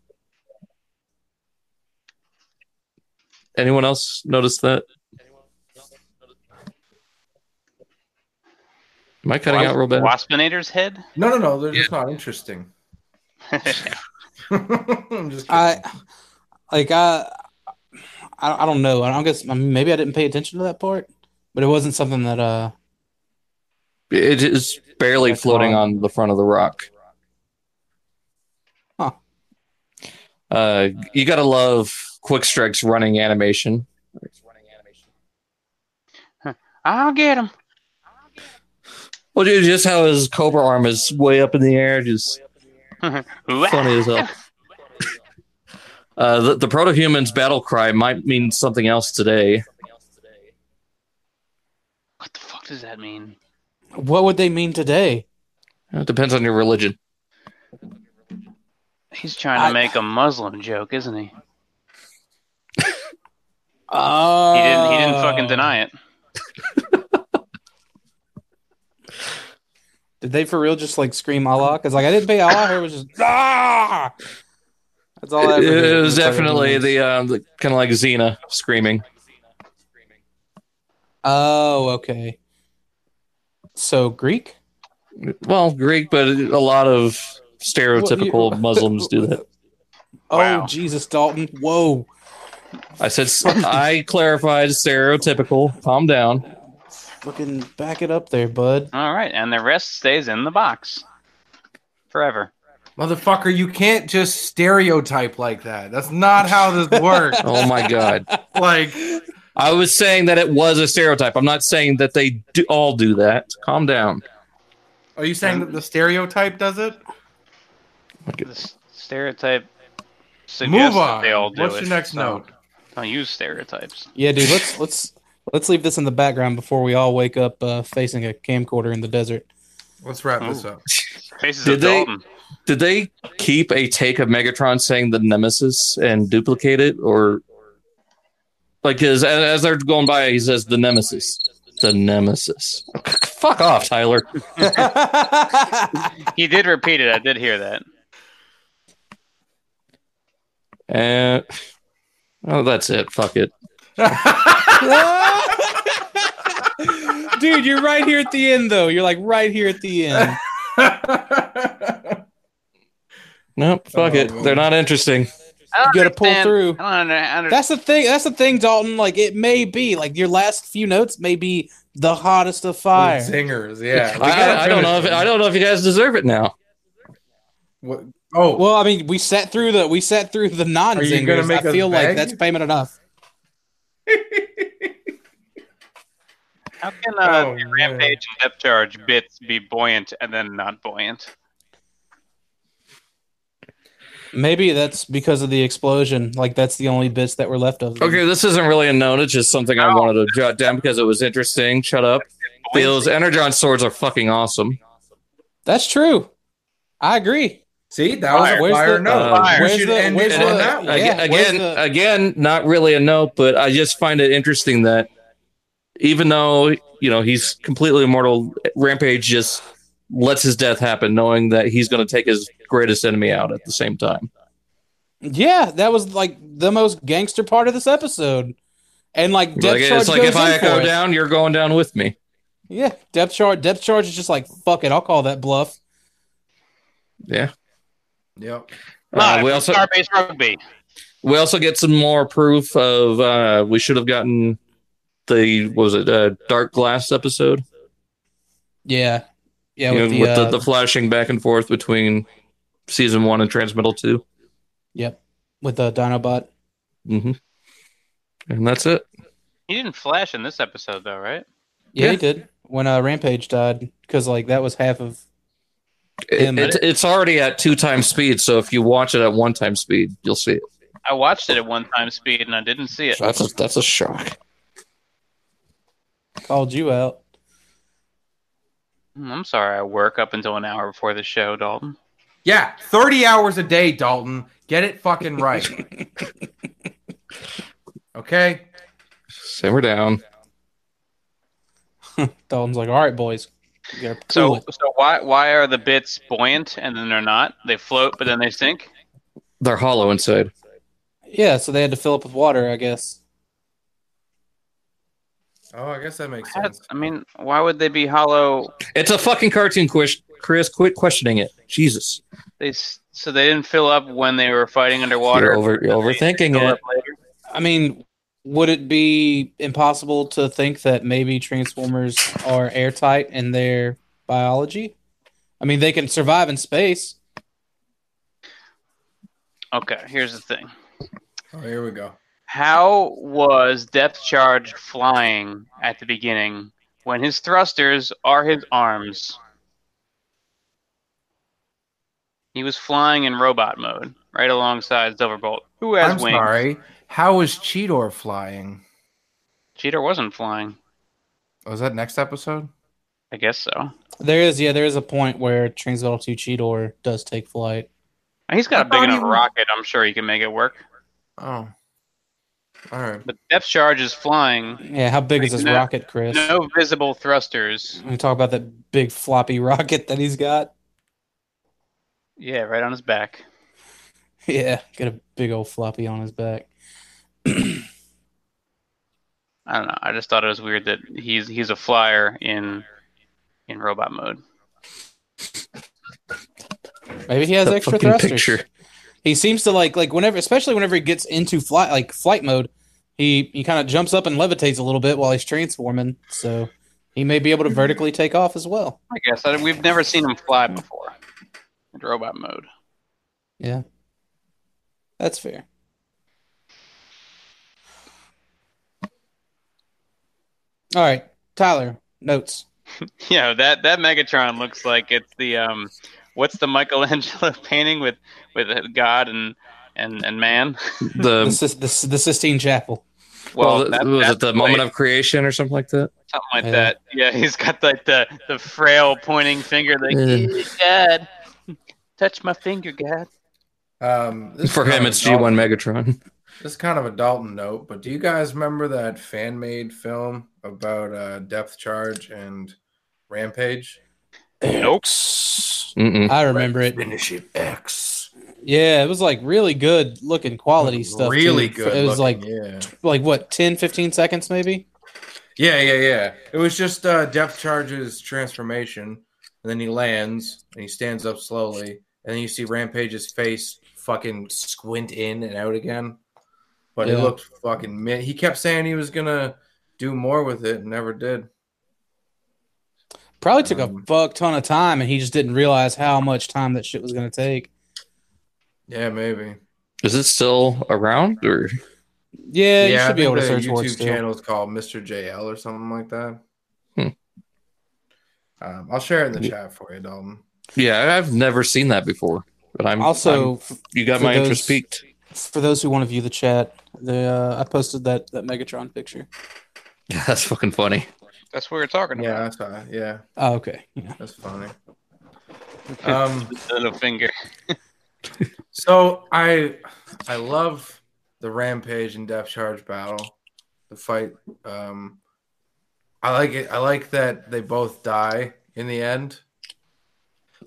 [SPEAKER 2] Anyone else notice that? Am I cutting out real bad?
[SPEAKER 1] Waspinator's head?
[SPEAKER 3] No, no, no. They're just not interesting. I'm just kidding.
[SPEAKER 4] I like I I, I don't know. I don't guess maybe I didn't pay attention to that part, but it wasn't something that uh
[SPEAKER 2] It is barely
[SPEAKER 4] That's
[SPEAKER 2] floating
[SPEAKER 4] all.
[SPEAKER 2] on the front of the rock.
[SPEAKER 4] Huh.
[SPEAKER 2] Uh, you gotta love Quick Strike's running animation.
[SPEAKER 1] I'll get him.
[SPEAKER 2] Well, dude, just how his cobra arm is way up in the air, just funny as hell. Uh, the, the protohuman's battle cry might mean something else today.
[SPEAKER 1] What the fuck does that mean?
[SPEAKER 4] what would they mean today?
[SPEAKER 2] Uh, It depends on your religion.
[SPEAKER 1] He's trying to
[SPEAKER 4] I-
[SPEAKER 1] make a Muslim joke, isn't he?
[SPEAKER 4] Oh
[SPEAKER 1] He didn't. He didn't fucking deny it.
[SPEAKER 4] Did they for real just like scream Allah? Because like I didn't pay Allah, I heard was just ah. That's all. I
[SPEAKER 2] It,
[SPEAKER 4] ever heard.
[SPEAKER 2] it was
[SPEAKER 4] That's like-
[SPEAKER 2] definitely the, um, the kind of like Xena screaming.
[SPEAKER 4] Oh, okay. So Greek.
[SPEAKER 2] Well, Greek, but a lot of stereotypical
[SPEAKER 4] Well, you-
[SPEAKER 2] Muslims do that.
[SPEAKER 1] Wow.
[SPEAKER 4] Oh Jesus, Dalton. Whoa.
[SPEAKER 2] I said I clarified stereotypical. Calm down.
[SPEAKER 4] Fucking back it up there, bud.
[SPEAKER 1] All right, and the rest stays in the box forever.
[SPEAKER 3] Motherfucker, you can't just stereotype like that. That's not how this works.
[SPEAKER 2] Oh my god.
[SPEAKER 3] like,
[SPEAKER 2] I was saying that it was a stereotype. I'm not saying that they do, all do that. Calm down.
[SPEAKER 3] are you saying that the stereotype does it?
[SPEAKER 1] The s- stereotype suggests
[SPEAKER 3] Move
[SPEAKER 1] that
[SPEAKER 3] on.
[SPEAKER 1] they all do
[SPEAKER 3] What's
[SPEAKER 1] it.
[SPEAKER 3] your next
[SPEAKER 1] so
[SPEAKER 3] note?
[SPEAKER 1] Don't use stereotypes.
[SPEAKER 4] Yeah, dude. Let's let's let's leave this in the background before we all wake up uh, facing a camcorder in the desert.
[SPEAKER 3] Let's wrap this up.
[SPEAKER 1] Faces
[SPEAKER 2] Did
[SPEAKER 1] of
[SPEAKER 2] they-
[SPEAKER 1] Dalton.
[SPEAKER 2] Did they keep a take of Megatron saying the Nemesis and duplicate it, or like his as, as they're going by, he says the Nemesis, the Nemesis. Fuck off, Tyler.
[SPEAKER 4] That's
[SPEAKER 1] He did repeat it. I did hear that.
[SPEAKER 2] And Eh, oh, that's it. Fuck it.
[SPEAKER 4] Dude, you're right here at the end, though. You're like right here at the end.
[SPEAKER 2] Nope. Fuck it. They're not interesting.
[SPEAKER 1] I don't
[SPEAKER 4] You gotta pull
[SPEAKER 1] understand-
[SPEAKER 4] through.
[SPEAKER 1] I don't under-
[SPEAKER 4] That's the thing. That's the thing, Dalton. Like it may be like your last few notes may be the hottest of fire.
[SPEAKER 3] Zingers, yeah. We
[SPEAKER 2] I,
[SPEAKER 3] gotta
[SPEAKER 2] I, I don't know. If,
[SPEAKER 3] finish
[SPEAKER 2] I
[SPEAKER 3] this.
[SPEAKER 2] don't know if you guys deserve it now.
[SPEAKER 3] What- oh,
[SPEAKER 4] Well, I mean, we sat through the we sat through the non
[SPEAKER 3] you gonna
[SPEAKER 4] zingers.
[SPEAKER 3] make
[SPEAKER 4] I
[SPEAKER 3] us
[SPEAKER 4] feel like
[SPEAKER 3] beg?
[SPEAKER 4] that's payment enough.
[SPEAKER 1] How can uh,
[SPEAKER 3] Oh,
[SPEAKER 1] the
[SPEAKER 3] man.
[SPEAKER 1] rampage and depth charge bits be buoyant and then not buoyant?
[SPEAKER 4] Maybe that's because of the explosion. Like that's the only bits that were left of them.
[SPEAKER 2] Okay, this isn't really a note. It's just something I
[SPEAKER 1] No.
[SPEAKER 2] wanted to jot down because it was interesting. Shut up. Those Energon swords are fucking awesome.
[SPEAKER 4] that's true. I agree.
[SPEAKER 3] see, that was a
[SPEAKER 4] Where's
[SPEAKER 3] fire
[SPEAKER 4] the-
[SPEAKER 3] note.
[SPEAKER 1] Fire.
[SPEAKER 3] We
[SPEAKER 4] Where's
[SPEAKER 3] should
[SPEAKER 4] the-
[SPEAKER 3] end
[SPEAKER 4] where's
[SPEAKER 3] it
[SPEAKER 2] uh, the-
[SPEAKER 3] on that one.
[SPEAKER 4] I- Yeah,
[SPEAKER 2] Aga-
[SPEAKER 4] where's
[SPEAKER 2] again,
[SPEAKER 4] the-
[SPEAKER 2] again, not really a note, but I just find it interesting that even though you know he's completely immortal, Rampage just lets his death happen, knowing that he's going to take his greatest enemy out at the same time.
[SPEAKER 4] Yeah, that was like the most gangster part of this episode. And like depth
[SPEAKER 2] Like,
[SPEAKER 4] charge
[SPEAKER 2] it's like
[SPEAKER 4] goes
[SPEAKER 2] if
[SPEAKER 4] in
[SPEAKER 2] I
[SPEAKER 4] for
[SPEAKER 2] go
[SPEAKER 4] it.
[SPEAKER 2] down, you're going down with me.
[SPEAKER 4] Yeah, depth charge. Depth charge is just like fuck it. I'll call that bluff.
[SPEAKER 2] Yeah.
[SPEAKER 3] Yep.
[SPEAKER 1] Not
[SPEAKER 2] Uh, we also
[SPEAKER 1] star-based rugby.
[SPEAKER 2] we also get some more proof of uh we should have gotten the what was it uh, dark glass episode
[SPEAKER 4] Yeah, yeah.
[SPEAKER 2] You know,
[SPEAKER 4] With, the, uh,
[SPEAKER 2] the, the flashing back and forth between season one and transmittal 2
[SPEAKER 4] yep, with the Dinobot.
[SPEAKER 2] mm-hmm. and that's it
[SPEAKER 1] He didn't flash in this episode, though, right?
[SPEAKER 4] Yeah,
[SPEAKER 2] Yeah.
[SPEAKER 4] he did when uh, Rampage died because like that was half of
[SPEAKER 2] It-
[SPEAKER 4] Damn
[SPEAKER 2] it's, it's already at two times speed so if you watch it at one time speed you'll see it
[SPEAKER 1] I watched it at one time speed and I didn't see it.
[SPEAKER 2] that's a, that's a shock
[SPEAKER 5] Called you out.
[SPEAKER 1] Mm, I'm sorry, I work up until an hour before the show, Dalton.
[SPEAKER 6] Yeah, 30 hours a day, Dalton. Get it fucking right. okay?
[SPEAKER 2] Simmer down.
[SPEAKER 4] Dalton's like, all right, boys. You gotta
[SPEAKER 1] So,
[SPEAKER 4] cool it."
[SPEAKER 1] so why why are the bits buoyant and then they're not? They float, but then they sink.
[SPEAKER 2] They're hollow inside.
[SPEAKER 4] yeah, so they had to fill up with water, I guess.
[SPEAKER 3] Oh, I guess that makes
[SPEAKER 1] How-
[SPEAKER 3] sense.
[SPEAKER 1] I mean, why would they be hollow?
[SPEAKER 2] It's a fucking cartoon, Chris. Chris, quit questioning it. Jesus,
[SPEAKER 1] They s- so they didn't fill up when they were fighting underwater.
[SPEAKER 2] you're, over, you're overthinking
[SPEAKER 1] Fill
[SPEAKER 2] it.
[SPEAKER 1] up later.
[SPEAKER 4] I mean, would it be impossible to think that maybe Transformers are airtight in their biology? I mean, they can survive in space.
[SPEAKER 1] Okay, here's the thing.
[SPEAKER 3] Oh, here we go.
[SPEAKER 1] How was depth charge flying at the beginning when his thrusters are his arms? He was flying in robot mode, right alongside Silverbolt, who has
[SPEAKER 6] I'm
[SPEAKER 1] wings.
[SPEAKER 6] sorry. How is Cheetor flying?
[SPEAKER 1] Cheater wasn't flying.
[SPEAKER 3] Oh,
[SPEAKER 6] Was that next episode?
[SPEAKER 1] I guess so.
[SPEAKER 4] There is, yeah, there is a point where Transmetal 2 Cheetor does take flight.
[SPEAKER 1] He's got
[SPEAKER 6] I
[SPEAKER 1] a big
[SPEAKER 6] thought
[SPEAKER 1] enough
[SPEAKER 6] he was-
[SPEAKER 1] rocket. I'm sure he can make it work.
[SPEAKER 6] Oh. All right.
[SPEAKER 1] But depth charge is flying.
[SPEAKER 4] Yeah, how big is this
[SPEAKER 1] No.
[SPEAKER 4] rocket, Chris?
[SPEAKER 1] No visible thrusters.
[SPEAKER 4] We talk about that big floppy rocket that he's got.
[SPEAKER 1] Yeah, right on his back.
[SPEAKER 4] Yeah, got a big old floppy on his back.
[SPEAKER 1] I don't know. I just thought it was weird that he's he's a flyer in in robot mode.
[SPEAKER 4] Maybe he has
[SPEAKER 2] That
[SPEAKER 4] extra
[SPEAKER 2] fucking
[SPEAKER 4] thrusters.
[SPEAKER 2] picture.
[SPEAKER 4] He seems to like like whenever, especially whenever he gets into flight like flight mode, he he kind of jumps up and levitates a little bit while he's transforming. So he may be able to vertically take off as well.
[SPEAKER 1] I guess I, we've never seen him fly before in robot mode.
[SPEAKER 4] That's fair. All right, Tyler. Notes.
[SPEAKER 1] Yeah, that that Megatron looks like it's the um, what's the Michelangelo painting with with uh, God and and and man?
[SPEAKER 6] Um,
[SPEAKER 4] The,
[SPEAKER 2] The
[SPEAKER 4] Sis- the, S- the Sistine Chapel.
[SPEAKER 2] well,
[SPEAKER 1] that-
[SPEAKER 2] was
[SPEAKER 1] that's
[SPEAKER 2] it the
[SPEAKER 1] like-
[SPEAKER 2] moment of creation or something like that?
[SPEAKER 1] something like
[SPEAKER 4] Yeah.
[SPEAKER 1] that? Yeah, he's got like the the frail pointing finger, like
[SPEAKER 2] Yeah.
[SPEAKER 1] God, touch my finger, God.
[SPEAKER 3] Um, this is
[SPEAKER 2] For
[SPEAKER 3] kind
[SPEAKER 2] him,
[SPEAKER 3] of
[SPEAKER 2] it's
[SPEAKER 3] a Dalton-
[SPEAKER 2] G1 Megatron.
[SPEAKER 3] This is kind of a Dalton note, but do you guys remember that fan made film about uh, depth charge and rampage?
[SPEAKER 1] Nope.
[SPEAKER 2] Mm-mm.
[SPEAKER 4] I remember it.
[SPEAKER 6] Finish it X.
[SPEAKER 4] Yeah, it was like really good looking quality stuff. too.
[SPEAKER 6] Really good
[SPEAKER 4] It was like
[SPEAKER 3] looking, yeah.
[SPEAKER 4] like what 10 15 seconds maybe
[SPEAKER 3] Yeah, yeah, yeah. It was just uh, depth charges transformation, and then he lands and he stands up slowly, and then you see Rampage's face fucking squint in and out again. But it
[SPEAKER 4] Yeah.
[SPEAKER 3] looked fucking. Mi- he kept saying he was gonna do more with it, and never did.
[SPEAKER 4] probably took a
[SPEAKER 3] Um,
[SPEAKER 4] fuck ton of time and he just didn't realize how much time that shit was going to take
[SPEAKER 3] Yeah, maybe.
[SPEAKER 2] Is it still around? Or
[SPEAKER 4] yeah, you
[SPEAKER 3] I
[SPEAKER 4] should be
[SPEAKER 3] think
[SPEAKER 4] able to
[SPEAKER 3] the
[SPEAKER 4] search for it
[SPEAKER 3] YouTube
[SPEAKER 4] still.
[SPEAKER 3] channel is called Mr. JL or something like that.
[SPEAKER 2] Hmm.
[SPEAKER 3] Um, I'll share it in the
[SPEAKER 2] Yeah.
[SPEAKER 3] chat for you, Dalton.
[SPEAKER 2] yeah, I've never seen that before. But I'm
[SPEAKER 4] also f-
[SPEAKER 2] I'm- you got
[SPEAKER 4] for
[SPEAKER 2] my interest
[SPEAKER 4] those-
[SPEAKER 2] peaked.
[SPEAKER 4] for those who want to view the chat the uh, i posted that that megatron picture
[SPEAKER 2] Yeah, that's fucking funny.
[SPEAKER 1] That's what we're talking
[SPEAKER 3] Yeah, that's fine. Yeah,
[SPEAKER 4] oh, okay yeah.
[SPEAKER 3] that's funny.
[SPEAKER 1] about.
[SPEAKER 3] Um,
[SPEAKER 1] little finger.
[SPEAKER 3] So I I love the rampage and depth charge battle, the fight. Um, I like it. I like that they both die in the end.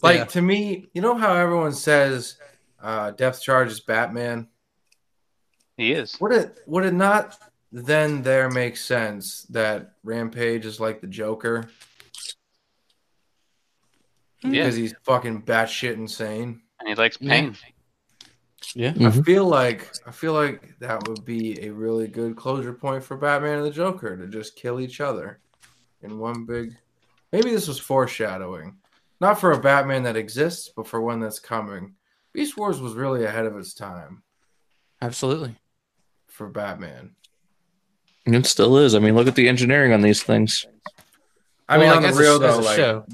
[SPEAKER 3] Like
[SPEAKER 4] Yeah.
[SPEAKER 3] to me, you know how everyone says uh, depth charge is Batman.
[SPEAKER 1] He is.
[SPEAKER 3] Would it would it not then there make sense that Rampage is like the Joker
[SPEAKER 1] Yeah,
[SPEAKER 3] because he's fucking batshit insane?
[SPEAKER 1] and he likes pain.
[SPEAKER 2] Mm-hmm.
[SPEAKER 3] I feel like I feel like that would be a really good closure point for Batman and the Joker to just kill each other in one big. Maybe this was foreshadowing, not for a Batman that exists, but for one that's coming. Beast Wars was really ahead of its time
[SPEAKER 4] absolutely
[SPEAKER 3] for Batman.
[SPEAKER 2] It still is. I mean, look at the engineering on these things.
[SPEAKER 3] I
[SPEAKER 6] Well,
[SPEAKER 3] mean,
[SPEAKER 6] I
[SPEAKER 3] on
[SPEAKER 6] guess
[SPEAKER 3] the real
[SPEAKER 6] it's- it's
[SPEAKER 3] though,
[SPEAKER 6] a
[SPEAKER 3] like
[SPEAKER 6] show.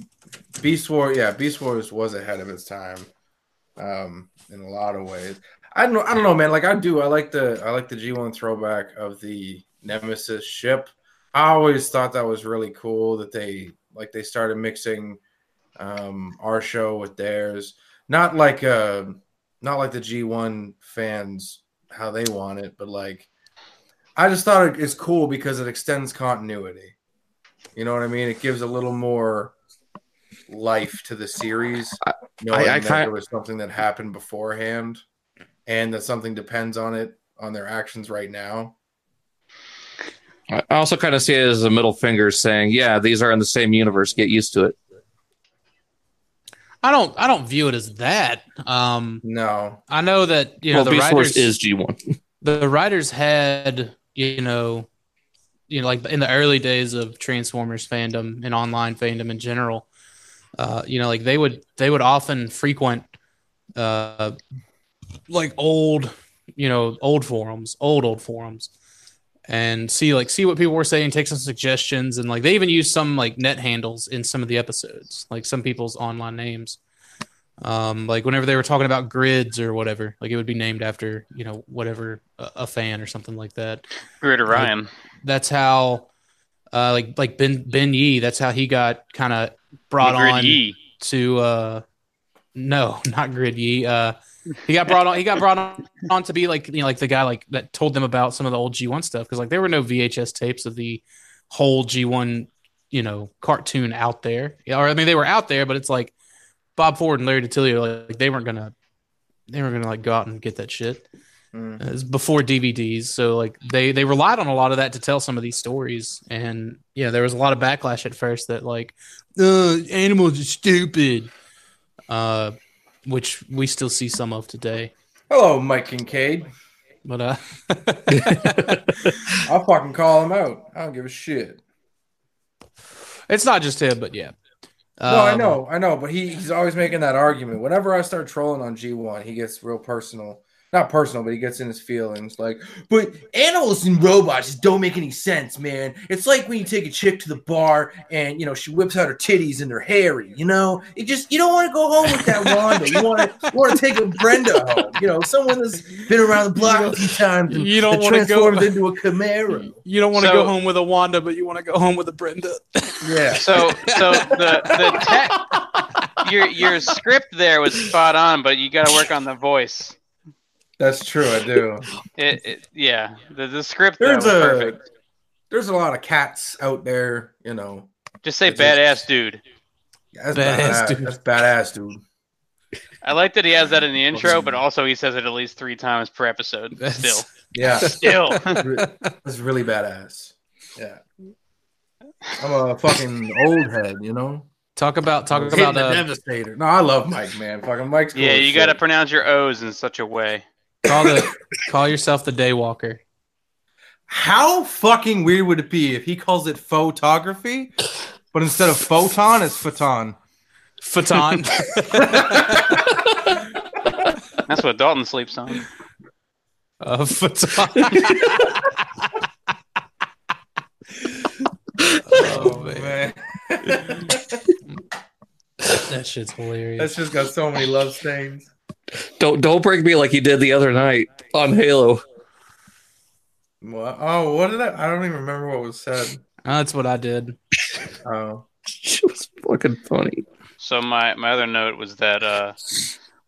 [SPEAKER 3] Beast Wars, yeah, Beast Wars was ahead of its time, um, in a lot of ways. I don't, know, I don't know, man. Like I do, I like the, I like the G one throwback of the Nemesis ship. I always thought that was really cool that they like they started mixing um, our show with theirs. Not like uh not like the G1 fans how they want it, but like I just thought it- it's cool because it extends continuity. You know what I mean? It gives a little more life to the series, knowing
[SPEAKER 7] I
[SPEAKER 3] that
[SPEAKER 7] kind-
[SPEAKER 3] there was something that happened beforehand, and that something depends on it on their actions right now.
[SPEAKER 2] I I also kind of see it as a middle finger saying, "Yeah, these are in the same universe. Get used to it."
[SPEAKER 4] I don't I don't view it as that. Um,
[SPEAKER 3] No,
[SPEAKER 4] I know that you know
[SPEAKER 2] well,
[SPEAKER 4] the
[SPEAKER 2] Beast
[SPEAKER 4] writers
[SPEAKER 2] Wars is G one.
[SPEAKER 4] the writers had you know you know like in the early days of transformers fandom and online fandom in general uh you know like they would they would often frequent uh like old you know old forums old old forums and see like see what people were saying take some suggestions and like they even used some like net handles in some of the episodes like some people's online names um like whenever they were talking about grids or whatever like it would be named after you know whatever a, a fan or something like that
[SPEAKER 1] Greater Ryan.
[SPEAKER 4] that's how uh like like ben ben yee that's how he got kind of brought
[SPEAKER 1] Ingrid
[SPEAKER 4] on
[SPEAKER 1] Yee.
[SPEAKER 4] to uh no not grid yee uh he got brought on he got brought on, on to be like you know like the guy like that told them about some of the old g1 stuff because like there were no vhs tapes of the whole g1 you know cartoon out there Yeah, or i mean they were out there but it's like bob ford and larry DiTilio, like they weren't gonna they weren't gonna like go out and get that shit
[SPEAKER 3] Mm.
[SPEAKER 4] it was before DVDs, so like they they relied on a lot of that to tell some of these stories, and yeah, there was a lot of backlash at first that like, uh, animals are stupid, uh, which we still see some of today.
[SPEAKER 3] hello, Mike Kincaid.
[SPEAKER 4] But uh,
[SPEAKER 3] I'll fucking call him out. I don't give a shit.
[SPEAKER 4] it's not just him, but yeah.
[SPEAKER 3] No, I
[SPEAKER 4] Um,
[SPEAKER 3] know, I know, but he, he's always making that argument. Whenever I start trolling on G1, he gets real personal. Not personal, but he gets in his feelings. Like,
[SPEAKER 6] But animals and robots just don't make any sense, man. It's like when you take a chick to the bar and you know she whips out her titties and they're hairy. You know, it just you don't want to go home with that Wanda. You want to want to take a Brenda home. You know, someone that's been around the block a few times and
[SPEAKER 4] You don't
[SPEAKER 6] that
[SPEAKER 4] wanna go-
[SPEAKER 6] transforms into a Camaro.
[SPEAKER 4] You don't want to
[SPEAKER 1] So-
[SPEAKER 4] go home with a Wanda, but you want to go home with a Brenda.
[SPEAKER 3] yeah,
[SPEAKER 1] So, so the the tech, your your script there was spot on, but you got to work on the voice.
[SPEAKER 3] that's true. I do.
[SPEAKER 1] It, it yeah, the, the script though,
[SPEAKER 3] There's
[SPEAKER 1] was
[SPEAKER 3] a-
[SPEAKER 1] perfect.
[SPEAKER 3] There's a lot of cats out there, you know.
[SPEAKER 1] Just say
[SPEAKER 3] it's just-
[SPEAKER 1] badass dude.
[SPEAKER 3] That's
[SPEAKER 4] Badass
[SPEAKER 3] badass,
[SPEAKER 4] dude.
[SPEAKER 3] dude. That's badass, dude.
[SPEAKER 1] I like that he has that in the intro, but also he says it at least three times per episode.
[SPEAKER 4] That's-
[SPEAKER 1] Still,
[SPEAKER 3] Yeah,
[SPEAKER 1] still.
[SPEAKER 3] that's really badass. Yeah, I'm a fucking old head, you know.
[SPEAKER 4] Talk about talk
[SPEAKER 3] Hitting
[SPEAKER 4] about
[SPEAKER 3] the
[SPEAKER 4] uh,
[SPEAKER 3] devastator. No, I love Mike, man. Fucking Mike's. Cool
[SPEAKER 1] yeah,
[SPEAKER 3] as
[SPEAKER 1] you
[SPEAKER 3] shit.
[SPEAKER 1] got to pronounce your O's in such a way.
[SPEAKER 4] call the call yourself the Daywalker.
[SPEAKER 6] How fucking weird would it be if he calls it photography, but instead of photon, it's photon?
[SPEAKER 4] Photon.
[SPEAKER 1] That's what Dalton sleeps on.
[SPEAKER 4] Uh, photon.
[SPEAKER 6] Oh man,
[SPEAKER 4] that shit's hilarious.
[SPEAKER 3] That's just got so many love stains.
[SPEAKER 2] Don't don't break me like you did the other night on Halo.
[SPEAKER 3] What? Oh, what did I? I don't even remember what was said.
[SPEAKER 4] Uh, That's what I did.
[SPEAKER 3] Oh,
[SPEAKER 2] She was fucking funny.
[SPEAKER 1] So my my other note was that uh,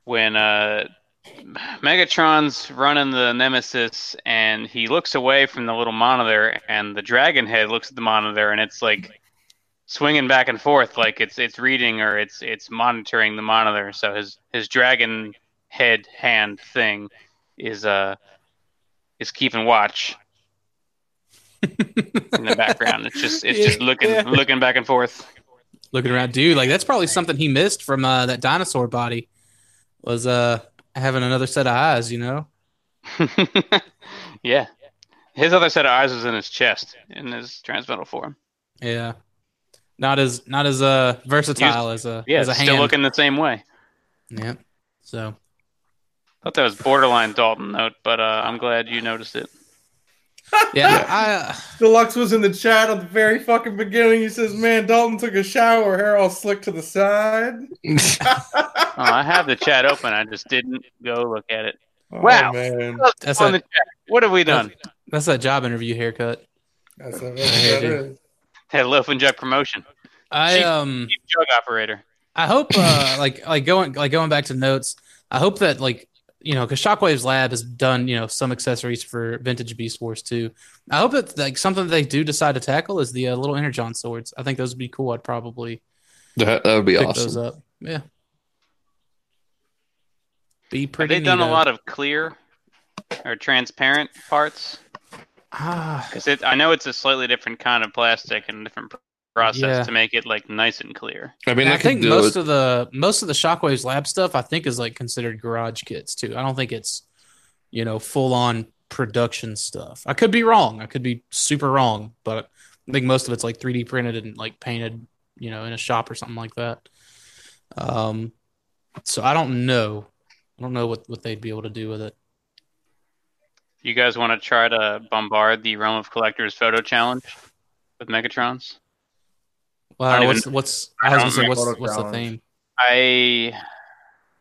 [SPEAKER 1] when uh, Megatron's running the Nemesis and he looks away from the little monitor, and the Dragon Head looks at the monitor, and it's like swinging back and forth, like it's it's reading or it's it's monitoring the monitor. So his his Dragon Head hand thing is uh is keeping watch. in the background, it's just it's just looking
[SPEAKER 4] Yeah.
[SPEAKER 1] looking back and forth.
[SPEAKER 4] Looking around, dude, like that's probably something he missed from uh, that dinosaur body was uh having another set of eyes, you know?
[SPEAKER 1] yeah. His other set of eyes was in his chest, in his transmetal form.
[SPEAKER 4] Yeah. Not as not as uh versatile as a
[SPEAKER 1] Yeah,
[SPEAKER 4] as a
[SPEAKER 1] it's
[SPEAKER 4] hand.
[SPEAKER 1] still looking the same way.
[SPEAKER 4] yeah. So
[SPEAKER 1] Thought that was borderline Dalton note, but uh, I'm glad you noticed it.
[SPEAKER 4] yeah, I uh,
[SPEAKER 3] Deluxe was in the chat at the very fucking beginning. He says, "Man, Dalton took a shower, hair all slick to the side."
[SPEAKER 1] Oh, I have the chat open. I just didn't go look at it.
[SPEAKER 3] Oh,
[SPEAKER 1] Wow.
[SPEAKER 3] man.
[SPEAKER 1] Look
[SPEAKER 4] That's
[SPEAKER 1] on
[SPEAKER 4] a-
[SPEAKER 1] the chat. What have we done?
[SPEAKER 4] that's that job interview haircut.
[SPEAKER 3] That's, that's, that is.
[SPEAKER 1] Had a loaf and jug promotion.
[SPEAKER 4] I
[SPEAKER 1] Chief-
[SPEAKER 4] um
[SPEAKER 1] Chief jug operator.
[SPEAKER 4] I hope uh like like going like going back to notes. I hope that like you know because Shockwave's lab has done you know some accessories for vintage Beast Wars too. I hope that like something that they do decide to tackle is the uh, little energon swords. I think those would be cool. I'd probably
[SPEAKER 2] That, that would be
[SPEAKER 4] pick
[SPEAKER 2] awesome.
[SPEAKER 4] those up. Yeah. Be
[SPEAKER 1] Have
[SPEAKER 4] pretty.
[SPEAKER 1] they done a
[SPEAKER 4] neato.
[SPEAKER 1] lot of clear or transparent parts?
[SPEAKER 4] Ah,
[SPEAKER 1] Because it, I know it's a slightly different kind of plastic and a different pr- process
[SPEAKER 4] Yeah.
[SPEAKER 1] to make it like nice and clear.
[SPEAKER 2] I mean,
[SPEAKER 4] And
[SPEAKER 2] they
[SPEAKER 4] I
[SPEAKER 2] could
[SPEAKER 4] think
[SPEAKER 2] do
[SPEAKER 4] most
[SPEAKER 2] it.
[SPEAKER 4] of the most of the Shockwaves lab stuff I think is like considered garage kits too. I don't think it's you know full on production stuff. I could be wrong. I could be super wrong, but I think most of it's like 3D printed and like painted, you know, in a shop or something like that. Um so I don't know. I don't know what what they'd be able to do with it.
[SPEAKER 1] You guys want to try to bombard the Realm of Collectors photo challenge with Megatrons? I
[SPEAKER 4] Wow,
[SPEAKER 1] don't
[SPEAKER 4] what's
[SPEAKER 1] even-
[SPEAKER 4] what's
[SPEAKER 1] I
[SPEAKER 4] I was
[SPEAKER 1] don't
[SPEAKER 4] gonna say
[SPEAKER 3] remember
[SPEAKER 4] what's
[SPEAKER 3] the
[SPEAKER 4] what's the
[SPEAKER 3] challenge.
[SPEAKER 4] theme?
[SPEAKER 1] I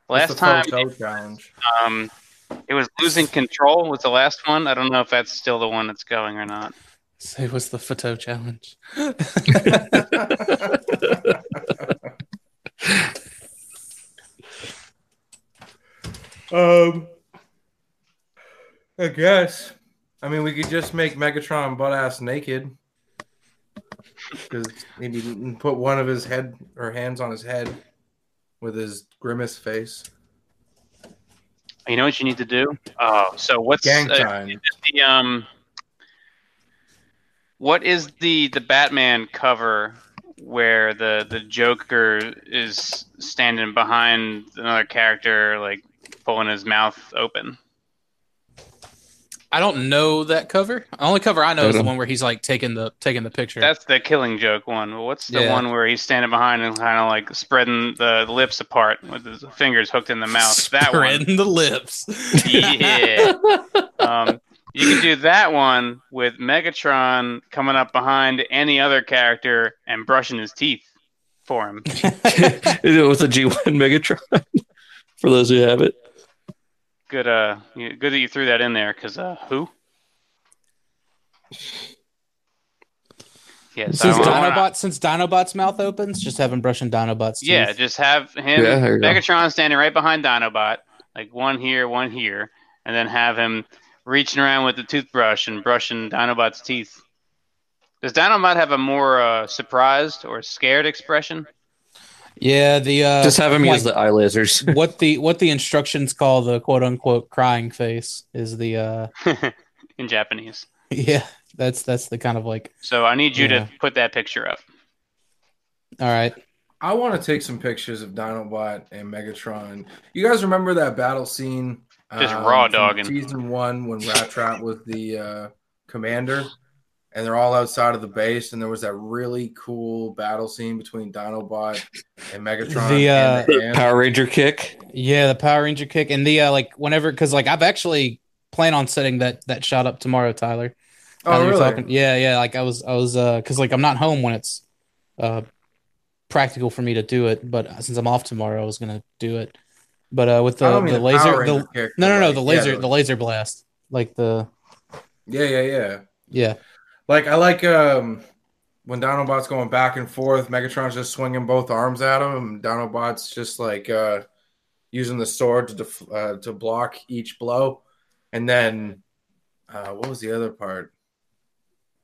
[SPEAKER 3] What's the
[SPEAKER 1] last time
[SPEAKER 3] photo challenge.
[SPEAKER 1] um, it was losing control was the last one. I don't know if that's still the one that's going or not.
[SPEAKER 4] Say what's the photo challenge?
[SPEAKER 3] Um,
[SPEAKER 6] I guess.
[SPEAKER 3] I mean, we could just make Megatron butt ass naked. Because maybe you can put one of his head or hands on his head with his grimace face.
[SPEAKER 1] You know what you need to do? Oh, so what's
[SPEAKER 3] Gang
[SPEAKER 1] uh,
[SPEAKER 3] time.
[SPEAKER 1] the um what is the the batman cover where the the joker is standing behind another character like pulling his mouth open
[SPEAKER 4] I don't know that cover. The only cover I know
[SPEAKER 2] I
[SPEAKER 4] is the
[SPEAKER 2] don't-
[SPEAKER 4] one where he's like taking the taking the picture.
[SPEAKER 1] that's the killing joke one But what's the
[SPEAKER 4] Yeah.
[SPEAKER 1] one where he's standing behind and kind of like spreading the lips apart with his fingers hooked in the mouth that one
[SPEAKER 4] Spreading the lips.
[SPEAKER 1] yeah. Um, you could do that one with Megatron coming up behind any other character and brushing his teeth for him.
[SPEAKER 2] with a G1 Megatron. For those who have it,
[SPEAKER 1] Good, uh, you- good that you threw that in there because uh, who? Yes, I
[SPEAKER 4] since
[SPEAKER 1] don't wanna-
[SPEAKER 4] Dinobot, since Dinobot's mouth opens, just have him brushing Dinobot's teeth.
[SPEAKER 1] yeah, just have him
[SPEAKER 2] Yeah, there you go.
[SPEAKER 1] Megatron standing right behind Dinobot, like one here, one here, and then have him reaching around with the toothbrush and brushing Dinobot's teeth. Does Dinobot have a more uh, surprised or scared expression?
[SPEAKER 4] yeah. The uh,
[SPEAKER 2] just have him
[SPEAKER 4] like,
[SPEAKER 2] use the eye lasers.
[SPEAKER 4] what the what the instructions call the quote unquote crying face is the uh,
[SPEAKER 1] in Japanese.
[SPEAKER 4] yeah. That's that's the kind of like
[SPEAKER 1] So I need you
[SPEAKER 4] Yeah.
[SPEAKER 1] to put that picture up.
[SPEAKER 4] all right.
[SPEAKER 3] I want to take some pictures of Dinobot and Megatron. You guys remember that battle scene?
[SPEAKER 1] Just raw
[SPEAKER 3] from
[SPEAKER 1] dogging.
[SPEAKER 3] Season one when Rattrap was the uh, commander, and they're all outside of the base, and there was that really cool battle scene between Dinobot and Megatron.
[SPEAKER 4] The, uh,
[SPEAKER 3] and the ant.
[SPEAKER 2] Power Ranger kick.
[SPEAKER 4] Yeah, the Power Ranger kick and the uh, like whenever because like I've actually plan on setting that that shot up tomorrow, Tyler. Now
[SPEAKER 3] oh
[SPEAKER 4] that you're
[SPEAKER 3] really?
[SPEAKER 4] talking- yeah, yeah. Like I was, I was, uh, cause like I'm not home when it's, uh, practical for me to do it. But uh, since I'm off tomorrow, I was gonna do it. But uh, with
[SPEAKER 3] I
[SPEAKER 4] the,
[SPEAKER 3] don't mean
[SPEAKER 4] the
[SPEAKER 3] Power
[SPEAKER 4] laser, the,
[SPEAKER 3] Ranger character,
[SPEAKER 4] no, no, no,
[SPEAKER 3] like-
[SPEAKER 4] the
[SPEAKER 3] yeah,
[SPEAKER 4] laser, the laser blast, like the
[SPEAKER 3] yeah, yeah, yeah.
[SPEAKER 4] yeah,
[SPEAKER 3] Like I like um when Dinobot's going back and forth, Megatron's just swinging both arms at him. And Dinobot's just like uh using the sword to def- uh, to block each blow, and then uh, what was the other part?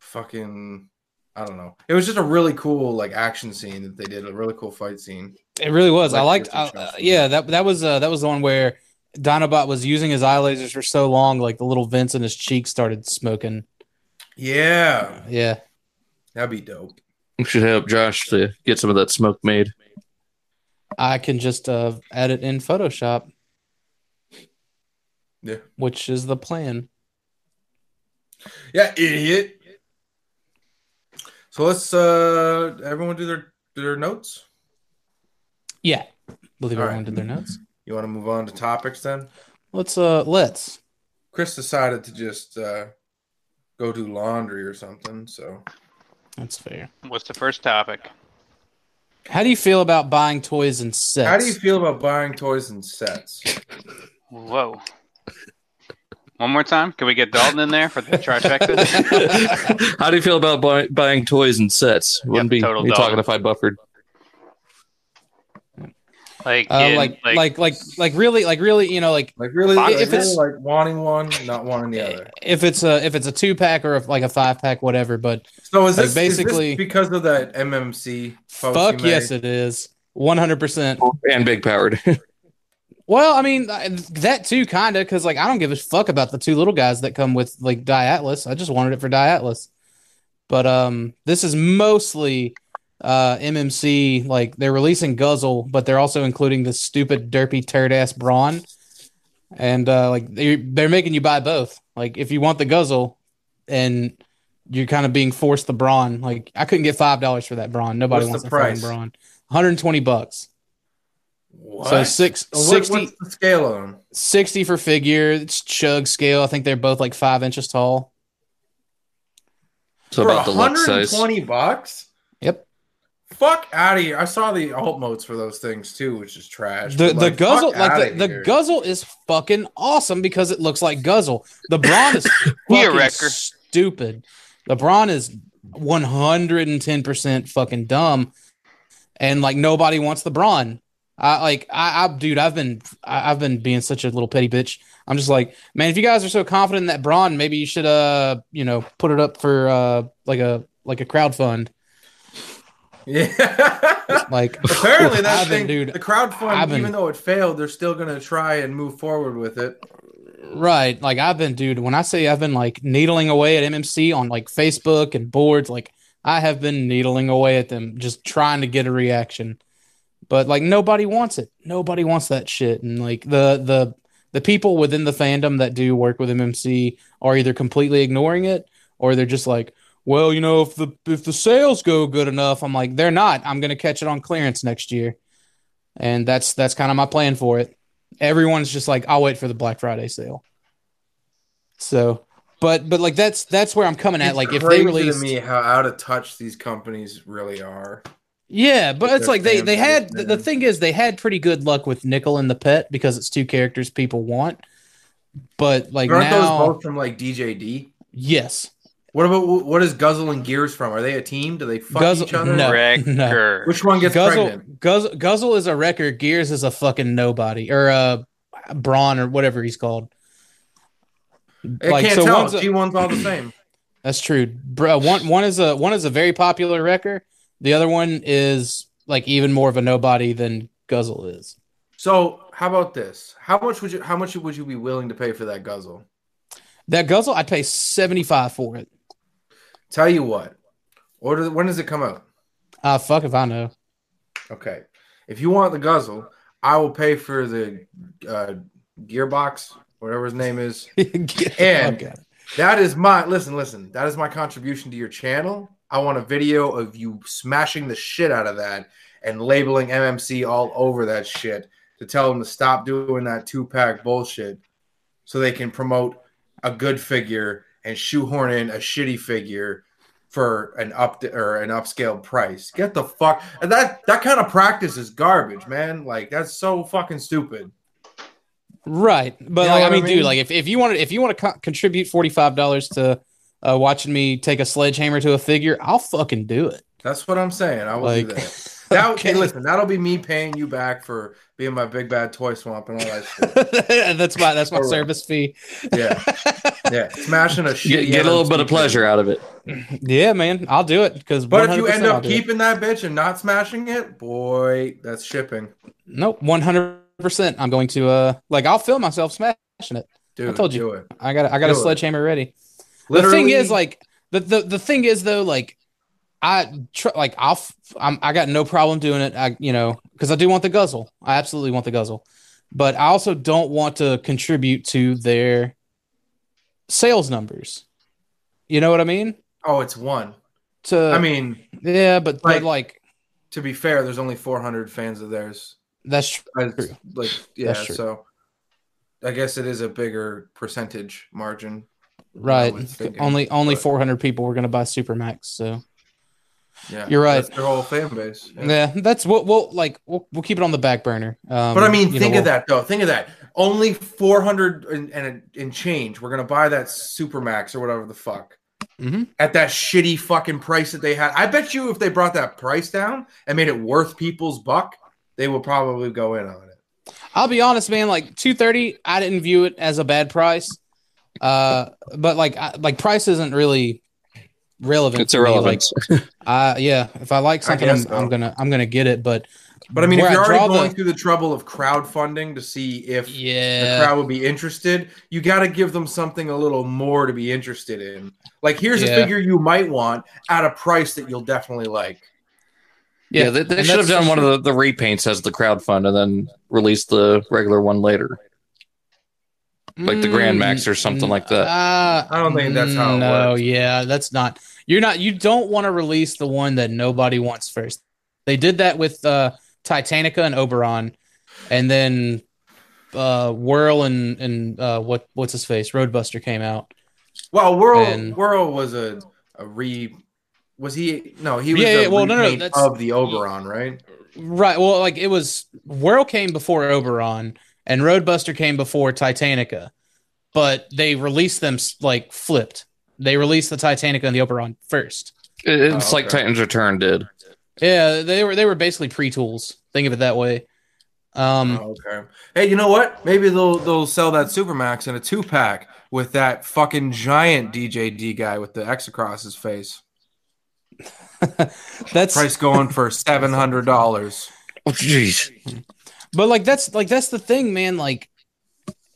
[SPEAKER 3] Fucking, I don't know. It was just a really cool like action scene that they did. A really cool fight scene.
[SPEAKER 4] it really was. I
[SPEAKER 3] Like
[SPEAKER 4] liked,
[SPEAKER 3] the
[SPEAKER 4] I,
[SPEAKER 3] different
[SPEAKER 4] uh,
[SPEAKER 3] shots.
[SPEAKER 4] yeah, that that was uh, that was the one where Dinobot was using his eye lasers for so long, like the little vents in his cheeks started smoking.
[SPEAKER 3] Yeah,
[SPEAKER 4] Yeah,
[SPEAKER 3] that'd be dope.
[SPEAKER 2] We should help Josh to get some of that smoke made.
[SPEAKER 4] I can just uh, add it in Photoshop.
[SPEAKER 3] Yeah.
[SPEAKER 4] which is the plan.
[SPEAKER 3] Yeah, idiot. So let's uh everyone do their their notes.
[SPEAKER 4] Yeah, believe
[SPEAKER 3] All
[SPEAKER 4] everyone
[SPEAKER 3] right.
[SPEAKER 4] did their notes.
[SPEAKER 3] You want to move on to topics then?
[SPEAKER 4] Let's uh let's.
[SPEAKER 3] Chris decided to just uh, go do laundry or something. So
[SPEAKER 4] That's fair.
[SPEAKER 1] What's the first topic?
[SPEAKER 4] How do you feel about buying toys and sets?
[SPEAKER 3] how do you feel about buying toys and sets?
[SPEAKER 1] Whoa. One more time? Can we get Dalton in there for the trifecta?
[SPEAKER 2] How do you feel about buy, buying toys and sets? Wouldn't be,
[SPEAKER 1] total
[SPEAKER 2] be
[SPEAKER 1] dog.
[SPEAKER 2] talking if I buffered.
[SPEAKER 1] like,
[SPEAKER 4] Uh,
[SPEAKER 1] in-
[SPEAKER 4] like, like, like, like, really, like, really, you know, like,
[SPEAKER 3] Like really,
[SPEAKER 4] If
[SPEAKER 3] if
[SPEAKER 4] it's-
[SPEAKER 3] it's like wanting one, not wanting the other.
[SPEAKER 4] if it's a if it's a two pack or if like a five pack, whatever. But
[SPEAKER 3] So is
[SPEAKER 4] Like,
[SPEAKER 3] this is this
[SPEAKER 4] basically-
[SPEAKER 3] because of that MMC? post
[SPEAKER 4] fuck
[SPEAKER 3] you made?
[SPEAKER 4] yes, it is one hundred percent.
[SPEAKER 2] And big powered.
[SPEAKER 4] Well, I mean I- that too, kinda, because like I don't give a fuck about the two little guys that come with like Diatlas. I just wanted it for Diatlas. But um, this is mostly uh MMC. Like they're releasing Guzzle, but they're also including this stupid derpy turd ass Brawn, and uh like they they're making you buy both. Like if you want the Guzzle, and you're kind of being forced the Brawn. Like I couldn't get five dollars for that Brawn. Nobody
[SPEAKER 3] What's
[SPEAKER 4] wants
[SPEAKER 3] the
[SPEAKER 4] the fucking
[SPEAKER 3] price?
[SPEAKER 4] Brawn. One hundred twenty bucks.
[SPEAKER 3] What?
[SPEAKER 4] So six
[SPEAKER 3] What-
[SPEAKER 4] sixty.
[SPEAKER 3] What's the scale on them?
[SPEAKER 4] 60 for figure. It's chug scale. I think they're both like five inches tall.
[SPEAKER 2] so
[SPEAKER 3] For
[SPEAKER 2] about the luck size.
[SPEAKER 3] 120 bucks.
[SPEAKER 4] Yep.
[SPEAKER 3] Fuck out of here! I saw the alt modes for those things too, which is trash.
[SPEAKER 4] The
[SPEAKER 3] but,
[SPEAKER 4] the guzzle
[SPEAKER 3] fuck
[SPEAKER 4] like
[SPEAKER 3] outta
[SPEAKER 4] the, the
[SPEAKER 3] here.
[SPEAKER 4] guzzle is fucking awesome because it looks like guzzle. The brawn is
[SPEAKER 1] He a
[SPEAKER 4] fucking
[SPEAKER 1] wrecker.
[SPEAKER 4] stupid. The brawn is 110% fucking dumb. And like nobody wants the brawn. I like I, I dude, I've been I, I've been being such a little petty bitch. I'm just like, man, if you guys are so confident in that brawn, maybe you should uh, you know, put it up for uh like a like a crowd fund.
[SPEAKER 3] yeah.
[SPEAKER 4] Like
[SPEAKER 3] Apparently that
[SPEAKER 4] I've been,
[SPEAKER 3] thing,
[SPEAKER 4] dude,
[SPEAKER 3] the crowdfund,
[SPEAKER 4] I've been-
[SPEAKER 3] even though it failed, they're still gonna try and move forward with it.
[SPEAKER 4] Right. Like I've been, dude, when I say I've been like needling away at MMC on like Facebook and boards, like I have been needling away at them, just trying to get a reaction. But like nobody wants it. Nobody wants that shit. And like the the the people within the fandom that do work with MMC are either completely ignoring it or they're just like, well, you know, if the if the sales go good enough, I'm like, they're not. I'm gonna catch it on clearance next year. And that's that's kind of my plan for it. Everyone's just like, I'll wait for the Black Friday sale. So, but but like that's that's where I'm coming at.
[SPEAKER 3] It's
[SPEAKER 4] Like if
[SPEAKER 3] crazy
[SPEAKER 4] they release
[SPEAKER 3] to me how out of touch these companies really are.
[SPEAKER 4] yeah, but
[SPEAKER 3] Like
[SPEAKER 4] it's
[SPEAKER 3] their
[SPEAKER 4] like they they
[SPEAKER 3] fan
[SPEAKER 4] had
[SPEAKER 3] base,
[SPEAKER 4] the,
[SPEAKER 3] man.
[SPEAKER 4] the thing is they had pretty good luck with Nickel and the Pet because it's two characters people want. But like
[SPEAKER 3] Aren't
[SPEAKER 4] now,
[SPEAKER 3] those both from like DJD?
[SPEAKER 4] yes,
[SPEAKER 3] What about what is Guzzle and Gears from? Are they a team? Do they fuck
[SPEAKER 4] Guzzle-
[SPEAKER 3] each other?
[SPEAKER 4] uh, No,
[SPEAKER 1] Wrecker.
[SPEAKER 3] Which one gets
[SPEAKER 4] Guzzle,
[SPEAKER 3] pregnant?
[SPEAKER 4] Guzzle Guzzle is a wrecker. Gears is a fucking nobody or uh Braun or whatever he's called.
[SPEAKER 3] It
[SPEAKER 4] like,
[SPEAKER 3] can't
[SPEAKER 4] so
[SPEAKER 3] tell.
[SPEAKER 4] one's a-
[SPEAKER 3] G one's all the same.
[SPEAKER 4] That's true. Bro, one one is a one is a very popular wrecker. The other one is like even more of a nobody than Guzzle is.
[SPEAKER 3] So how about this? How much would you how much would you be willing to pay for that Guzzle?
[SPEAKER 4] That Guzzle, I'd pay seventy five for it.
[SPEAKER 3] Tell you what. Order when does it come out?
[SPEAKER 4] Ah, fuck if I know.
[SPEAKER 3] Okay. If you want the Guzzle, I will pay for the uh, gearbox, whatever his name is.
[SPEAKER 4] Get the
[SPEAKER 3] And-
[SPEAKER 4] fuck out.
[SPEAKER 3] That is my listen, listen. That is my contribution to your channel. I want a video of you smashing the shit out of that and labeling MMC all over that shit to tell them to stop doing that two pack bullshit so they can promote a good figure and shoehorn in a shitty figure for an up or an upscale price. Get the fuck and that that kind of practice is garbage, man. Like that's so fucking stupid.
[SPEAKER 4] Right, but
[SPEAKER 3] You know
[SPEAKER 4] like I
[SPEAKER 3] what I
[SPEAKER 4] mean, dude,
[SPEAKER 3] mean?
[SPEAKER 4] like if, if you want to if you want to co- contribute forty five dollars to uh, watching me take a sledgehammer to a figure, I'll fucking do it.
[SPEAKER 3] That's what I'm saying. I will
[SPEAKER 4] Like,
[SPEAKER 3] do that. That
[SPEAKER 4] Okay.
[SPEAKER 3] okay. listen, that'll be me paying you back for being my big bad toy swamp and all that shit.
[SPEAKER 4] that's my that's my
[SPEAKER 3] Correct.
[SPEAKER 4] service fee.
[SPEAKER 3] Yeah, yeah, smashing a
[SPEAKER 2] Get,
[SPEAKER 3] shit.
[SPEAKER 2] get a little bit of pleasure out of it.
[SPEAKER 4] Yeah, man, I'll do it because.
[SPEAKER 3] But if you end
[SPEAKER 4] I'll
[SPEAKER 3] up
[SPEAKER 4] do it.
[SPEAKER 3] keeping that bitch and not smashing it, boy, that's shipping,
[SPEAKER 4] nope, one hundred percent, I'm going to uh like I'll film myself smashing it.
[SPEAKER 3] dude.
[SPEAKER 4] I told you.
[SPEAKER 3] do it.
[SPEAKER 4] I got I got a
[SPEAKER 3] Do it.
[SPEAKER 4] sledgehammer ready.
[SPEAKER 3] Literally,
[SPEAKER 4] the thing is like the, the the thing is though like i tr- like i'll f- I'm, i got no problem doing it i you know because i do want the guzzle i absolutely want the guzzle but i also don't want to contribute to their sales numbers you know what i mean
[SPEAKER 3] oh, it's one.
[SPEAKER 4] to
[SPEAKER 3] I mean,
[SPEAKER 4] yeah but like,
[SPEAKER 3] like-
[SPEAKER 4] but like
[SPEAKER 3] to be fair, there's only 400 fans of theirs.
[SPEAKER 4] that's tr-
[SPEAKER 3] I-
[SPEAKER 4] True.
[SPEAKER 3] Like, yeah,
[SPEAKER 4] true.
[SPEAKER 3] so I guess it is a bigger percentage margin.
[SPEAKER 4] right
[SPEAKER 3] was thinking,
[SPEAKER 4] only only
[SPEAKER 3] but-
[SPEAKER 4] 400 people were going to buy supermax so
[SPEAKER 3] Yeah,
[SPEAKER 4] You're right.
[SPEAKER 3] That's their whole fan base.
[SPEAKER 4] yeah, that's what we'll like we'll, we'll keep it on the back burner um,
[SPEAKER 3] But I mean,
[SPEAKER 4] you know,
[SPEAKER 3] think
[SPEAKER 4] we'll-
[SPEAKER 3] of that though. Think of that. only 400 and, and, and change. We're going to buy that Supermax or whatever the fuck
[SPEAKER 4] Mhm.
[SPEAKER 3] at that shitty fucking price that they had. I bet you if they brought that price down and made it worth people's buck, they will probably go in on it.
[SPEAKER 4] I'll be honest, man. Like two thirty, I didn't view it as a bad price, uh, but like I, like price isn't really relevant.
[SPEAKER 2] It's
[SPEAKER 4] to me.
[SPEAKER 2] irrelevant.
[SPEAKER 4] Like, I yeah, if I like
[SPEAKER 3] I
[SPEAKER 4] something,
[SPEAKER 3] guess
[SPEAKER 4] I'm, I'm
[SPEAKER 3] so.
[SPEAKER 4] gonna I'm gonna get it. But
[SPEAKER 3] But I mean,
[SPEAKER 4] Where
[SPEAKER 3] if
[SPEAKER 4] I
[SPEAKER 3] you're
[SPEAKER 4] draw
[SPEAKER 3] already
[SPEAKER 4] the-
[SPEAKER 3] going through the trouble of crowdfunding to see if the
[SPEAKER 4] yeah,
[SPEAKER 3] crowd would be interested, you got to give them something a little more to be interested in. Like, here's
[SPEAKER 4] Yeah.
[SPEAKER 3] a figure you might want at a price that you'll definitely like.
[SPEAKER 2] Yeah, they, they
[SPEAKER 4] and
[SPEAKER 2] should have
[SPEAKER 4] that's-
[SPEAKER 2] done one of the, the repaints as the crowd fund and then released the regular one later. like the Grand Max or something like that.
[SPEAKER 4] Mm, Uh,
[SPEAKER 3] I don't think that's how it
[SPEAKER 4] no,
[SPEAKER 3] works.
[SPEAKER 4] yeah, that's not. You're not. You don't want to release the one that nobody wants first. They did that with uh, Titanica and Oberon, and then uh, Whirl and and uh, what what's his face Roadbuster came out.
[SPEAKER 3] Well, Whirl,
[SPEAKER 4] And-
[SPEAKER 3] Whirl was a, a re. Was he? No, he was
[SPEAKER 4] Yeah,
[SPEAKER 3] a
[SPEAKER 4] yeah, well, no, no,
[SPEAKER 3] repaint
[SPEAKER 4] that's-
[SPEAKER 3] of the Oberon, right?
[SPEAKER 4] Right. Well, like it was Whirl came before Oberon and Roadbuster came before Titanica, but they released them s- like flipped. They released the Titanica and the Oberon first.
[SPEAKER 2] It- it's
[SPEAKER 3] Oh,
[SPEAKER 2] like
[SPEAKER 3] okay.
[SPEAKER 2] Titan's Return did.
[SPEAKER 4] Yeah, they were they were basically pre tools. Think of it that way. Um,
[SPEAKER 3] Oh, okay. Hey, you know what? Maybe they'll they'll sell that Supermax in a two pack with that fucking giant DJD guy with the X across his face.
[SPEAKER 4] that's
[SPEAKER 3] Price going for seven hundred dollars.
[SPEAKER 2] Oh, jeez.
[SPEAKER 4] but like that's like that's the thing, man. Like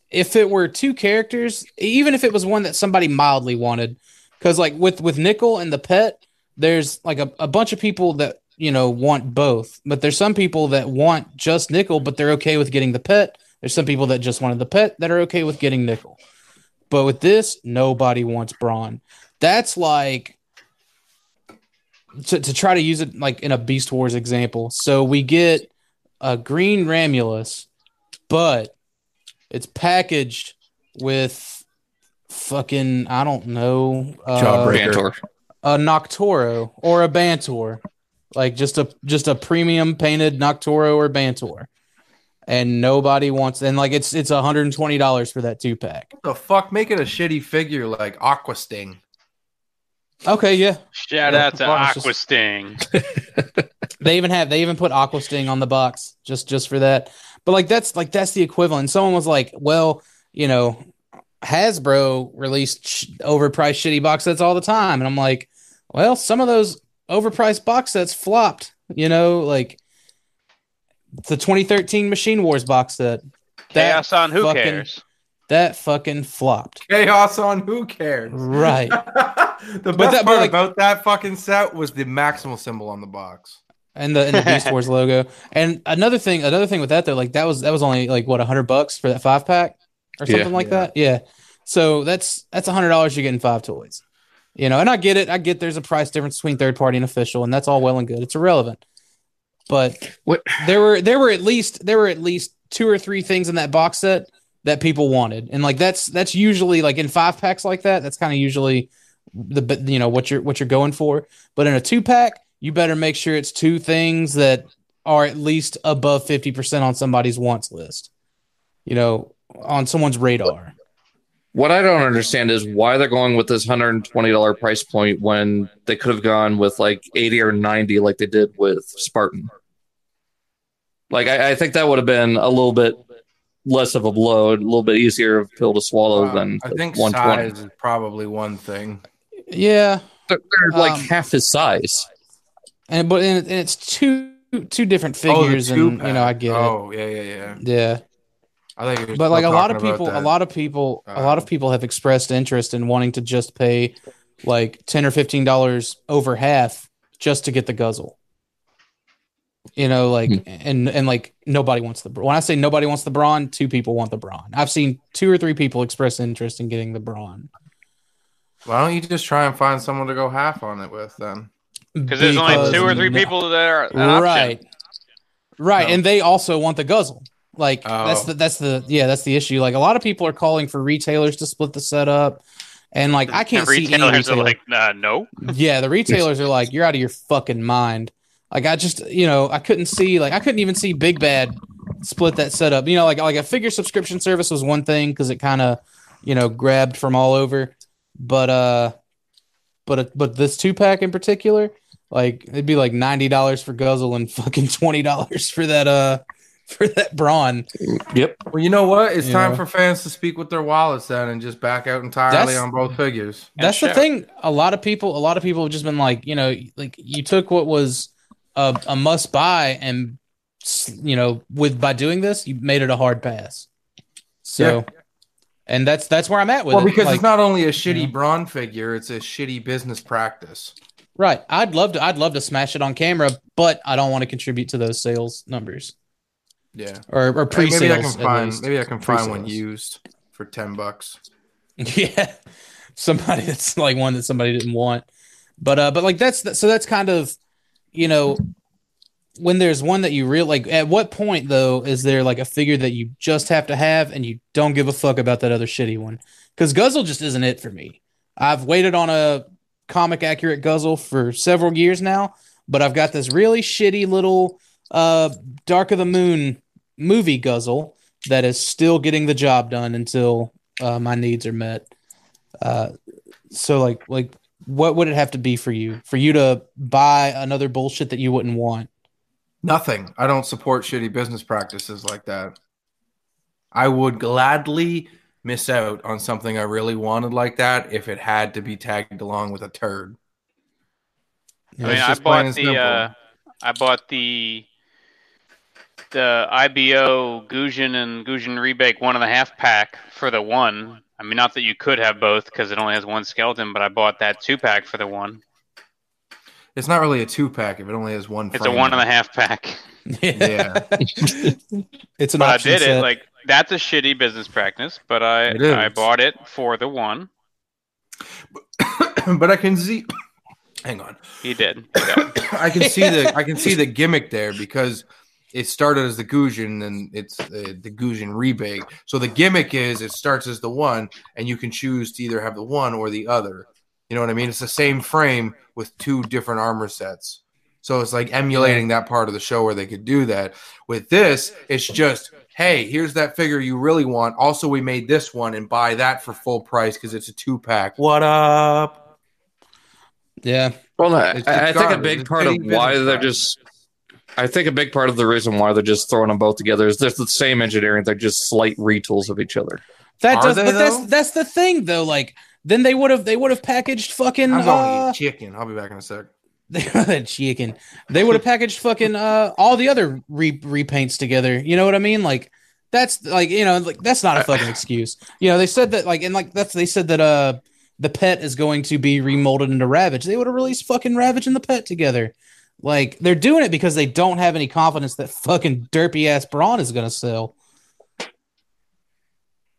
[SPEAKER 4] if it were two characters, even if it was one that somebody mildly wanted, because like with with Nickel and the pet, there's like a, a bunch of people that you know want both, but there's some people that want just Nickel, but they're okay with getting the pet. There's some people that just wanted the pet that are okay with getting Nickel, but with this, nobody wants Brawn. That's like to, to try to use it like in a Beast Wars example. So we get a green Ramulus, but it's packaged with fucking I don't know uh,
[SPEAKER 3] Jawbreaker.
[SPEAKER 2] Gantor.
[SPEAKER 4] a Noctoro or a Bantor, like just a just a premium painted Noctoro or Bantor, and nobody wants and like it's it's hundred and twenty dollars for that two pack.
[SPEAKER 3] What the fuck? Make it a shitty figure like Aqua Sting.
[SPEAKER 4] Okay, yeah,
[SPEAKER 1] Shout
[SPEAKER 4] Yeah,
[SPEAKER 1] out to
[SPEAKER 4] Aqua's just-
[SPEAKER 1] Aqua Sting.
[SPEAKER 4] They even have they even put Aqua Sting on the box just just for that. But like that's like that's the equivalent. Someone was like, well, you know, Hasbro released sh- overpriced shitty box sets all the time, and I'm like, well, some of those overpriced box sets flopped. You know, like the 2013 Machine Wars box set. That
[SPEAKER 1] Chaos on Who
[SPEAKER 4] fucking-
[SPEAKER 1] Cares.
[SPEAKER 4] that fucking flopped.
[SPEAKER 3] Chaos on who cares?
[SPEAKER 4] Right.
[SPEAKER 3] the best
[SPEAKER 4] that- but
[SPEAKER 3] part
[SPEAKER 4] like-
[SPEAKER 3] about that fucking set was the maximal symbol on the box.
[SPEAKER 4] and the, and the Beast Wars logo. And another thing, another thing with that though, like that was that was only like what hundred bucks for that five pack or
[SPEAKER 2] Yeah.
[SPEAKER 4] something like
[SPEAKER 3] Yeah.
[SPEAKER 4] that. Yeah. So that's that's hundred dollars you're getting five toys. You know, and I get it. I get there's a price difference between third party and official, and that's all well and good. It's irrelevant. But
[SPEAKER 2] What-
[SPEAKER 4] there were there were at least there were at least two or three things in that box set that people wanted, and like that's that's usually like in five packs like that. That's kind of usually the b- you know what you're what you're going for. But in a two pack, you better make sure it's two things that are at least above 50% on somebody's wants list, you know, on someone's radar.
[SPEAKER 2] What I don't understand is why they're going with this hundred and twenty dollar price point when they could have gone with like eighty or ninety, like they did with Spartan. Like I, I think that would have been a little bit less of a blow, a little bit easier of pill to swallow
[SPEAKER 3] Uh,
[SPEAKER 2] than
[SPEAKER 3] I think
[SPEAKER 2] one twenty.
[SPEAKER 3] size is probably one thing.
[SPEAKER 4] Yeah.
[SPEAKER 2] They're, they're like
[SPEAKER 4] Um,
[SPEAKER 2] half his size.
[SPEAKER 4] And, but and, and it's two, two different
[SPEAKER 3] Oh, the
[SPEAKER 4] figures. and, you know, I
[SPEAKER 3] two-pack.
[SPEAKER 4] get
[SPEAKER 3] Oh, yeah, yeah, yeah.
[SPEAKER 4] it. Yeah.
[SPEAKER 3] I think.
[SPEAKER 4] But like a lot of people, a lot of people, a lot
[SPEAKER 3] Uh,
[SPEAKER 4] of
[SPEAKER 1] Um,
[SPEAKER 4] people have expressed interest in wanting to just pay like 10 or $15 over half just to get the guzzle. You know, like
[SPEAKER 2] Hmm.
[SPEAKER 4] and and like nobody wants the when I say nobody wants the brawn, two people want the brawn. I've seen two or three people express interest in getting the brawn.
[SPEAKER 3] Why don't you just try and find someone to go half on it with then?
[SPEAKER 1] Because there's only two or three
[SPEAKER 4] no-
[SPEAKER 1] people that are an option.
[SPEAKER 4] right right
[SPEAKER 3] No.
[SPEAKER 4] and they also want the guzzle like that's
[SPEAKER 3] Oh.
[SPEAKER 4] the that's the yeah that's the issue like a lot of people are calling for retailers to split the setup and like i can't
[SPEAKER 1] the
[SPEAKER 4] see any
[SPEAKER 1] retailers
[SPEAKER 4] retailer.
[SPEAKER 1] are like, nah, no.
[SPEAKER 4] yeah the retailers are like you're out of your fucking mind like i just you know i couldn't see like i couldn't even see big bad split that setup. You know, like like a figure subscription service was one thing because it kind of you know grabbed from all over, but uh, but a, but this two pack in particular, like it'd be like ninety dollars for Guzzle and fucking twenty dollars for that uh for that brawn.
[SPEAKER 3] Well, you know what? It's
[SPEAKER 4] You
[SPEAKER 3] time
[SPEAKER 4] know.
[SPEAKER 3] for fans to speak with their wallets then and just back out entirely
[SPEAKER 4] That's-
[SPEAKER 3] on both figures.
[SPEAKER 1] and
[SPEAKER 4] That's the
[SPEAKER 1] share.
[SPEAKER 4] thing. A lot of people, a lot of people have just been like, you know, like you took what was a, a must buy and s- you know, with by doing this, you made it a hard pass. So, and that's that's where I'm at with
[SPEAKER 3] Well,
[SPEAKER 4] it.
[SPEAKER 3] because
[SPEAKER 4] Like,
[SPEAKER 3] it's not only a shitty
[SPEAKER 4] Yeah.
[SPEAKER 3] brawn figure, it's a shitty business practice.
[SPEAKER 4] right. I'd love to. I'd love to smash it on camera, but I don't want to contribute to those sales numbers
[SPEAKER 3] Yeah.
[SPEAKER 4] or or
[SPEAKER 3] Hey,
[SPEAKER 4] pre-sales.
[SPEAKER 3] maybe I can
[SPEAKER 4] at least.
[SPEAKER 3] find maybe I can find one
[SPEAKER 4] Pre-sales.
[SPEAKER 3] used for ten bucks.
[SPEAKER 4] yeah somebody that's like one that somebody didn't want but uh but like that's so that's kind of you know when there's one that you real like at what point though is there like a figure that you just have to have and you don't give a fuck about that other shitty one because guzzle just isn't it for me i've waited on a comic accurate guzzle for several years now but i've got this really shitty little uh dark of the moon movie guzzle that is still getting the job done until uh, my needs are met. Uh, so like like what would it have to be for you for you to buy another bullshit that you wouldn't want?
[SPEAKER 3] Nothing. I don't support shitty business practices like that. I would gladly miss out on something I really wanted like that if it had to be tagged along with a turd.
[SPEAKER 1] I mean,
[SPEAKER 3] It's
[SPEAKER 1] I
[SPEAKER 3] just plain
[SPEAKER 1] bought
[SPEAKER 3] and
[SPEAKER 1] the
[SPEAKER 3] simple.
[SPEAKER 1] uh, I bought the the IBO Gujin and Gujin Rebake one and a half pack for the one. I mean, not that you could have both because it only has one skeleton, but I bought that two pack for the one.
[SPEAKER 3] It's not really a two pack if it only has one.
[SPEAKER 1] It's a one and a half pack.
[SPEAKER 3] Yeah.
[SPEAKER 4] it's an
[SPEAKER 1] But I
[SPEAKER 4] option
[SPEAKER 1] did it.
[SPEAKER 4] set.
[SPEAKER 1] Like that's a shitty business practice, but I
[SPEAKER 3] It is.
[SPEAKER 1] I bought it for the one.
[SPEAKER 3] but I can see. Hang on.
[SPEAKER 1] He did.
[SPEAKER 3] I can see the I can see the gimmick there because it started as the Gujin and it's uh, the, the Gujin rebate. So the gimmick is it starts as the one, and you can choose to either have the one or the other. You know what I mean? It's the same frame with two different armor sets. So it's like emulating that part of the show where they could do that. With this, it's just hey, here's that figure you really want. Also, we made this one and buy that for full price because it's a two pack. What up?
[SPEAKER 4] yeah.
[SPEAKER 2] Well, no,
[SPEAKER 3] It's
[SPEAKER 2] I, I think a
[SPEAKER 3] garbage.
[SPEAKER 2] big
[SPEAKER 3] It's
[SPEAKER 2] part of
[SPEAKER 3] shitty
[SPEAKER 2] why
[SPEAKER 3] business
[SPEAKER 2] they're
[SPEAKER 3] practice.
[SPEAKER 2] just, I think a big part of the reason why they're just throwing them both together is they're the same engineering. They're just slight retools of each other.
[SPEAKER 4] That
[SPEAKER 3] Are
[SPEAKER 4] does
[SPEAKER 3] they,
[SPEAKER 4] but that's
[SPEAKER 3] though?
[SPEAKER 4] that's the thing though like then they would have they would have packaged fucking
[SPEAKER 3] I'm going
[SPEAKER 4] uh,
[SPEAKER 3] to eat chicken. I'll be back in a sec.
[SPEAKER 4] that chicken. They would have packaged fucking uh all the other re- repaints together. You know what I mean? Like that's like you know like that's not a fucking excuse. You know they said that like and like that's they said that uh the pet is going to be remolded into Ravage. They would have released fucking Ravage and the pet together. Like they're doing it because they don't have any confidence that fucking derpy ass brawn is gonna sell.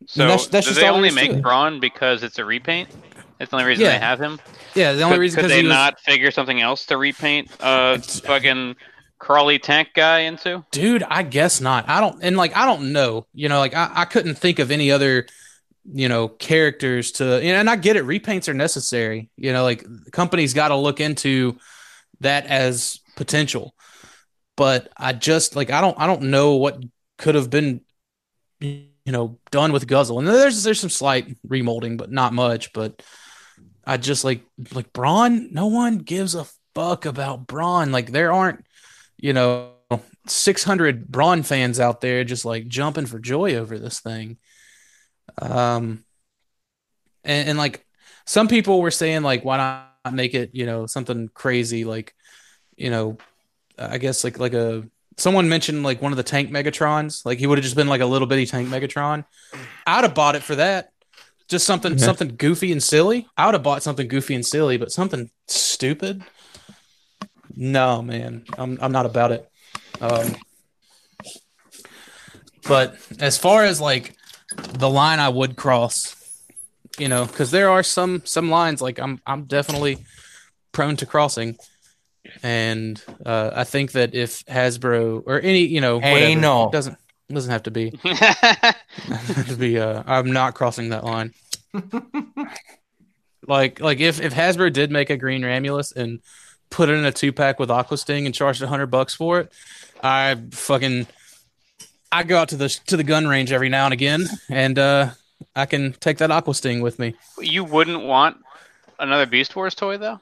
[SPEAKER 1] So
[SPEAKER 4] that's- that's
[SPEAKER 1] do
[SPEAKER 4] just
[SPEAKER 1] they
[SPEAKER 4] all
[SPEAKER 1] only
[SPEAKER 4] there is to
[SPEAKER 1] make
[SPEAKER 4] it.
[SPEAKER 1] Braun because it's a repaint? That's the only reason
[SPEAKER 4] Yeah.
[SPEAKER 1] they have him.
[SPEAKER 4] Yeah, the
[SPEAKER 1] Could-
[SPEAKER 4] only reason
[SPEAKER 1] could
[SPEAKER 4] because
[SPEAKER 1] they not figure something else to repaint uh fucking crawly tank guy into?
[SPEAKER 4] dude i guess not i don't and like i don't know you know like i, I couldn't think of any other you know characters to you know, and i get it repaints are necessary you know like companies got to look into that as potential but i just like i don't i don't know what could have been you know done with guzzle and there's there's some slight remolding but not much but i just like like braun no one gives a fuck about braun like there aren't you know 600 Braun fans out there just like jumping for joy over this thing. Um, and, and like some people were saying, like, why not make it, you know, something crazy? Like, you know, I guess like, like a, someone mentioned like one of the tank Megatrons, like he would have just been like a little bitty tank Megatron. I'd have bought it for that. Just something,
[SPEAKER 2] Yeah.
[SPEAKER 4] something goofy and silly. I would have bought something goofy and silly, but something stupid. No, man, I'm, I'm not about it. Um, but as far as like the line I would cross, you know, because there are some some lines like I'm I'm definitely prone to crossing, and uh, I think that if Hasbro or any you know
[SPEAKER 3] Hey,
[SPEAKER 4] whatever,
[SPEAKER 3] no.
[SPEAKER 4] it doesn't it doesn't have to be
[SPEAKER 1] That's
[SPEAKER 4] to be uh I'm not crossing that line. like like if if Hasbro did make a green Ramulus and put it in a two pack with Aqua Sting and charged a hundred bucks for it, I fucking I go out to the to the gun range every now and again, and uh, I can take that Aqua Sting with me.
[SPEAKER 1] You wouldn't want another Beast Wars toy though.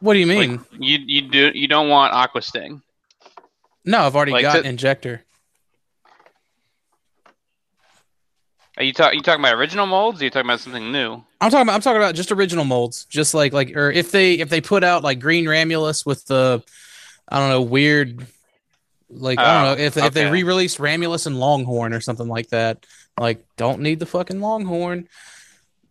[SPEAKER 4] What do you mean?
[SPEAKER 1] You you do you don't want Aqua Sting.
[SPEAKER 4] no, I've already
[SPEAKER 1] like
[SPEAKER 4] got
[SPEAKER 1] to-
[SPEAKER 4] Injector.
[SPEAKER 1] Are you talking you talking about original molds? Or are you talking about something new?
[SPEAKER 4] I'm talking about I'm talking about just original molds, just like like or if they if they put out like green Ramulus with the I don't know weird like I
[SPEAKER 1] Oh,
[SPEAKER 4] don't know if if they
[SPEAKER 1] okay.
[SPEAKER 4] re-release Ramulus and Longhorn or something like that, like don't need the fucking Longhorn.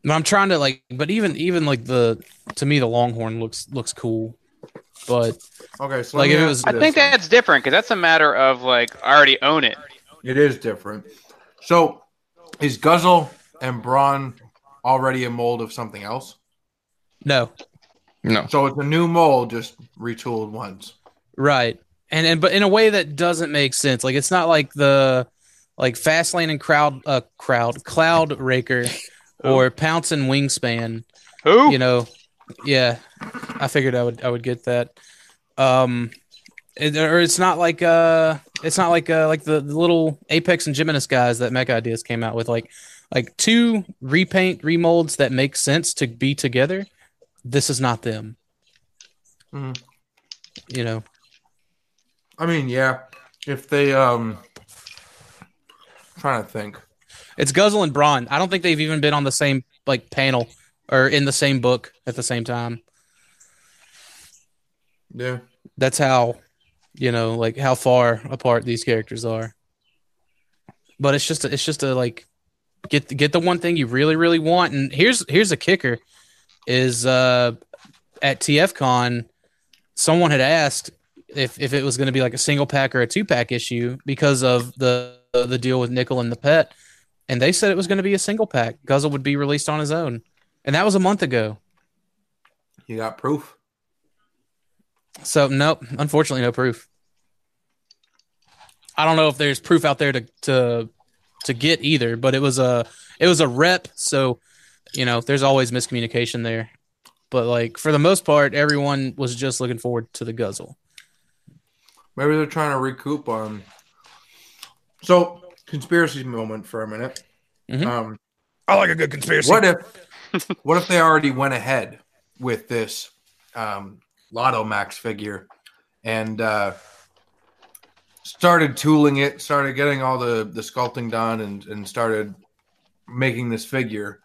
[SPEAKER 4] But I'm trying to like, but even even like the to me the Longhorn looks looks cool, but
[SPEAKER 3] Okay, so
[SPEAKER 4] Like,
[SPEAKER 3] let me
[SPEAKER 4] if it
[SPEAKER 3] ask
[SPEAKER 4] was-
[SPEAKER 3] you
[SPEAKER 1] I
[SPEAKER 3] this
[SPEAKER 1] think
[SPEAKER 3] then.
[SPEAKER 1] that's different because that's a matter of like I already own it.
[SPEAKER 3] it is different. So, is Guzzle and Braun already a mold of something else?
[SPEAKER 4] no,
[SPEAKER 2] No.
[SPEAKER 3] So it's a new mold, just retooled ones.
[SPEAKER 4] Right. And and but in a way that doesn't make sense. Like it's not like the like Fastlane and Crowd uh Crowd Cloud Raker or Pounce and Wingspan,
[SPEAKER 1] Who?
[SPEAKER 4] you know. Yeah. I figured I would I would get that. Um it- or it's not like uh it's not like uh like the, the little Apex and Geminis guys that Mech Ideas came out with like like two repaint remolds that make sense to be together. This is not them.
[SPEAKER 3] Mhm.
[SPEAKER 4] You know.
[SPEAKER 3] I mean, yeah. If they um, trying to think.
[SPEAKER 4] It's Guzzle and Braun. I don't think they've even been on the same like panel or in the same book at the same time.
[SPEAKER 3] Yeah.
[SPEAKER 4] That's how you know like how far apart these characters are. But it's just a, it's just a like get get the one thing you really really want and here's here's a kicker is uh at TFCon someone had asked if if it was going to be like a single pack or a two pack issue because of the the deal with Nickel and the Pet and they said it was going to be a single pack. Guzzle would be released on his own. And that was a month ago.
[SPEAKER 3] You got proof?
[SPEAKER 4] So nope, unfortunately, no proof. I don't know if there's proof out there to to to get either, but it was a it was a rep, so you know there's always miscommunication there. But like for the most part, everyone was just looking forward to the guzzle.
[SPEAKER 3] Maybe they're trying to recoup on. So, conspiracy moment for a minute.
[SPEAKER 4] Mhm.
[SPEAKER 3] Um,
[SPEAKER 4] I like a good conspiracy.
[SPEAKER 3] what if, what if they already went ahead with this um, Lotto Max figure and uh, started tooling it, started getting all the the sculpting done, and and started making this figure,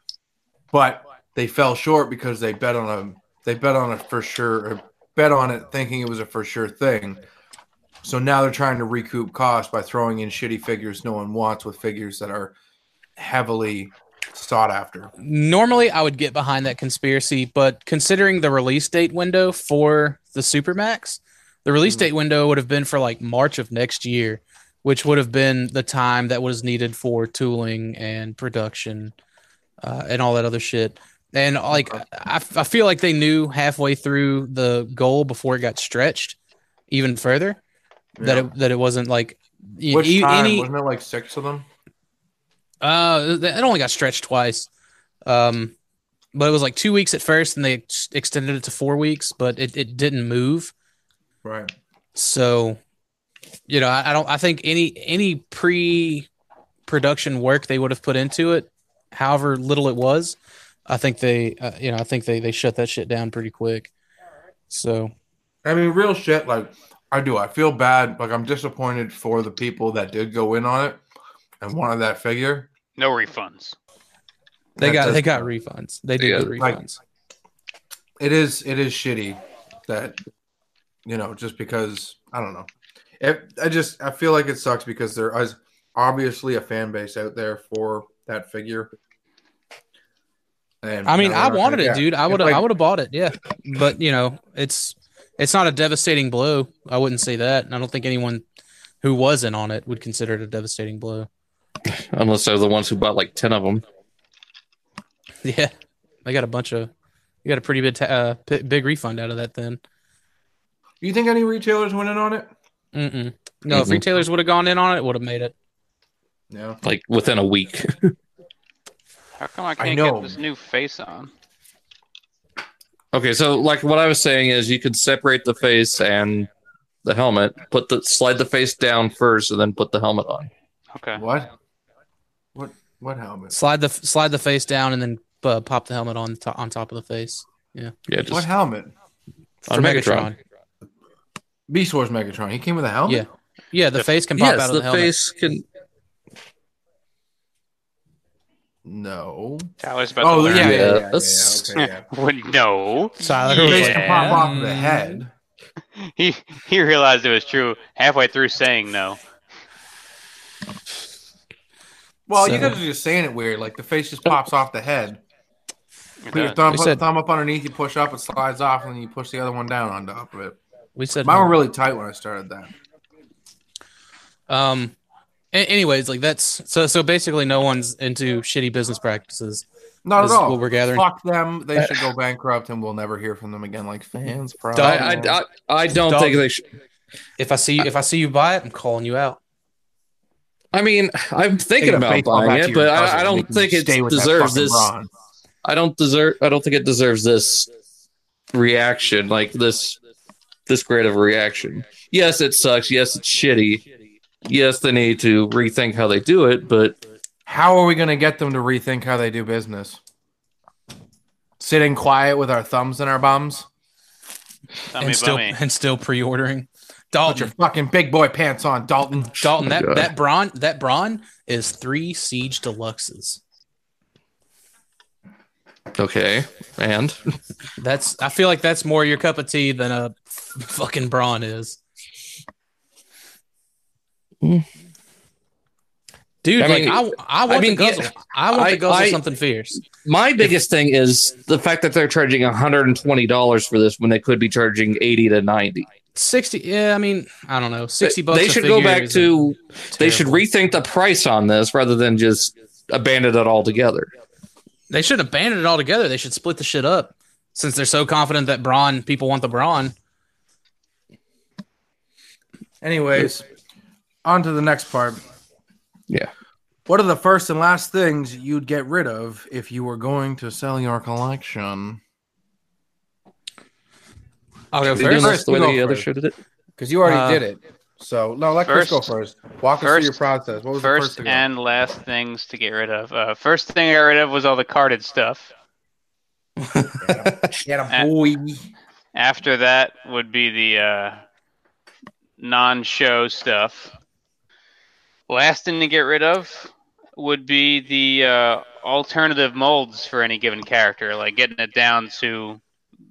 [SPEAKER 3] but they fell short because they bet on a they bet on a for sure or bet on it thinking it was a for sure thing. So now they're trying to recoup costs by throwing in shitty figures no one wants with figures that are heavily sought after.
[SPEAKER 4] Normally, I would get behind that conspiracy, but considering the release date window for the Supermax, the release
[SPEAKER 3] Mhm.
[SPEAKER 4] date window would have been for like March of next year, which would have been the time that was needed for tooling and production uh, and all that other shit. And like,
[SPEAKER 3] Uh-huh.
[SPEAKER 4] I, I feel like they knew halfway through the goal before it got stretched even further that it that it wasn't like y-
[SPEAKER 3] Which
[SPEAKER 4] e-
[SPEAKER 3] time?
[SPEAKER 4] any
[SPEAKER 3] Wasn't it like six of them?
[SPEAKER 4] uh, it only got stretched twice. Um, but it was like two weeks at first, and they ex- extended it to four weeks, but it, it didn't move.
[SPEAKER 3] Right.
[SPEAKER 4] So, you know, I, I don't. I think any any pre production work they would have put into it, however little it was, I think they, uh, you know, I think they they shut that shit down pretty quick. So
[SPEAKER 3] I mean, real shit. Like, I do. I feel bad. Like, I'm disappointed for the people that did go in on it and wanted that figure.
[SPEAKER 1] No refunds.
[SPEAKER 4] they
[SPEAKER 3] That
[SPEAKER 4] got they
[SPEAKER 3] does-
[SPEAKER 4] got refunds. They did
[SPEAKER 2] Yeah,
[SPEAKER 4] get
[SPEAKER 3] like-
[SPEAKER 4] refunds.
[SPEAKER 3] It is. It is shitty that you know just because I don't know. It, I just I feel like it sucks because there is obviously a fan base out there for that figure. And
[SPEAKER 4] I mean,
[SPEAKER 3] now we're
[SPEAKER 4] I
[SPEAKER 3] not gonna
[SPEAKER 4] wanted it,
[SPEAKER 3] get-
[SPEAKER 4] dude. I
[SPEAKER 3] It's
[SPEAKER 4] would have,
[SPEAKER 3] like-
[SPEAKER 4] I would have bought it, yeah. But you know, it's it's not a devastating blow. I wouldn't say that, and I don't think anyone who wasn't on it would consider it a devastating blow.
[SPEAKER 2] Unless they're the ones who bought like 10 of them.
[SPEAKER 4] Yeah, they got a bunch of, you got a pretty big, ta- uh, p- big refund out of that. Then,
[SPEAKER 3] You think any retailers went in on it?
[SPEAKER 4] Mm-mm. no, if
[SPEAKER 2] Mhm.
[SPEAKER 4] retailers would have gone in on it, would have made it.
[SPEAKER 3] No.
[SPEAKER 2] Like within a week.
[SPEAKER 1] How come I
[SPEAKER 3] I
[SPEAKER 1] can't
[SPEAKER 3] know.
[SPEAKER 1] get this new face on?
[SPEAKER 2] Okay, so like what I was saying is you could separate the face and the helmet, put the slide the face down first, and then put the helmet on.
[SPEAKER 1] Okay.
[SPEAKER 3] What? What? What helmet?
[SPEAKER 4] Slide the slide the face down and then uh, pop the helmet on to- on top of the face.
[SPEAKER 2] Yeah,
[SPEAKER 3] What
[SPEAKER 2] just
[SPEAKER 3] helmet?
[SPEAKER 4] For
[SPEAKER 2] On Megatron.
[SPEAKER 3] Beast Wars Megatron. He came with a helmet.
[SPEAKER 4] Yeah. Yeah, the face can pop
[SPEAKER 2] yes,
[SPEAKER 4] out of
[SPEAKER 2] the,
[SPEAKER 4] the, helmet.
[SPEAKER 2] face can.
[SPEAKER 3] No.
[SPEAKER 1] Tyler's about to
[SPEAKER 3] Oh
[SPEAKER 1] learn.
[SPEAKER 3] yeah, yeah, yeah, yeah,
[SPEAKER 2] Yes.
[SPEAKER 3] yeah, Okay, yeah.
[SPEAKER 1] Would- no.
[SPEAKER 4] Tyler
[SPEAKER 1] Yeah.
[SPEAKER 4] was
[SPEAKER 3] Face
[SPEAKER 4] like,
[SPEAKER 3] can pop off the
[SPEAKER 4] "Mm,
[SPEAKER 3] head.
[SPEAKER 1] He he realized it was true halfway through saying no.
[SPEAKER 3] Well,
[SPEAKER 4] So-
[SPEAKER 3] you guys are just saying it weird. Like the face just pops off the head. Put your
[SPEAKER 1] Okay.
[SPEAKER 3] thumb,
[SPEAKER 4] We
[SPEAKER 3] put
[SPEAKER 4] said-
[SPEAKER 3] the thumb up underneath, you push up, it slides off, and then you push the other one down on top of it.
[SPEAKER 4] We said
[SPEAKER 3] Mine
[SPEAKER 4] helmet.
[SPEAKER 3] were really tight when I started that.
[SPEAKER 4] Um. a- anyways, like that's so. So basically, no one's into shitty business practices.
[SPEAKER 3] Not
[SPEAKER 4] Is
[SPEAKER 3] at all.
[SPEAKER 4] what we're gathering.
[SPEAKER 3] Fuck them. They should go bankrupt, and we'll never hear from them again. Like fans, probably.
[SPEAKER 2] I, I, I, I don't
[SPEAKER 4] Dog.
[SPEAKER 2] think they should.
[SPEAKER 4] If I see if I see you buy it, I'm calling you out.
[SPEAKER 2] I mean, I'm thinking
[SPEAKER 3] Taking a
[SPEAKER 2] about
[SPEAKER 3] baseball
[SPEAKER 2] buying
[SPEAKER 3] bat to
[SPEAKER 2] it,
[SPEAKER 3] your
[SPEAKER 2] but I,
[SPEAKER 3] cousin
[SPEAKER 2] I don't
[SPEAKER 3] and
[SPEAKER 2] think it
[SPEAKER 3] stay with that
[SPEAKER 2] deserves
[SPEAKER 3] fucking
[SPEAKER 2] this.
[SPEAKER 3] brawn.
[SPEAKER 2] I don't deserve. I don't think it deserves this reaction, like this this great of a reaction. Yes, it sucks. Yes, it's shitty. Yes, they need to rethink how they do it. But
[SPEAKER 3] How are we going to get them to rethink how they do business? Sitting quiet with our thumbs in our bums.
[SPEAKER 1] Tell me
[SPEAKER 4] and still
[SPEAKER 1] about me.
[SPEAKER 4] and still
[SPEAKER 3] Put
[SPEAKER 4] pre-ordering.
[SPEAKER 3] your
[SPEAKER 4] Dalton,
[SPEAKER 3] fucking big boy pants on, Dalton.
[SPEAKER 4] Dalton, that
[SPEAKER 2] God.
[SPEAKER 4] that brawn that brawn is three siege deluxes.
[SPEAKER 2] okay, and
[SPEAKER 4] That's I feel like that's more your cup of tea than a fucking brawn is.
[SPEAKER 2] Mm.
[SPEAKER 4] Dude,
[SPEAKER 2] I mean-
[SPEAKER 4] like I, I want
[SPEAKER 2] I mean,
[SPEAKER 4] the guzzle.
[SPEAKER 2] yeah.
[SPEAKER 4] I want
[SPEAKER 2] I-
[SPEAKER 4] the guzzle
[SPEAKER 2] I-
[SPEAKER 4] something fierce.
[SPEAKER 2] my biggest thing is the fact that they're charging 120 dollars for this when they could be charging 80 to 90.
[SPEAKER 4] Sixty, yeah, I mean, I don't know, sixty bucks.
[SPEAKER 2] They
[SPEAKER 4] a
[SPEAKER 2] should go
[SPEAKER 4] figure
[SPEAKER 2] back
[SPEAKER 4] is
[SPEAKER 2] to. They
[SPEAKER 4] terrible.
[SPEAKER 2] should rethink the price on this rather than just abandon it altogether.
[SPEAKER 4] They should abandon it altogether. They should split the shit up since they're so confident that brawn people want the brawn.
[SPEAKER 3] Anyways, on to the next part.
[SPEAKER 2] Yeah.
[SPEAKER 3] What are the first and last things you'd get rid of if you were going to sell your collection?
[SPEAKER 4] I'll go
[SPEAKER 2] They're doing this
[SPEAKER 3] first,
[SPEAKER 4] first.
[SPEAKER 2] the way
[SPEAKER 3] you go
[SPEAKER 2] the other
[SPEAKER 3] first.
[SPEAKER 2] show did it.
[SPEAKER 3] Because you already
[SPEAKER 4] Uh,
[SPEAKER 3] did it. So no, let Chris
[SPEAKER 1] first-
[SPEAKER 3] go first. Walk us
[SPEAKER 1] first-
[SPEAKER 3] through your process. What was
[SPEAKER 1] First
[SPEAKER 3] the first thing?
[SPEAKER 1] and last things to get rid of. Uh, first thing I got rid of was all the carded stuff.
[SPEAKER 3] yeah, boy.
[SPEAKER 1] After that would be the uh, non-show stuff. Last thing to get rid of would be the uh, alternative molds for any given character, like getting it down to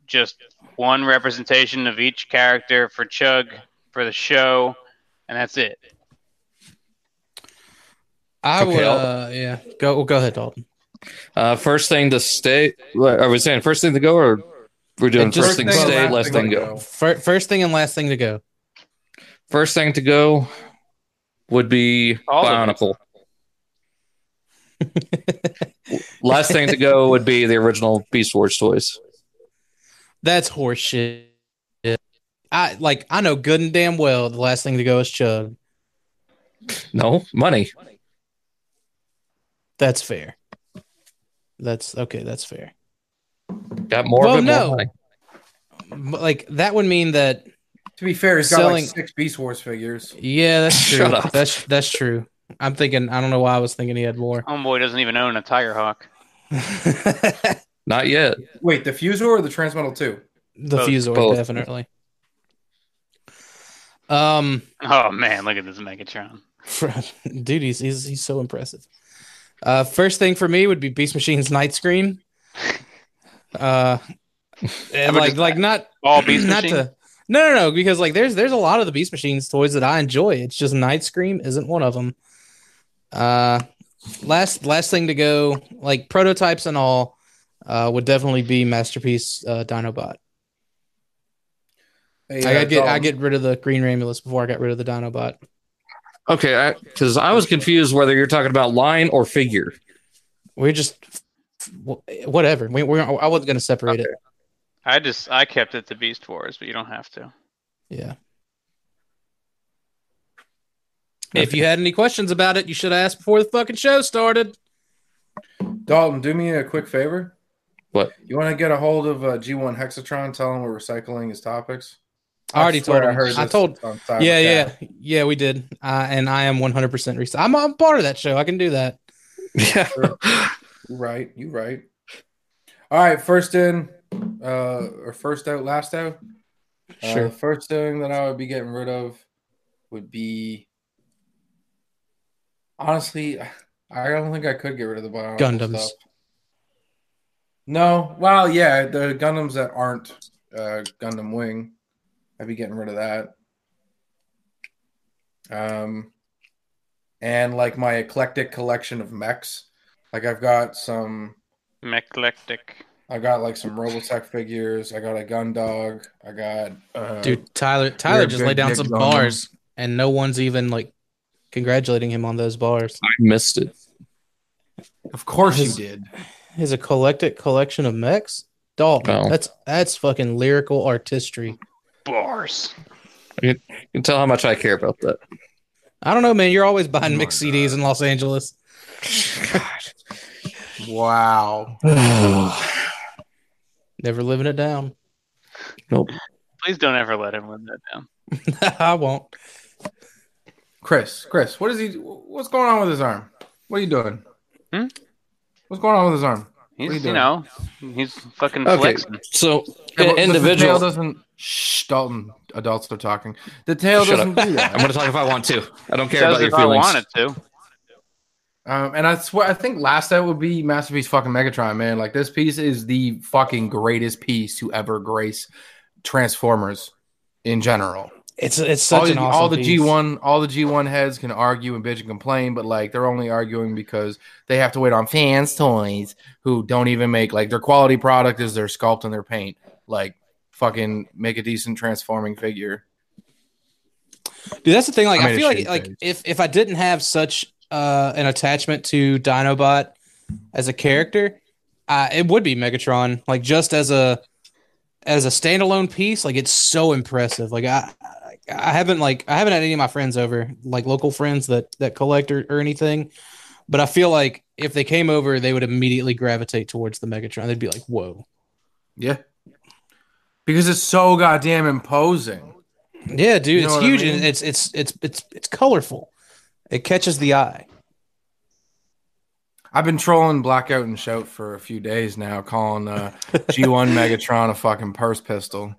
[SPEAKER 1] just one representation of each character for Chug for the show, and that's it.
[SPEAKER 4] I
[SPEAKER 2] Okay,
[SPEAKER 4] would,
[SPEAKER 2] I'll-
[SPEAKER 4] uh, yeah, go go ahead, Dalton.
[SPEAKER 2] Uh, first thing to stay. what- Are we saying first thing to go, or we're doing
[SPEAKER 4] Just
[SPEAKER 2] first thing
[SPEAKER 4] go,
[SPEAKER 2] stay,
[SPEAKER 3] last
[SPEAKER 2] last
[SPEAKER 3] thing
[SPEAKER 2] thing
[SPEAKER 3] to
[SPEAKER 2] go.
[SPEAKER 3] go.
[SPEAKER 4] Fir- first thing and last thing to go.
[SPEAKER 2] First thing to go would be
[SPEAKER 1] All of it.
[SPEAKER 2] Bionicle. last thing to go would be the original Beast Wars toys.
[SPEAKER 4] That's horseshit. I like. I know good and damn well the last thing to go is chug.
[SPEAKER 2] No money.
[SPEAKER 4] That's fair. That's okay. That's fair.
[SPEAKER 2] Got more
[SPEAKER 4] Well,
[SPEAKER 2] of it.
[SPEAKER 4] no.
[SPEAKER 2] More money.
[SPEAKER 4] But, like that would mean that.
[SPEAKER 3] To be fair, he's got
[SPEAKER 4] Selling-
[SPEAKER 3] like six Beast Wars figures.
[SPEAKER 4] Yeah, that's true.
[SPEAKER 2] Shut up.
[SPEAKER 4] That's that's true. I'm thinking. I don't know why I was thinking he had more.
[SPEAKER 1] Homeboy doesn't even own a Tiger Hawk.
[SPEAKER 4] the
[SPEAKER 2] Not yet.
[SPEAKER 3] Wait, the Fusor or the Transmetal Two?
[SPEAKER 4] Fusor
[SPEAKER 2] both.
[SPEAKER 4] definitely. Um.
[SPEAKER 1] Oh man, look at this Megatron.
[SPEAKER 4] Dude, he's, he's he's so impressive. Uh, first thing for me would be Beast Machine's night screen. Uh, and
[SPEAKER 1] would
[SPEAKER 4] like
[SPEAKER 1] just-
[SPEAKER 4] like not
[SPEAKER 1] All Beast
[SPEAKER 4] not
[SPEAKER 1] Machine.
[SPEAKER 4] to no no no because like there's there's a lot of the Beast Machines toys that I enjoy. It's just Night Scream isn't one of them. Uh, last last thing to go like prototypes and all uh, would definitely be Masterpiece uh, Dinobot.
[SPEAKER 3] Hey,
[SPEAKER 4] I
[SPEAKER 3] uh,
[SPEAKER 4] got get I
[SPEAKER 3] Dalton.
[SPEAKER 4] get rid of the Green Ramulus before I got rid of the Dinobot.
[SPEAKER 2] Okay, because I, was confused whether you're talking about line or figure.
[SPEAKER 4] We're just wh- whatever. We, we're I wasn't gonna separate it.
[SPEAKER 1] I just I kept it to Beast Wars, but you don't have to.
[SPEAKER 4] Yeah. If you had any questions about it, you should have asked before the fucking show started.
[SPEAKER 3] Dalton, do me a quick favor.
[SPEAKER 2] What?
[SPEAKER 3] You want to get a hold of uh, G1 Hexatron? Tell him we're recycling his topics.
[SPEAKER 4] I already
[SPEAKER 3] swear
[SPEAKER 4] told him. I
[SPEAKER 3] this
[SPEAKER 4] told.
[SPEAKER 3] some time
[SPEAKER 4] Yeah,
[SPEAKER 3] ago.
[SPEAKER 4] yeah, yeah. We did, uh, and I am 100 percent reset. I'm, I'm part of that show. I can do that.
[SPEAKER 2] Yeah.
[SPEAKER 3] You right. You right. All right. First in, uh, or first out, last out.
[SPEAKER 2] Sure.
[SPEAKER 3] Uh, first thing that I would be getting rid of would be. Honestly, I don't think I could get rid of the Bionicle
[SPEAKER 4] Gundams.
[SPEAKER 3] stuff. No. Well, yeah, the Gundams that aren't uh, Gundam Wing, I'd be getting rid of that. Um, and like my eclectic collection of mechs. Like I've got some,
[SPEAKER 1] Eclectic.
[SPEAKER 3] I got like some Robotech figures. I got a gun dog. I got uh,
[SPEAKER 4] Dude, Tyler, Tyler
[SPEAKER 3] a
[SPEAKER 4] just
[SPEAKER 3] big
[SPEAKER 4] laid down
[SPEAKER 3] dick
[SPEAKER 4] some
[SPEAKER 3] on them.
[SPEAKER 4] bars, and no one's even like congratulating him on those bars.
[SPEAKER 2] I missed it.
[SPEAKER 6] Of course you did.
[SPEAKER 4] His a collected collection of mechs. Dog,
[SPEAKER 2] Oh.
[SPEAKER 4] that's that's fucking lyrical artistry.
[SPEAKER 1] Bars.
[SPEAKER 2] You can tell how much I care about that.
[SPEAKER 4] I don't know, man. You're always
[SPEAKER 3] Oh
[SPEAKER 4] buying mixed CDs in Los Angeles.
[SPEAKER 6] Wow.
[SPEAKER 4] Never living it down.
[SPEAKER 1] Please don't ever let him live that down.
[SPEAKER 4] I won't.
[SPEAKER 3] Chris. Chris, what is he? What's going on with his arm? What are you doing?
[SPEAKER 1] Hmm?
[SPEAKER 3] What's going on with his arm?
[SPEAKER 1] He's,
[SPEAKER 3] What are you
[SPEAKER 1] you,
[SPEAKER 3] doing?
[SPEAKER 1] know, he's fucking
[SPEAKER 2] Okay.
[SPEAKER 1] flexing.
[SPEAKER 2] so
[SPEAKER 3] Yeah, but- but
[SPEAKER 2] individual.
[SPEAKER 3] The tail doesn't. Shh, Dalton. Adults are talking. The tail
[SPEAKER 2] Shut
[SPEAKER 3] doesn't
[SPEAKER 2] up.
[SPEAKER 3] do
[SPEAKER 2] I'm
[SPEAKER 3] that.
[SPEAKER 2] going to talk if I want to. I don't care
[SPEAKER 1] Says
[SPEAKER 2] about your
[SPEAKER 1] if I
[SPEAKER 2] feelings.
[SPEAKER 1] wanted to.
[SPEAKER 3] Um, and I swear, I think last out would be Masterpiece fucking Megatron, man. Like this piece is the fucking greatest piece to ever grace Transformers in general.
[SPEAKER 4] It's it's such
[SPEAKER 3] All,
[SPEAKER 4] an
[SPEAKER 3] the-
[SPEAKER 4] awesome
[SPEAKER 3] all the
[SPEAKER 4] piece.
[SPEAKER 3] G one, all the G one heads can argue and bitch and complain, but like they're only arguing because they have to wait on fans' toys who don't even make like their quality product is their sculpt and their paint. Like fucking make a decent transforming figure.
[SPEAKER 4] Dude, that's the thing. Like,
[SPEAKER 3] I
[SPEAKER 4] I,
[SPEAKER 3] made a
[SPEAKER 4] feel like
[SPEAKER 3] shitty
[SPEAKER 4] like
[SPEAKER 3] face.
[SPEAKER 4] if if I didn't have such uh an attachment to Dinobot as a character, uh, it would be Megatron. Like, just as a as a standalone piece, like it's so impressive. Like, I I- I haven't like I haven't had any of my friends over, like local friends that that collect or, or anything, but I feel like if they came over, they would immediately gravitate towards the Megatron. They'd be like, "Whoa,
[SPEAKER 3] Yeah, because it's so goddamn imposing.
[SPEAKER 4] yeah,
[SPEAKER 3] You
[SPEAKER 4] dude,
[SPEAKER 3] know
[SPEAKER 4] it's
[SPEAKER 3] what I
[SPEAKER 4] huge
[SPEAKER 3] mean?
[SPEAKER 4] and it's it's it's it's it's colorful. It catches the eye."
[SPEAKER 3] I've been trolling Blackout and Shout for a few days now, calling uh, G1 Megatron a fucking purse pistol.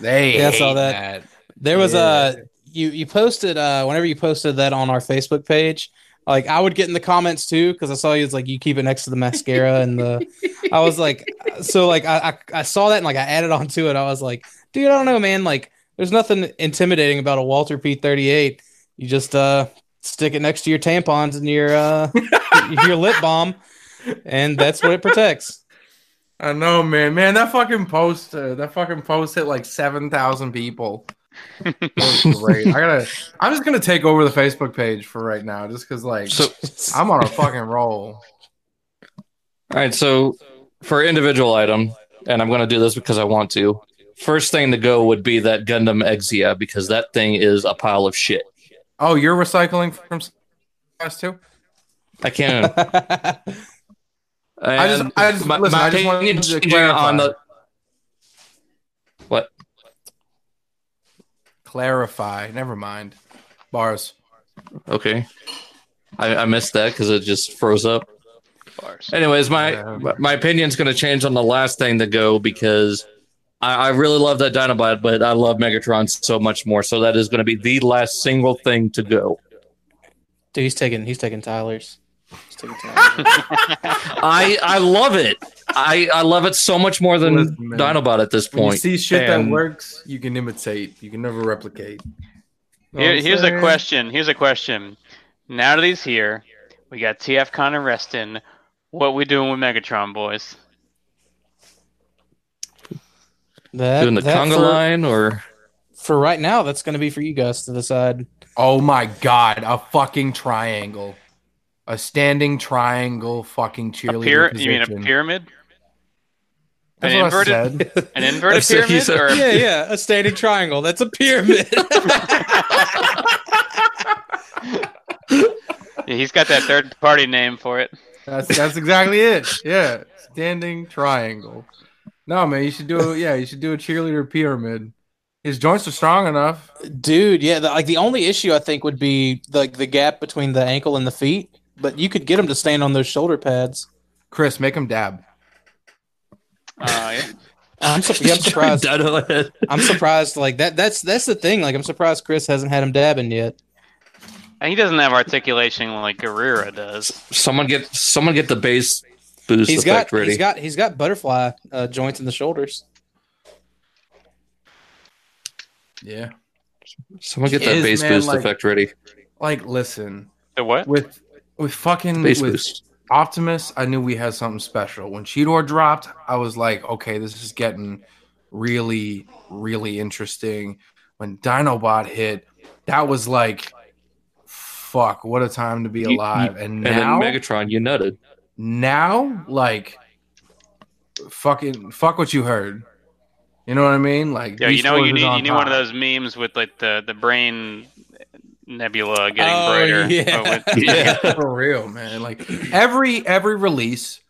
[SPEAKER 3] They
[SPEAKER 4] Yeah, I
[SPEAKER 3] hate
[SPEAKER 4] saw that.
[SPEAKER 3] that.
[SPEAKER 4] There was
[SPEAKER 3] Yeah.
[SPEAKER 4] uh you you posted uh whenever you posted that on our Facebook page, like I would get in the comments too because I saw you it's like you keep it next to the mascara and the I was like so like I, I I saw that and like I added on to it. I was like, dude, I don't know, man. Like there's nothing intimidating about a Walter P thirty eight. You just uh stick it next to your tampons and your uh your lip balm, and that's what it protects.
[SPEAKER 3] I know, man. Man, that fucking post, uh, that fucking post hit like seven thousand people. That was great. I gotta. I'm just gonna take over the Facebook page for right now, just because like
[SPEAKER 2] So,
[SPEAKER 3] I'm on a fucking roll.
[SPEAKER 2] all right. So for individual item, and I'm going to do this because I want to. First thing to go would be that Gundam Exia because that thing is a pile of shit.
[SPEAKER 3] Oh, you're recycling from us too.
[SPEAKER 2] I can't.
[SPEAKER 3] I just-
[SPEAKER 2] And
[SPEAKER 3] I just-
[SPEAKER 2] my,
[SPEAKER 3] listen,
[SPEAKER 2] my
[SPEAKER 3] I just wanted
[SPEAKER 2] opinion
[SPEAKER 3] to
[SPEAKER 2] changing
[SPEAKER 3] clarify.
[SPEAKER 2] on the what?
[SPEAKER 3] Clarify. Never mind. Bars.
[SPEAKER 2] Okay, I, I missed that because it just froze up.
[SPEAKER 1] Bars.
[SPEAKER 2] Anyways, my my opinion's going to change on the last thing to go because I, I really love that Dinobot, but I love Megatron so much more. So that is going to be the last single thing to go.
[SPEAKER 4] Dude, he's taking he's taking Tyler's.
[SPEAKER 5] Just take time.
[SPEAKER 2] I I love it. I I love it so much more than
[SPEAKER 3] Listen, man.
[SPEAKER 2] Dinobot at this
[SPEAKER 3] When you
[SPEAKER 2] point.
[SPEAKER 3] see shit that
[SPEAKER 2] And-
[SPEAKER 3] works, you can imitate. You can never replicate. Know
[SPEAKER 1] Here,
[SPEAKER 3] what I'm
[SPEAKER 1] here's a
[SPEAKER 3] saying?
[SPEAKER 1] question. Here's a question. Now that he's here, we got TF Con and Reston. What we doing with Megatron, boys?
[SPEAKER 4] That,
[SPEAKER 2] Doing the
[SPEAKER 4] that
[SPEAKER 2] conga
[SPEAKER 4] for-
[SPEAKER 2] line or
[SPEAKER 4] for right now, that's going to be for you guys to decide.
[SPEAKER 3] Oh my god, a fucking triangle. A standing triangle fucking
[SPEAKER 1] A
[SPEAKER 3] cheerleader.
[SPEAKER 1] pyra- you mean a
[SPEAKER 3] position.
[SPEAKER 1] pyramid?
[SPEAKER 3] That's
[SPEAKER 1] an
[SPEAKER 3] what I
[SPEAKER 1] inverted-
[SPEAKER 3] said.
[SPEAKER 1] An inverted
[SPEAKER 2] That's what he
[SPEAKER 1] pyramid?
[SPEAKER 2] said.
[SPEAKER 1] or a-
[SPEAKER 4] Yeah, yeah, a standing triangle. That's a pyramid.
[SPEAKER 1] Yeah, he's got that third party name for it.
[SPEAKER 3] That's that's exactly it. Yeah, standing triangle. No man, you should do yeah, you should do a cheerleader pyramid. His joints are strong enough.
[SPEAKER 4] Dude, yeah, the, like the only issue I think would be like the gap between the ankle and the feet, but you could get him to stand on those shoulder pads.
[SPEAKER 3] Chris, make him dab.
[SPEAKER 1] Uh, yeah.
[SPEAKER 4] I'm, sur- yeah, I'm surprised.
[SPEAKER 2] Dunno.
[SPEAKER 4] I'm surprised. Like that. That's that's the thing. Like I'm surprised Chris hasn't had him dabbing yet.
[SPEAKER 1] And he doesn't have articulation like Guerrero does.
[SPEAKER 2] someone get someone get the bass boost
[SPEAKER 4] He's
[SPEAKER 2] effect
[SPEAKER 4] got
[SPEAKER 2] ready.
[SPEAKER 4] he's got he's got butterfly uh, joints in the shoulders.
[SPEAKER 3] Yeah.
[SPEAKER 2] someone get that
[SPEAKER 3] Is,
[SPEAKER 2] bass
[SPEAKER 3] man,
[SPEAKER 2] boost
[SPEAKER 3] like-
[SPEAKER 2] effect ready.
[SPEAKER 3] Like, listen,
[SPEAKER 1] The what?
[SPEAKER 3] with with fucking
[SPEAKER 2] Bass
[SPEAKER 3] with
[SPEAKER 2] boost.
[SPEAKER 3] Optimus, I knew we had something special. When Cheetor dropped, I was like, okay, this is getting really, really interesting. When Dinobot hit, that was like, fuck, what a time to be
[SPEAKER 2] You- you-
[SPEAKER 3] alive. And
[SPEAKER 2] And
[SPEAKER 3] now,
[SPEAKER 2] then Megatron, you nutted.
[SPEAKER 3] now, like, fucking, fuck what you heard. You know what I mean? Like,
[SPEAKER 1] Yeah, you
[SPEAKER 3] Beast
[SPEAKER 1] know
[SPEAKER 3] Wars
[SPEAKER 1] you
[SPEAKER 3] is
[SPEAKER 1] need you
[SPEAKER 3] on
[SPEAKER 1] need one of
[SPEAKER 3] top.
[SPEAKER 1] those memes with like the, the brain nebula getting
[SPEAKER 4] Oh,
[SPEAKER 1] brighter.
[SPEAKER 4] yeah.
[SPEAKER 1] but with-
[SPEAKER 2] Yeah.
[SPEAKER 3] for real, man. Like every every release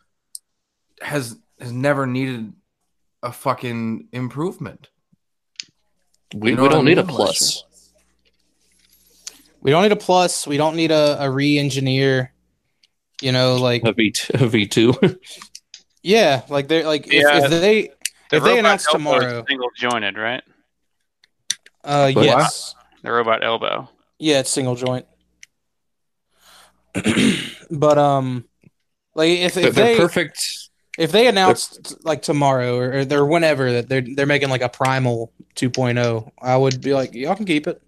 [SPEAKER 3] has has never needed a fucking improvement.
[SPEAKER 2] We,
[SPEAKER 3] You know
[SPEAKER 2] we
[SPEAKER 3] what I
[SPEAKER 2] don't need a
[SPEAKER 3] mean? Like-
[SPEAKER 2] plus.
[SPEAKER 4] We don't need a plus. We don't need a, a re-engineer. You know, like
[SPEAKER 2] A V a V two.
[SPEAKER 4] yeah, like they're like if,
[SPEAKER 1] Yeah.
[SPEAKER 4] if they
[SPEAKER 1] The
[SPEAKER 4] If they
[SPEAKER 1] robot
[SPEAKER 4] announce
[SPEAKER 1] elbow is
[SPEAKER 4] tomorrow-
[SPEAKER 1] single jointed, right?
[SPEAKER 4] uh
[SPEAKER 2] What?
[SPEAKER 4] yes.
[SPEAKER 1] The robot elbow.
[SPEAKER 4] Yeah, it's single joint. but um like if,
[SPEAKER 2] They're
[SPEAKER 4] if they
[SPEAKER 2] perfect.
[SPEAKER 4] if they announced like tomorrow or, or they're whenever that they're they're making like a primal 2.0, I would be like y'all can keep it.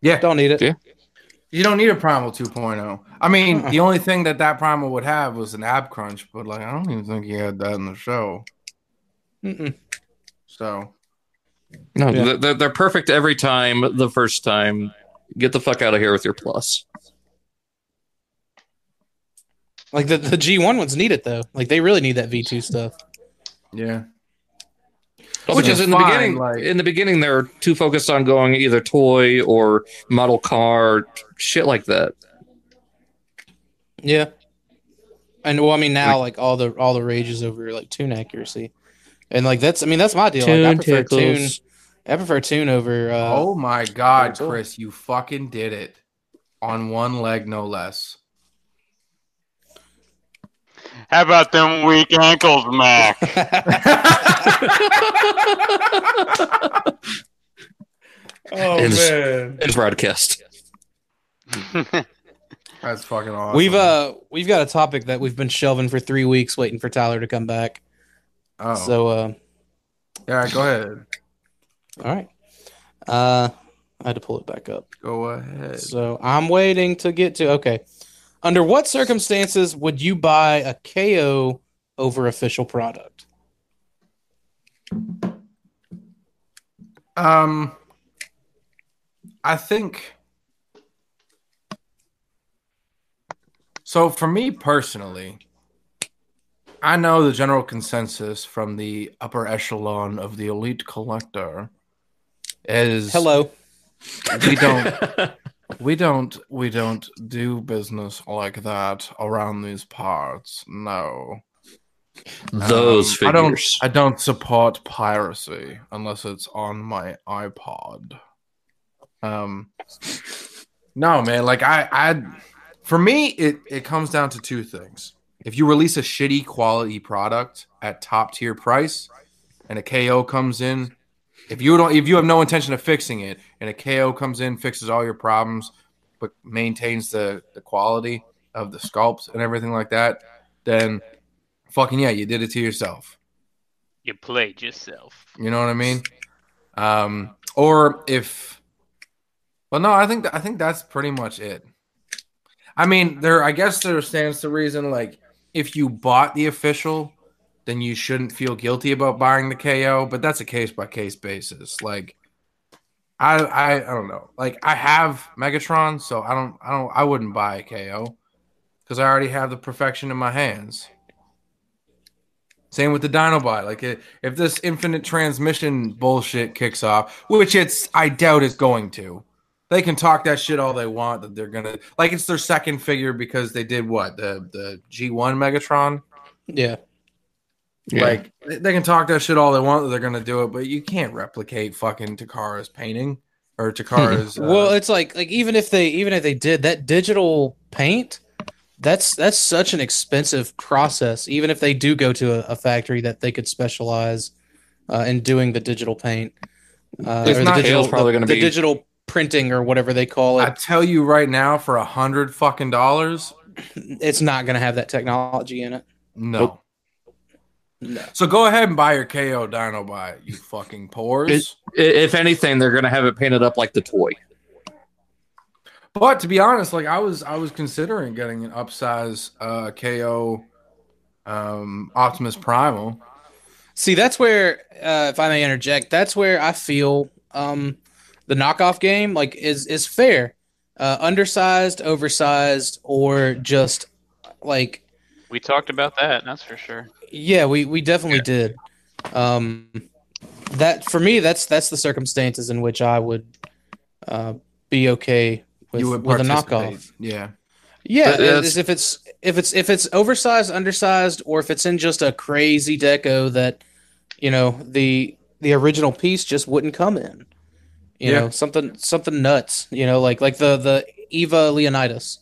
[SPEAKER 3] Yeah.
[SPEAKER 4] Don't need it.
[SPEAKER 2] Yeah.
[SPEAKER 3] You don't need a Primal 2.0. I mean, the only thing that that Primal would have was an ab crunch, but like I don't even think he had that in the show.
[SPEAKER 4] Mm-mm.
[SPEAKER 3] So
[SPEAKER 2] No,
[SPEAKER 4] Yeah.
[SPEAKER 2] they're- they're, they're perfect every time. The first time, get the fuck out of here with your plus.
[SPEAKER 4] Like the, the G1 ones need it though. Like they really need that V2 stuff.
[SPEAKER 3] yeah,
[SPEAKER 2] Which
[SPEAKER 3] Which
[SPEAKER 2] is
[SPEAKER 3] is
[SPEAKER 2] in the
[SPEAKER 3] fine,
[SPEAKER 2] beginning.
[SPEAKER 3] like-
[SPEAKER 2] in the beginning, they're too focused on going either toy or model car, shit like that.
[SPEAKER 4] Yeah. And well, I mean now like all the all the rage is over like tune accuracy. And like that's I mean that's my deal. Like, I prefer tune
[SPEAKER 2] tickles.
[SPEAKER 4] I prefer tune over uh
[SPEAKER 3] oh my god,
[SPEAKER 4] that's cool.
[SPEAKER 3] Chris, you fucking did it on one leg, no less.
[SPEAKER 1] How about them weak ankles, Mac?
[SPEAKER 3] Oh
[SPEAKER 2] It's-
[SPEAKER 3] man,
[SPEAKER 2] It's broadcast.
[SPEAKER 3] that's fucking awesome.
[SPEAKER 4] We've uh we've got a topic that we've been shelving for three weeks, waiting for Tyler to come back.
[SPEAKER 3] oh.
[SPEAKER 4] So uh,
[SPEAKER 3] yeah, go ahead,
[SPEAKER 4] all right, uh, I had to pull it back up.
[SPEAKER 3] go ahead.
[SPEAKER 4] So I'm waiting to get to okay. Under what circumstances would you buy a KO over official product?
[SPEAKER 3] Um, I think so. For me personally, I know the general consensus from the upper echelon of the elite collector is
[SPEAKER 4] Hello,
[SPEAKER 3] we don't we don't we don't do business like that around these parts. No,
[SPEAKER 2] Those
[SPEAKER 3] Um,
[SPEAKER 2] figures.
[SPEAKER 3] I don't I don't support piracy unless it's on my iPod. Um No, man, like I I for me it it comes down to two things. If you release a shitty quality product at top tier price and a KO comes in, if you don't if you have no intention of fixing it and a KO comes in, fixes all your problems but maintains the the quality of the sculpts and everything like that, then fucking yeah, you did it to yourself.
[SPEAKER 1] you played yourself.
[SPEAKER 3] You know what I mean? Um, or if, well, no, I think I think that's pretty much it. I mean, there. I guess there stands to reason. Like, if you bought the official, then you shouldn't feel guilty about buying the KO. But that's a case by case basis. Like, I, I I don't know. Like, I have Megatron, so I don't I don't I wouldn't buy a KO because I already have the perfection in my hands. Same with the Dinobot. Like, i- if this infinite transmission bullshit kicks off, which it's, I doubt it's going to. They can talk that shit all they want that they're gonna like. It's their second figure because they did what the the G one Megatron.
[SPEAKER 4] yeah,
[SPEAKER 2] Yeah.
[SPEAKER 3] Like they they can talk that shit all they want, they're gonna do it, but you can't replicate fucking Takara's painting or Takara's. uh,
[SPEAKER 4] well, it's like like even if they even if they did that digital paint, that's that's such an expensive process. Even if they do go to a, a factory that they could specialize uh, in doing the digital paint, uh,
[SPEAKER 3] It's
[SPEAKER 4] or
[SPEAKER 3] not-
[SPEAKER 4] the digital,
[SPEAKER 2] It's probably
[SPEAKER 4] the-
[SPEAKER 2] gonna
[SPEAKER 4] the
[SPEAKER 2] be-
[SPEAKER 4] digital printing or whatever they call
[SPEAKER 3] I
[SPEAKER 4] it.
[SPEAKER 3] tell you right now, for a hundred fucking dollars,
[SPEAKER 4] it's not going to have that technology in it.
[SPEAKER 3] no.
[SPEAKER 2] Nope.
[SPEAKER 4] No.
[SPEAKER 3] So go ahead and buy your KO Dino Bite, you fucking pores.
[SPEAKER 2] It- I- If anything, they're gonna have it painted up like the toy.
[SPEAKER 3] But to be honest, like I was, I was considering getting an upsize uh, KO um, Optimus Primal.
[SPEAKER 4] See, that's where, uh, if I may interject, that's where I feel um, the knockoff game like is is fair. Uh, undersized, oversized, or just like
[SPEAKER 1] We talked about that. That's for sure.
[SPEAKER 4] yeah, we we definitely did. Um, that for me, that's that's the circumstances in which I would uh, be okay with,
[SPEAKER 3] you would
[SPEAKER 4] with a
[SPEAKER 3] participate.
[SPEAKER 4] knockoff.
[SPEAKER 3] yeah.
[SPEAKER 4] Yeah,
[SPEAKER 2] But
[SPEAKER 4] it-
[SPEAKER 2] that's-
[SPEAKER 4] it's if it's if it's if it's oversized, undersized, or if it's in just a crazy deco that you know the the original piece just wouldn't come in. You
[SPEAKER 3] Yeah.
[SPEAKER 4] know something something nuts. You know like like the the Eva Leonidas.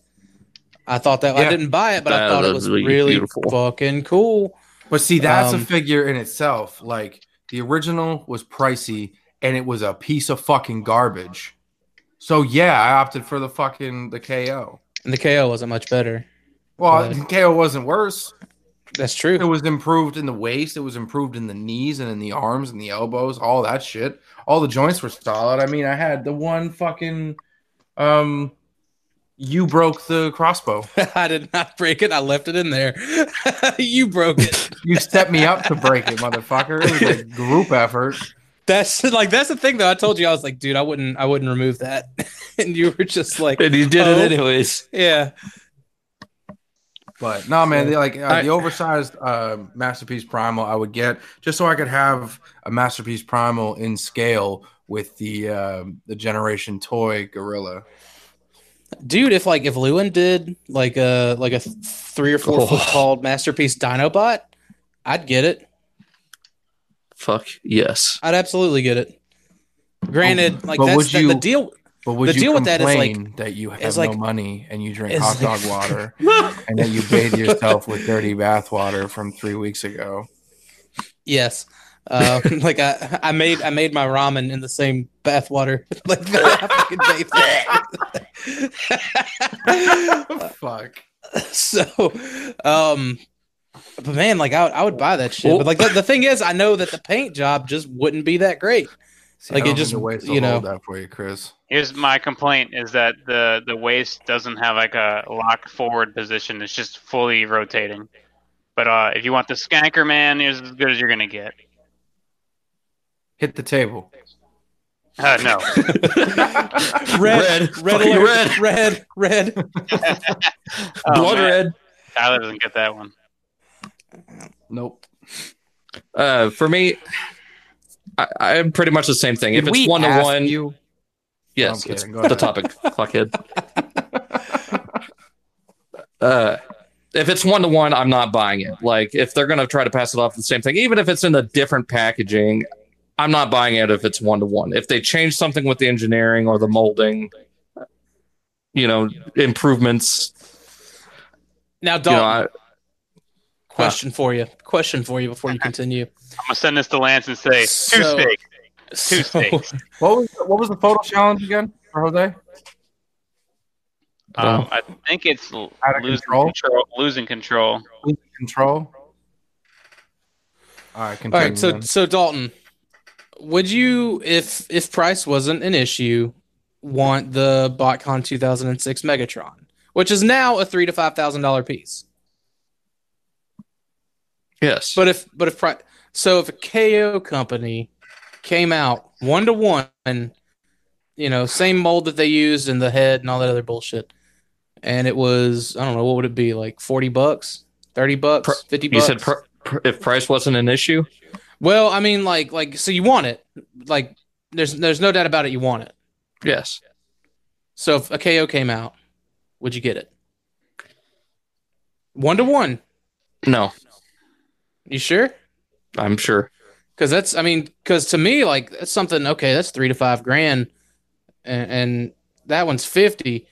[SPEAKER 4] I thought that I
[SPEAKER 3] Yeah.
[SPEAKER 4] didn't buy it, but I
[SPEAKER 2] That
[SPEAKER 4] thought it
[SPEAKER 2] was
[SPEAKER 4] was
[SPEAKER 2] really
[SPEAKER 4] really
[SPEAKER 2] beautiful.
[SPEAKER 4] fucking cool.
[SPEAKER 3] But see, that's a
[SPEAKER 4] Um,
[SPEAKER 3] figure in itself. Like the original was pricey, and it was a piece of fucking garbage. So yeah, I opted for the fucking the KO.
[SPEAKER 4] And the KO wasn't much better.
[SPEAKER 3] Well,
[SPEAKER 4] Right.
[SPEAKER 3] KO wasn't worse.
[SPEAKER 4] That's
[SPEAKER 3] It
[SPEAKER 4] true.
[SPEAKER 3] was improved in the waist. It was improved in the knees and in the arms and the elbows. All that shit. All the joints were solid. I mean, I had the one fucking. Um, you broke the crossbow.
[SPEAKER 4] I did not break it. I left it in there. you broke it.
[SPEAKER 3] You stepped me up to break it, motherfucker. It was a group effort.
[SPEAKER 4] That's like that's the thing though. I told you I was like, dude, I wouldn't I wouldn't remove that. and you were just like,
[SPEAKER 2] And he did
[SPEAKER 4] Oh.
[SPEAKER 2] it anyways.
[SPEAKER 4] yeah.
[SPEAKER 3] But no, man, they, like uh,
[SPEAKER 2] I-
[SPEAKER 3] the oversized uh, masterpiece primal, I would get just so I could have a masterpiece primal in scale with the uh, the generation toy gorilla.
[SPEAKER 4] Dude, if like if Lewin did like a like a th- three or four
[SPEAKER 2] Oh.
[SPEAKER 4] foot tall masterpiece Dinobot, I'd get it.
[SPEAKER 2] Fuck yes.
[SPEAKER 4] I'd absolutely get it. Granted, like
[SPEAKER 3] Oh, but
[SPEAKER 4] that's
[SPEAKER 3] would
[SPEAKER 4] the, the
[SPEAKER 3] you-
[SPEAKER 4] deal.
[SPEAKER 3] But would
[SPEAKER 4] The
[SPEAKER 3] you
[SPEAKER 4] deal with that is, like-
[SPEAKER 3] complain that you have
[SPEAKER 4] is,
[SPEAKER 3] no
[SPEAKER 4] like-
[SPEAKER 3] money and you drink
[SPEAKER 4] is,
[SPEAKER 3] hot
[SPEAKER 4] like-
[SPEAKER 3] dog water and that you bathe yourself with dirty bath water from three weeks ago?
[SPEAKER 4] Yes. Uh, like I, I made I made my ramen in the same bathwater like that I fucking bathed in.
[SPEAKER 3] Fuck.
[SPEAKER 4] so um but man like I, would- I would buy that shit but like the, the thing is i know that the paint job just wouldn't be that great
[SPEAKER 3] See,
[SPEAKER 4] Like,
[SPEAKER 3] I
[SPEAKER 4] it
[SPEAKER 3] don't think
[SPEAKER 4] just-
[SPEAKER 3] the weights will
[SPEAKER 4] you know.
[SPEAKER 3] hold that for you, Chris.
[SPEAKER 1] Here's my complaint: is that the the waist doesn't have like a locked forward position. It's just fully rotating. But uh, if you want the skanker man, here's as good as you're gonna get.
[SPEAKER 3] Hit the table.
[SPEAKER 1] Uh, no,
[SPEAKER 4] red red red
[SPEAKER 2] Fucking
[SPEAKER 4] alert, red red,
[SPEAKER 1] Oh,
[SPEAKER 2] Blood
[SPEAKER 1] man.
[SPEAKER 2] red.
[SPEAKER 1] Tyler doesn't get that one.
[SPEAKER 3] Nope.
[SPEAKER 2] Uh, for me, I, I'm pretty much the same thing.
[SPEAKER 3] Did
[SPEAKER 2] if it's
[SPEAKER 3] we
[SPEAKER 2] one to
[SPEAKER 3] ask
[SPEAKER 2] one,
[SPEAKER 3] you?
[SPEAKER 2] yes,
[SPEAKER 3] I'm
[SPEAKER 2] it's
[SPEAKER 3] kidding. Go
[SPEAKER 2] the
[SPEAKER 3] ahead.
[SPEAKER 2] topic. Fuckhead. uh, if it's one to one, I'm not buying it. Like if they're gonna try to pass it off the same thing, even if it's in a different packaging, I'm not buying it if it's one to one. If they change something with the engineering or the molding, you know, improvements.
[SPEAKER 4] now
[SPEAKER 2] You
[SPEAKER 4] Dalton,
[SPEAKER 2] know, I, uh,
[SPEAKER 4] question for you question for you before you continue
[SPEAKER 1] I'm gonna send this to Lance and say two
[SPEAKER 4] So-
[SPEAKER 1] steaks. Two
[SPEAKER 4] So-
[SPEAKER 1] steaks.
[SPEAKER 3] What was what was the photo challenge again for Jose?
[SPEAKER 2] Uh,
[SPEAKER 1] Um, I think it's l-
[SPEAKER 3] Out of
[SPEAKER 1] losing
[SPEAKER 3] control?
[SPEAKER 1] control. Losing control.
[SPEAKER 3] Control. All right,
[SPEAKER 4] all
[SPEAKER 3] continue.
[SPEAKER 4] right so
[SPEAKER 3] then.
[SPEAKER 4] so dalton would you if if price wasn't an issue want the botcon 2006 megatron which is now a three to five thousand dollar piece
[SPEAKER 2] yes,
[SPEAKER 4] But if but if pri- so if a KO company came out one to one, you know, same mold that they used in the head and all that other bullshit, and it was I don't know what would it be like forty bucks, thirty bucks,
[SPEAKER 2] Pr-
[SPEAKER 4] fifty
[SPEAKER 2] you
[SPEAKER 4] bucks.
[SPEAKER 2] said pr- pr- if price wasn't an issue,
[SPEAKER 4] well, I mean, like like so you want it, like there's there's no doubt about it, you want it.
[SPEAKER 2] yes,
[SPEAKER 4] So if a KO came out, would you get it? One to one.
[SPEAKER 2] no,
[SPEAKER 4] You sure?
[SPEAKER 2] I'm sure.
[SPEAKER 4] Because that's, I mean, because to me, like that's something. Okay, that's three to five grand, and, and that one's fifty.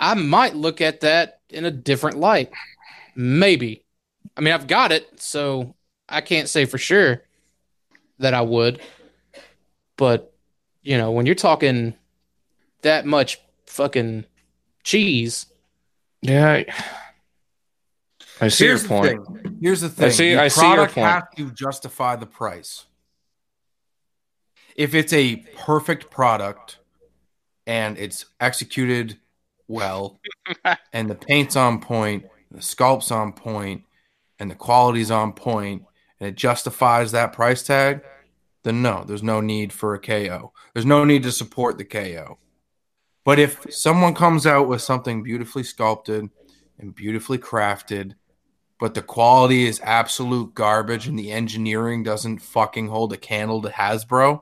[SPEAKER 4] I might look at that in a different light. Maybe. I mean, I've got it, so I can't say for sure that I would. But you know, when you're talking that much fucking cheese,
[SPEAKER 2] Yeah. I, I see
[SPEAKER 3] Here's
[SPEAKER 2] your
[SPEAKER 3] the
[SPEAKER 2] point.
[SPEAKER 3] thing. Here's the thing.
[SPEAKER 2] see-
[SPEAKER 3] The
[SPEAKER 2] I see your
[SPEAKER 3] product
[SPEAKER 2] point.
[SPEAKER 3] has to justify the price. If it's a perfect product and it's executed well, and the paint's on point, the sculpt's on point, and the quality's on point, and it justifies that price tag, then no, there's no need for a KO. There's no need to support the KO. But if someone comes out with something beautifully sculpted and beautifully crafted but the quality is absolute garbage and the engineering doesn't fucking hold a candle to Hasbro,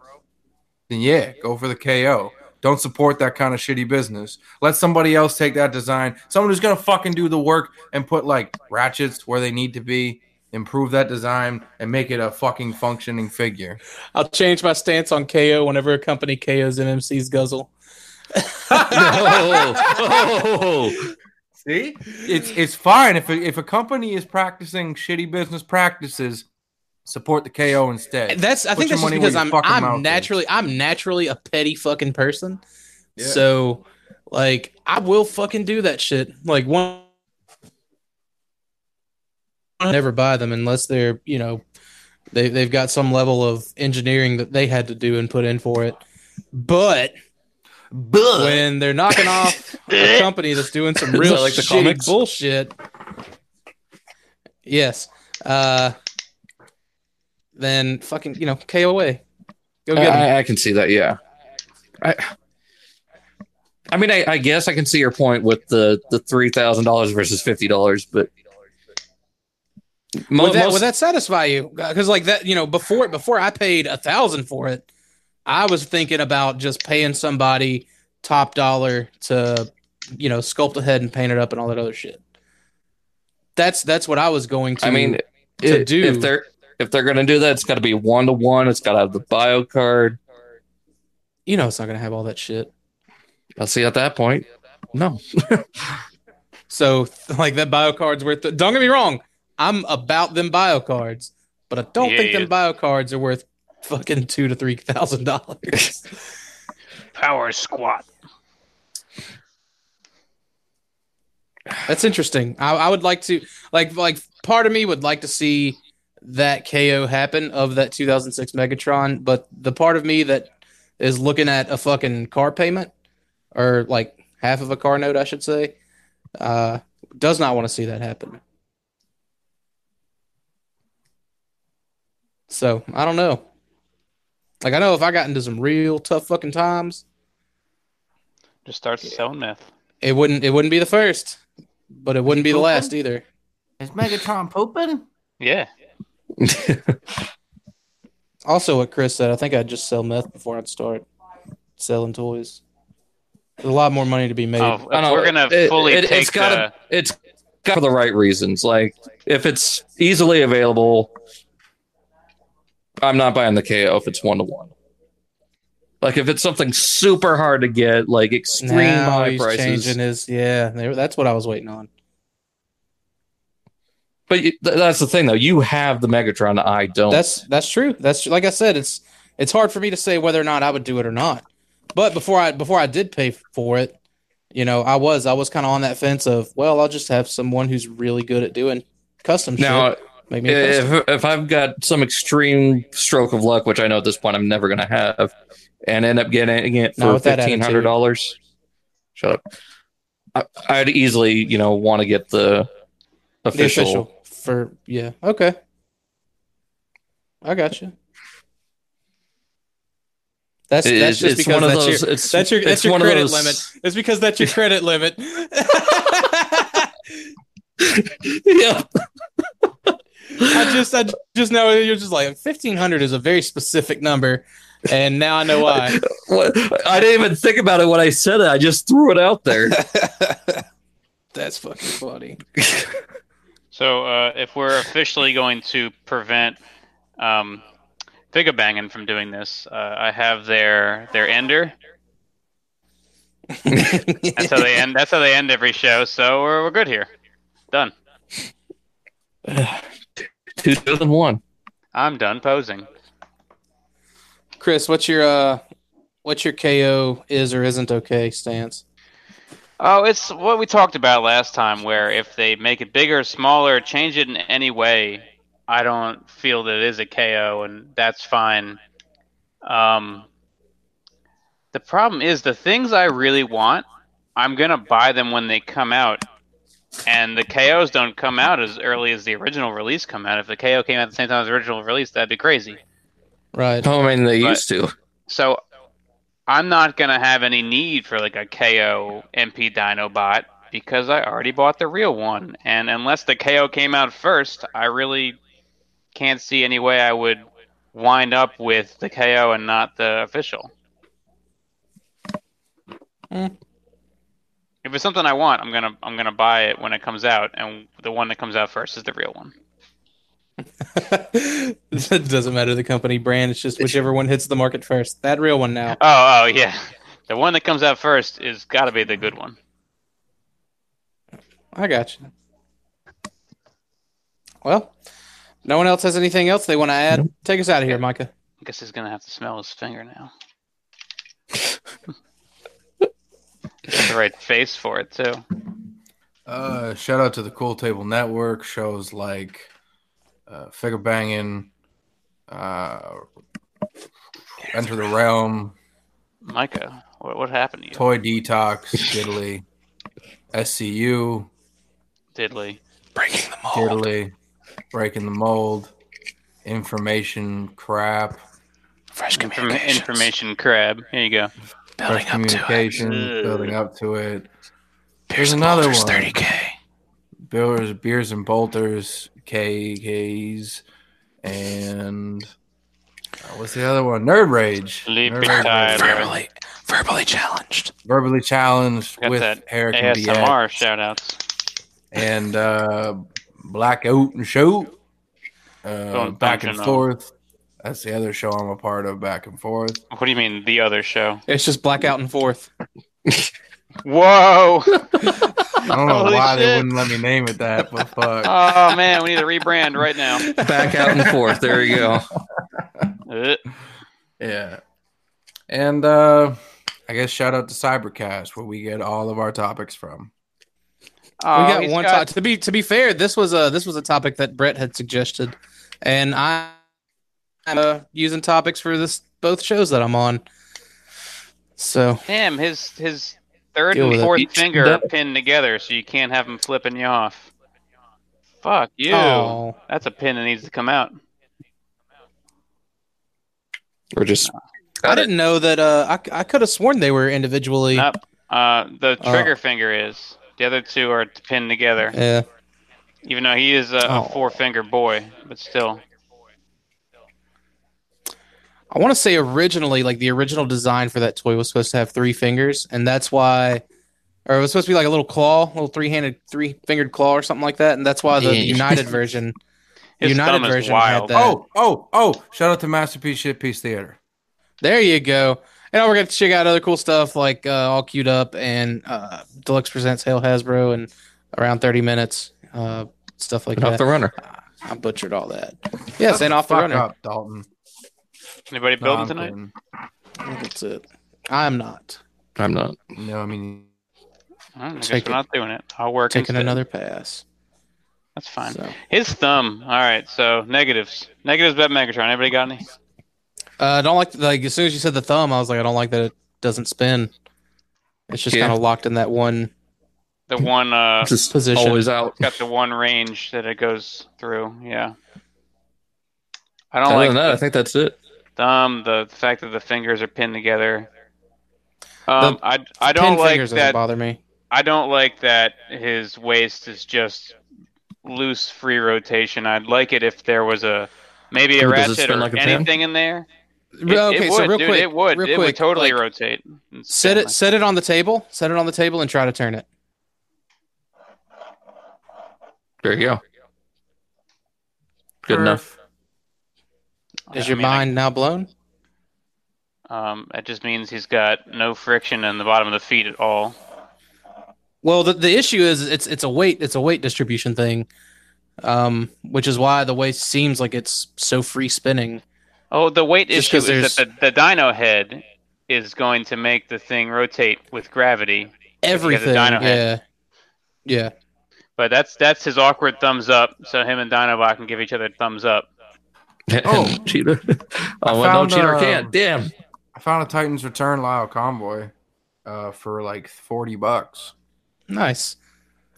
[SPEAKER 3] then yeah, go for the KO. Don't support that kind of shitty business. Let somebody else take that design. Someone who's gonna fucking do the work and put like ratchets where they need to be, improve that design, and make it a fucking functioning figure.
[SPEAKER 4] I'll change my stance on KO whenever a company KOs MMC's guzzle.
[SPEAKER 2] No. Oh.
[SPEAKER 3] See, it's it's fine if a, if a company is practicing shitty business practices, support the KO instead.
[SPEAKER 4] That's I
[SPEAKER 3] Put
[SPEAKER 4] think
[SPEAKER 3] your
[SPEAKER 4] that's just
[SPEAKER 3] money
[SPEAKER 4] because
[SPEAKER 3] where
[SPEAKER 4] I'm
[SPEAKER 3] your fucking mouth
[SPEAKER 4] I'm
[SPEAKER 3] is.
[SPEAKER 4] naturally I'm naturally a petty fucking person.
[SPEAKER 3] Yeah.
[SPEAKER 4] So like I will fucking do that shit. Like one I never buy them unless they're, you know, they they've got some level of engineering that they had to do and put in for it. But when they're knocking off a company that's doing some
[SPEAKER 2] Is
[SPEAKER 4] real
[SPEAKER 2] that like the
[SPEAKER 4] shitty
[SPEAKER 2] comics?
[SPEAKER 4] bullshit. Yes. Uh then fucking, you know, KO away. Go
[SPEAKER 2] I,
[SPEAKER 4] get 'em.
[SPEAKER 2] Uh, I- I can see that. Yeah. I. I mean, I, I guess I can see your point with the the three thousand dollars versus fifty dollars, but mo-
[SPEAKER 4] would, that,
[SPEAKER 2] most-
[SPEAKER 4] would that satisfy you? Because like that, you know, before before I paid a thousand for it, I was thinking about just paying somebody top dollar to, you know, sculpt the head and paint it up and all that other shit. That's that's what I was going to.
[SPEAKER 2] I mean,
[SPEAKER 4] to
[SPEAKER 2] i-
[SPEAKER 4] do.
[SPEAKER 2] if they're if they're gonna do that, it's got to be one to one. It's got to have the bio card.
[SPEAKER 4] you know, it's not gonna have all that shit.
[SPEAKER 2] I'll see at that point. No,
[SPEAKER 4] So like that bio card's worth. Don't get me wrong, I'm about them bio cards, but I don't think
[SPEAKER 1] Yeah.
[SPEAKER 4] them bio cards are worth fucking two to three thousand dollars.
[SPEAKER 1] Power squat.
[SPEAKER 4] That's interesting. I, I would like to like like part of me would like to see that KO happen of that 2006 Megatron, but the part of me that is looking at a fucking car payment or like half of a car note, I should say, uh, does not want to see that happen. So I don't know. Like I know if I got into some real tough fucking times,
[SPEAKER 1] Just starts selling meth.
[SPEAKER 4] it wouldn't it wouldn't be the first, but it wouldn't be the last either.
[SPEAKER 3] Is Megatron pooping?
[SPEAKER 1] Yeah.
[SPEAKER 4] Also, what Chris said, I think I'd just sell meth before I'd start selling toys. There's a lot more money to be made.
[SPEAKER 1] Oh,
[SPEAKER 2] I
[SPEAKER 1] if
[SPEAKER 2] know,
[SPEAKER 1] we're gonna
[SPEAKER 2] it-
[SPEAKER 1] fully
[SPEAKER 2] it-
[SPEAKER 1] take
[SPEAKER 2] it's gotta-
[SPEAKER 1] the-
[SPEAKER 2] it's got for the right reasons. Like if it's easily available, I'm not buying the KO if it's one to one. Like if it's something super hard to get, like extreme
[SPEAKER 4] Now
[SPEAKER 2] high
[SPEAKER 4] he's
[SPEAKER 2] prices.
[SPEAKER 4] changing his. Yeah, there- that's what I was waiting on.
[SPEAKER 2] But you, th- that's the thing, though. You have the Megatron. I don't.
[SPEAKER 4] That's that's true. That's like I said. It's it's hard for me to say whether or not I would do it or not. But before I before I did pay for it, you know, I was I was kind of on that fence of well, I'll just have someone who's really good at doing custom
[SPEAKER 2] now. eh,
[SPEAKER 4] shit. Make me a custom.
[SPEAKER 2] If, if I've got some extreme stroke of luck, which I know at this point I'm never going to have, and end up getting it
[SPEAKER 4] Not
[SPEAKER 2] for
[SPEAKER 4] with that
[SPEAKER 2] fifteen hundred dollars, shut up. I, I'd easily, you know, want to get the
[SPEAKER 4] The
[SPEAKER 2] official.
[SPEAKER 4] official for yeah. Okay. I got you. That's
[SPEAKER 2] It-
[SPEAKER 4] that's just
[SPEAKER 2] it's
[SPEAKER 4] because
[SPEAKER 2] one of
[SPEAKER 4] that's
[SPEAKER 2] those.
[SPEAKER 4] your
[SPEAKER 2] it's,
[SPEAKER 4] that's your
[SPEAKER 2] it's
[SPEAKER 4] that's your
[SPEAKER 2] one of
[SPEAKER 4] credit
[SPEAKER 2] those-
[SPEAKER 4] limit. It's because that's your credit limit.
[SPEAKER 2] yeah,
[SPEAKER 4] I just I just know you're just like fifteen hundred is a very specific number, and now I know why.
[SPEAKER 2] What- I didn't even think about it when I said it. I just threw it out there.
[SPEAKER 4] That's fucking funny.
[SPEAKER 1] So uh, if we're officially going to prevent um, Figabangin from doing this. Uh, I have their their ender. That's how they end. That's how they end every show. So we're, we're good here. Done.
[SPEAKER 2] Two thousand one.
[SPEAKER 1] I'm done posing.
[SPEAKER 4] Chris, what's your uh, what's your KO is or isn't okay stance?
[SPEAKER 1] Oh, it's what we talked about last time, where if they make it bigger, smaller, change it in any way, I don't feel that it is a KO, and that's fine. Um, the problem is the things I really want, I'm gonna buy them when they come out, and the KOs don't come out as early as the original release come out. If the KO came out at the same time as the original release, that'd be crazy.
[SPEAKER 4] Right.
[SPEAKER 2] Oh, I mean, they
[SPEAKER 1] But-
[SPEAKER 2] used to.
[SPEAKER 1] So I'm not gonna have any need for like a KO MP Dinobot because I already bought the real one. And unless the KO came out first, I really can't see any way I would wind up with the KO and not the official. Eh.
[SPEAKER 4] Hmm.
[SPEAKER 1] If it's something I want, I'm gonna I'm gonna buy it when it comes out, and the one that comes out first is the real one.
[SPEAKER 4] it doesn't matter the company brand. It's just whichever one hits the market first. That real one now.
[SPEAKER 1] Oh oh yeah, the one that comes out first is gotta be the good one.
[SPEAKER 4] I got you. Well, no one else has anything else they want to add. Take us out of here, Micah.
[SPEAKER 1] I guess he's gonna have to smell his finger now. Got the right face for it too.
[SPEAKER 3] Uh, shout out to the Cool Table Network. Shows like uh, Figure Banging, uh, Enter the Realm,
[SPEAKER 1] Micah, what, what happened to you?
[SPEAKER 3] Toy Detox, Diddly, SCU,
[SPEAKER 1] Diddley.
[SPEAKER 4] Breaking the
[SPEAKER 3] Diddly, Breaking the Mold, Information Crap,
[SPEAKER 5] Fresh
[SPEAKER 1] Inform- information crab. Here you go.
[SPEAKER 3] Fresh Communication,
[SPEAKER 1] Ugh.
[SPEAKER 3] building up to it. There's another one.
[SPEAKER 5] k.
[SPEAKER 3] Beers, beers and bolters, KKs, and uh, what's the other one? Nerd rage.
[SPEAKER 1] Sleepy
[SPEAKER 3] Nerd rage.
[SPEAKER 1] Tyler.
[SPEAKER 3] Verbally,
[SPEAKER 1] Verbally-
[SPEAKER 5] verbally challenged.
[SPEAKER 3] verbally challenged
[SPEAKER 1] Got
[SPEAKER 3] with
[SPEAKER 1] that
[SPEAKER 3] Eric and
[SPEAKER 1] ASMR
[SPEAKER 3] BX
[SPEAKER 1] shout outs.
[SPEAKER 3] and uh, blackout and show. Uh,
[SPEAKER 1] Don't
[SPEAKER 3] back and
[SPEAKER 1] mention them.
[SPEAKER 3] forth. That's the other show I'm a part of. Back and forth.
[SPEAKER 1] What do you mean the other show?
[SPEAKER 4] It's just blackout and forth.
[SPEAKER 1] Whoa!
[SPEAKER 3] I don't know
[SPEAKER 1] Holy
[SPEAKER 3] why they
[SPEAKER 1] shit.
[SPEAKER 3] wouldn't let me name it that, but fuck.
[SPEAKER 1] Oh man, we need to rebrand right now. Uh,
[SPEAKER 2] Back out and forth. There you go.
[SPEAKER 1] Ugh.
[SPEAKER 3] Yeah. And uh, I guess shout out to Cybercast where we get all of our topics from.
[SPEAKER 1] Oh,
[SPEAKER 4] we got
[SPEAKER 1] he's
[SPEAKER 4] one top to be to be fair. This was a this was a topic that Brett had suggested, and I- I'm uh, using topics for this both shows that I'm on. So
[SPEAKER 1] Damn, his his third
[SPEAKER 4] Deal
[SPEAKER 1] and
[SPEAKER 4] with it.
[SPEAKER 1] fourth
[SPEAKER 2] Each
[SPEAKER 1] finger
[SPEAKER 2] day.
[SPEAKER 1] are pinned together, so you can't have him flipping you off. Fuck you.
[SPEAKER 4] Aw.
[SPEAKER 1] That's a pin that needs to come out.
[SPEAKER 2] We're just
[SPEAKER 4] I didn't know that. Uh, I c- I could have sworn they were individually.
[SPEAKER 1] Nope. Uh, the
[SPEAKER 4] Oh.
[SPEAKER 1] trigger finger is. The other two are pinned together,
[SPEAKER 4] Yeah.
[SPEAKER 1] even though he is a,
[SPEAKER 4] Oh.
[SPEAKER 1] a four finger boy, but still.
[SPEAKER 4] I want to say originally, like the original design for that toy was supposed to have three fingers, and that's why, or it was supposed to be like a little claw, little three-handed, three-fingered claw or something like that, and that's why the
[SPEAKER 2] Yeah.
[SPEAKER 4] United version, the
[SPEAKER 1] His
[SPEAKER 4] United
[SPEAKER 1] thumb is
[SPEAKER 4] version had
[SPEAKER 1] wild.
[SPEAKER 4] that.
[SPEAKER 3] Oh, oh, oh! Shout out to Masterpiece Shit Piece Theater.
[SPEAKER 4] There you go. And we're going to check out other cool stuff like uh, All Queued Up and uh, Deluxe Presents Hail Hasbro and around 30 minutes, uh, stuff like
[SPEAKER 2] off
[SPEAKER 4] that.
[SPEAKER 2] the runner.
[SPEAKER 4] I butchered all that. Yes, and off the
[SPEAKER 3] Fuck
[SPEAKER 4] runner.
[SPEAKER 3] up, Dalton.
[SPEAKER 1] Anybody
[SPEAKER 3] No,
[SPEAKER 1] building
[SPEAKER 3] I'm
[SPEAKER 1] tonight?
[SPEAKER 3] kidding.
[SPEAKER 4] That's it. I'm not
[SPEAKER 2] I'm not.
[SPEAKER 3] no, I mean,
[SPEAKER 1] I don't know, I guess
[SPEAKER 4] Take
[SPEAKER 1] we're
[SPEAKER 4] it.
[SPEAKER 1] not doing it. I'll work
[SPEAKER 4] taking
[SPEAKER 1] instead.
[SPEAKER 4] another pass.
[SPEAKER 1] That's fine.
[SPEAKER 4] So.
[SPEAKER 1] His thumb. All right. So negatives. Negatives about Megatron. Anybody got any?
[SPEAKER 4] Uh, I don't like, like, as soon as you said the thumb, I was like, I don't like that it doesn't spin. It's just
[SPEAKER 2] Yeah.
[SPEAKER 4] kind of locked in that one
[SPEAKER 1] The one. Uh,
[SPEAKER 2] Just
[SPEAKER 4] position.
[SPEAKER 2] always out.
[SPEAKER 1] got the one range that it goes through. Yeah. I don't
[SPEAKER 2] Other
[SPEAKER 1] like
[SPEAKER 2] than that, I
[SPEAKER 1] the
[SPEAKER 2] think that's it.
[SPEAKER 1] thumb. The fact that the fingers are pinned together. Um, I I
[SPEAKER 4] Ten
[SPEAKER 1] don't like
[SPEAKER 4] fingers doesn't
[SPEAKER 1] that.
[SPEAKER 4] bother me.
[SPEAKER 1] I don't like that his waist is just loose free rotation. I'd like it if there was a maybe a
[SPEAKER 2] Ooh, does it
[SPEAKER 1] ratchet
[SPEAKER 2] spin
[SPEAKER 1] or
[SPEAKER 2] like a fan?
[SPEAKER 1] anything in there. It,
[SPEAKER 4] okay,
[SPEAKER 1] it would,
[SPEAKER 4] so real
[SPEAKER 1] dude,
[SPEAKER 4] quick,
[SPEAKER 1] it would.
[SPEAKER 4] real
[SPEAKER 1] it
[SPEAKER 4] quick,
[SPEAKER 1] would totally
[SPEAKER 4] like,
[SPEAKER 1] rotate. and
[SPEAKER 4] set
[SPEAKER 1] spin
[SPEAKER 4] it,
[SPEAKER 1] like-
[SPEAKER 4] set it on the table, set it on the table, and try to turn it.
[SPEAKER 2] There you go. Good enough.
[SPEAKER 4] Is
[SPEAKER 1] I
[SPEAKER 4] your
[SPEAKER 1] mean, I-
[SPEAKER 4] mind now blown?
[SPEAKER 1] um, that just means he's got no friction on the bottom of the feet at all.
[SPEAKER 4] Well, the, the issue is it's it's a weight it's a weight distribution thing, um, which is why the weight seems like it's so free spinning.
[SPEAKER 1] Oh, the weight
[SPEAKER 4] Just
[SPEAKER 1] issue
[SPEAKER 4] 'cause
[SPEAKER 1] is that
[SPEAKER 4] there's-
[SPEAKER 1] the, the dino head is going to make the thing rotate with gravity,
[SPEAKER 4] Everything,
[SPEAKER 1] dyno
[SPEAKER 4] yeah,
[SPEAKER 1] head.
[SPEAKER 4] yeah.
[SPEAKER 1] but that's that's his awkward thumbs up. So him and Dinobot can give each other thumbs up.
[SPEAKER 3] Oh.
[SPEAKER 2] cheater! Oh, well, no
[SPEAKER 3] found,
[SPEAKER 2] cheater
[SPEAKER 3] uh,
[SPEAKER 2] can't. Damn.
[SPEAKER 3] I found a Titans Return Lyle Convoy uh, for like 40 bucks.
[SPEAKER 4] Nice.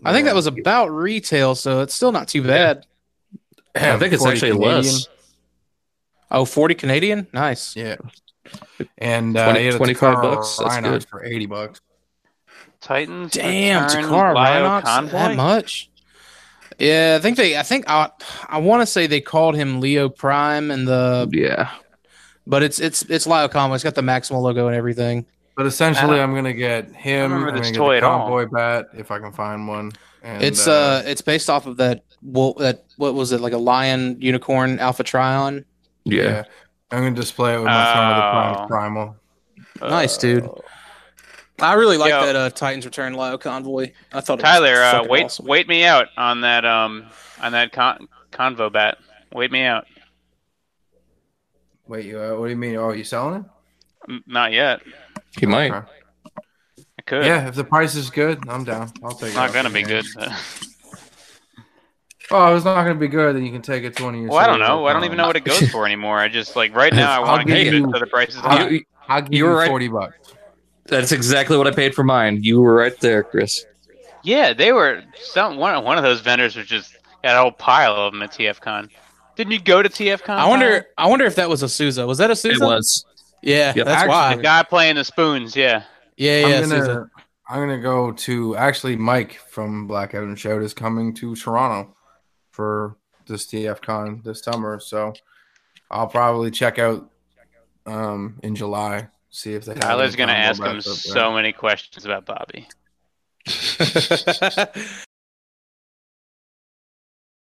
[SPEAKER 4] I think that was about retail, so it's still not too bad.
[SPEAKER 2] I think it's
[SPEAKER 3] 40
[SPEAKER 2] actually
[SPEAKER 3] Canadian.
[SPEAKER 2] less.
[SPEAKER 4] Oh, 40 Canadian, nice.
[SPEAKER 3] Yeah. And uh,
[SPEAKER 2] 20
[SPEAKER 3] he had a
[SPEAKER 2] 25
[SPEAKER 3] Takara
[SPEAKER 2] bucks, that's
[SPEAKER 3] Rhinox
[SPEAKER 2] good.
[SPEAKER 3] for 80 bucks.
[SPEAKER 1] Titans.
[SPEAKER 4] Damn,
[SPEAKER 1] return Lyo
[SPEAKER 4] Takara Rhinox that
[SPEAKER 1] Convoy?
[SPEAKER 4] much? Yeah, I think they. I think I. I want to say they called him Leo Prime, and the
[SPEAKER 2] Yeah.
[SPEAKER 4] but it's it's it's Lyle Conway. It's got the Maximal logo and everything.
[SPEAKER 1] I
[SPEAKER 3] But essentially,
[SPEAKER 1] don't-
[SPEAKER 3] I'm gonna get him.
[SPEAKER 1] I remember
[SPEAKER 3] I'm
[SPEAKER 1] this
[SPEAKER 3] gonna
[SPEAKER 1] toy
[SPEAKER 3] get
[SPEAKER 1] at
[SPEAKER 3] the
[SPEAKER 1] all.
[SPEAKER 3] Convoy bat if I can find one. And,
[SPEAKER 4] it's uh, it's based off of that wolf. That what was it like a lion unicorn alpha trion?
[SPEAKER 2] Yeah.
[SPEAKER 3] I'm gonna display it with my Son of the
[SPEAKER 1] Oh.
[SPEAKER 3] Prime primal.
[SPEAKER 4] nice
[SPEAKER 1] Uh,
[SPEAKER 4] dude. I really like
[SPEAKER 1] Yo.
[SPEAKER 4] that uh, Titans Return Lyle Convoy. I thought it was
[SPEAKER 1] Tyler, uh,
[SPEAKER 4] fucking
[SPEAKER 1] wait,
[SPEAKER 4] awesome.
[SPEAKER 1] wait me out on that um on that con- convo bat. Wait me out.
[SPEAKER 3] Wait, you, uh, what do you mean? Oh, you selling it?
[SPEAKER 1] M- Not yet.
[SPEAKER 2] He might.
[SPEAKER 3] Okay.
[SPEAKER 1] I could.
[SPEAKER 3] Yeah, if the price is good, I'm down. I'll take it.
[SPEAKER 1] It's not
[SPEAKER 3] off
[SPEAKER 1] gonna
[SPEAKER 3] your
[SPEAKER 1] be
[SPEAKER 3] hands.
[SPEAKER 1] good. but-
[SPEAKER 3] Oh, if it's not gonna be good, then you can take it to one of your.
[SPEAKER 1] Well, I don't
[SPEAKER 3] sales
[SPEAKER 1] know. I don't
[SPEAKER 3] accounts.
[SPEAKER 1] even know what it goes for anymore. I just like right now I
[SPEAKER 3] I'll
[SPEAKER 1] want to
[SPEAKER 3] give
[SPEAKER 1] keep it
[SPEAKER 3] you-
[SPEAKER 1] so the price is high.
[SPEAKER 3] I'll, I'll give
[SPEAKER 2] You
[SPEAKER 3] you,
[SPEAKER 2] were right.
[SPEAKER 3] forty bucks.
[SPEAKER 2] That's exactly what I paid for mine. You were right there, Chris.
[SPEAKER 1] Yeah, they were some one one of those vendors was just got a whole pile of them at TFCon. Didn't you go to TFCon?
[SPEAKER 4] I wonder.
[SPEAKER 1] Tyler?
[SPEAKER 4] I wonder if that was a Souza. Was that a Souza?
[SPEAKER 2] It was.
[SPEAKER 4] Yeah,
[SPEAKER 2] Yep.
[SPEAKER 4] that's
[SPEAKER 1] The
[SPEAKER 4] why.
[SPEAKER 1] guy playing the spoons. Yeah.
[SPEAKER 4] Yeah, yeah.
[SPEAKER 3] I'm
[SPEAKER 4] Souza.
[SPEAKER 3] gonna. I'm gonna go to actually Mike from Black Evan Showed is coming to Toronto for this TFCon this summer, so I'll probably check out um in July see if they. have
[SPEAKER 1] Tyler's
[SPEAKER 3] any
[SPEAKER 1] gonna
[SPEAKER 3] combo
[SPEAKER 1] ask him
[SPEAKER 3] backs up there.
[SPEAKER 1] so many questions about Bobby.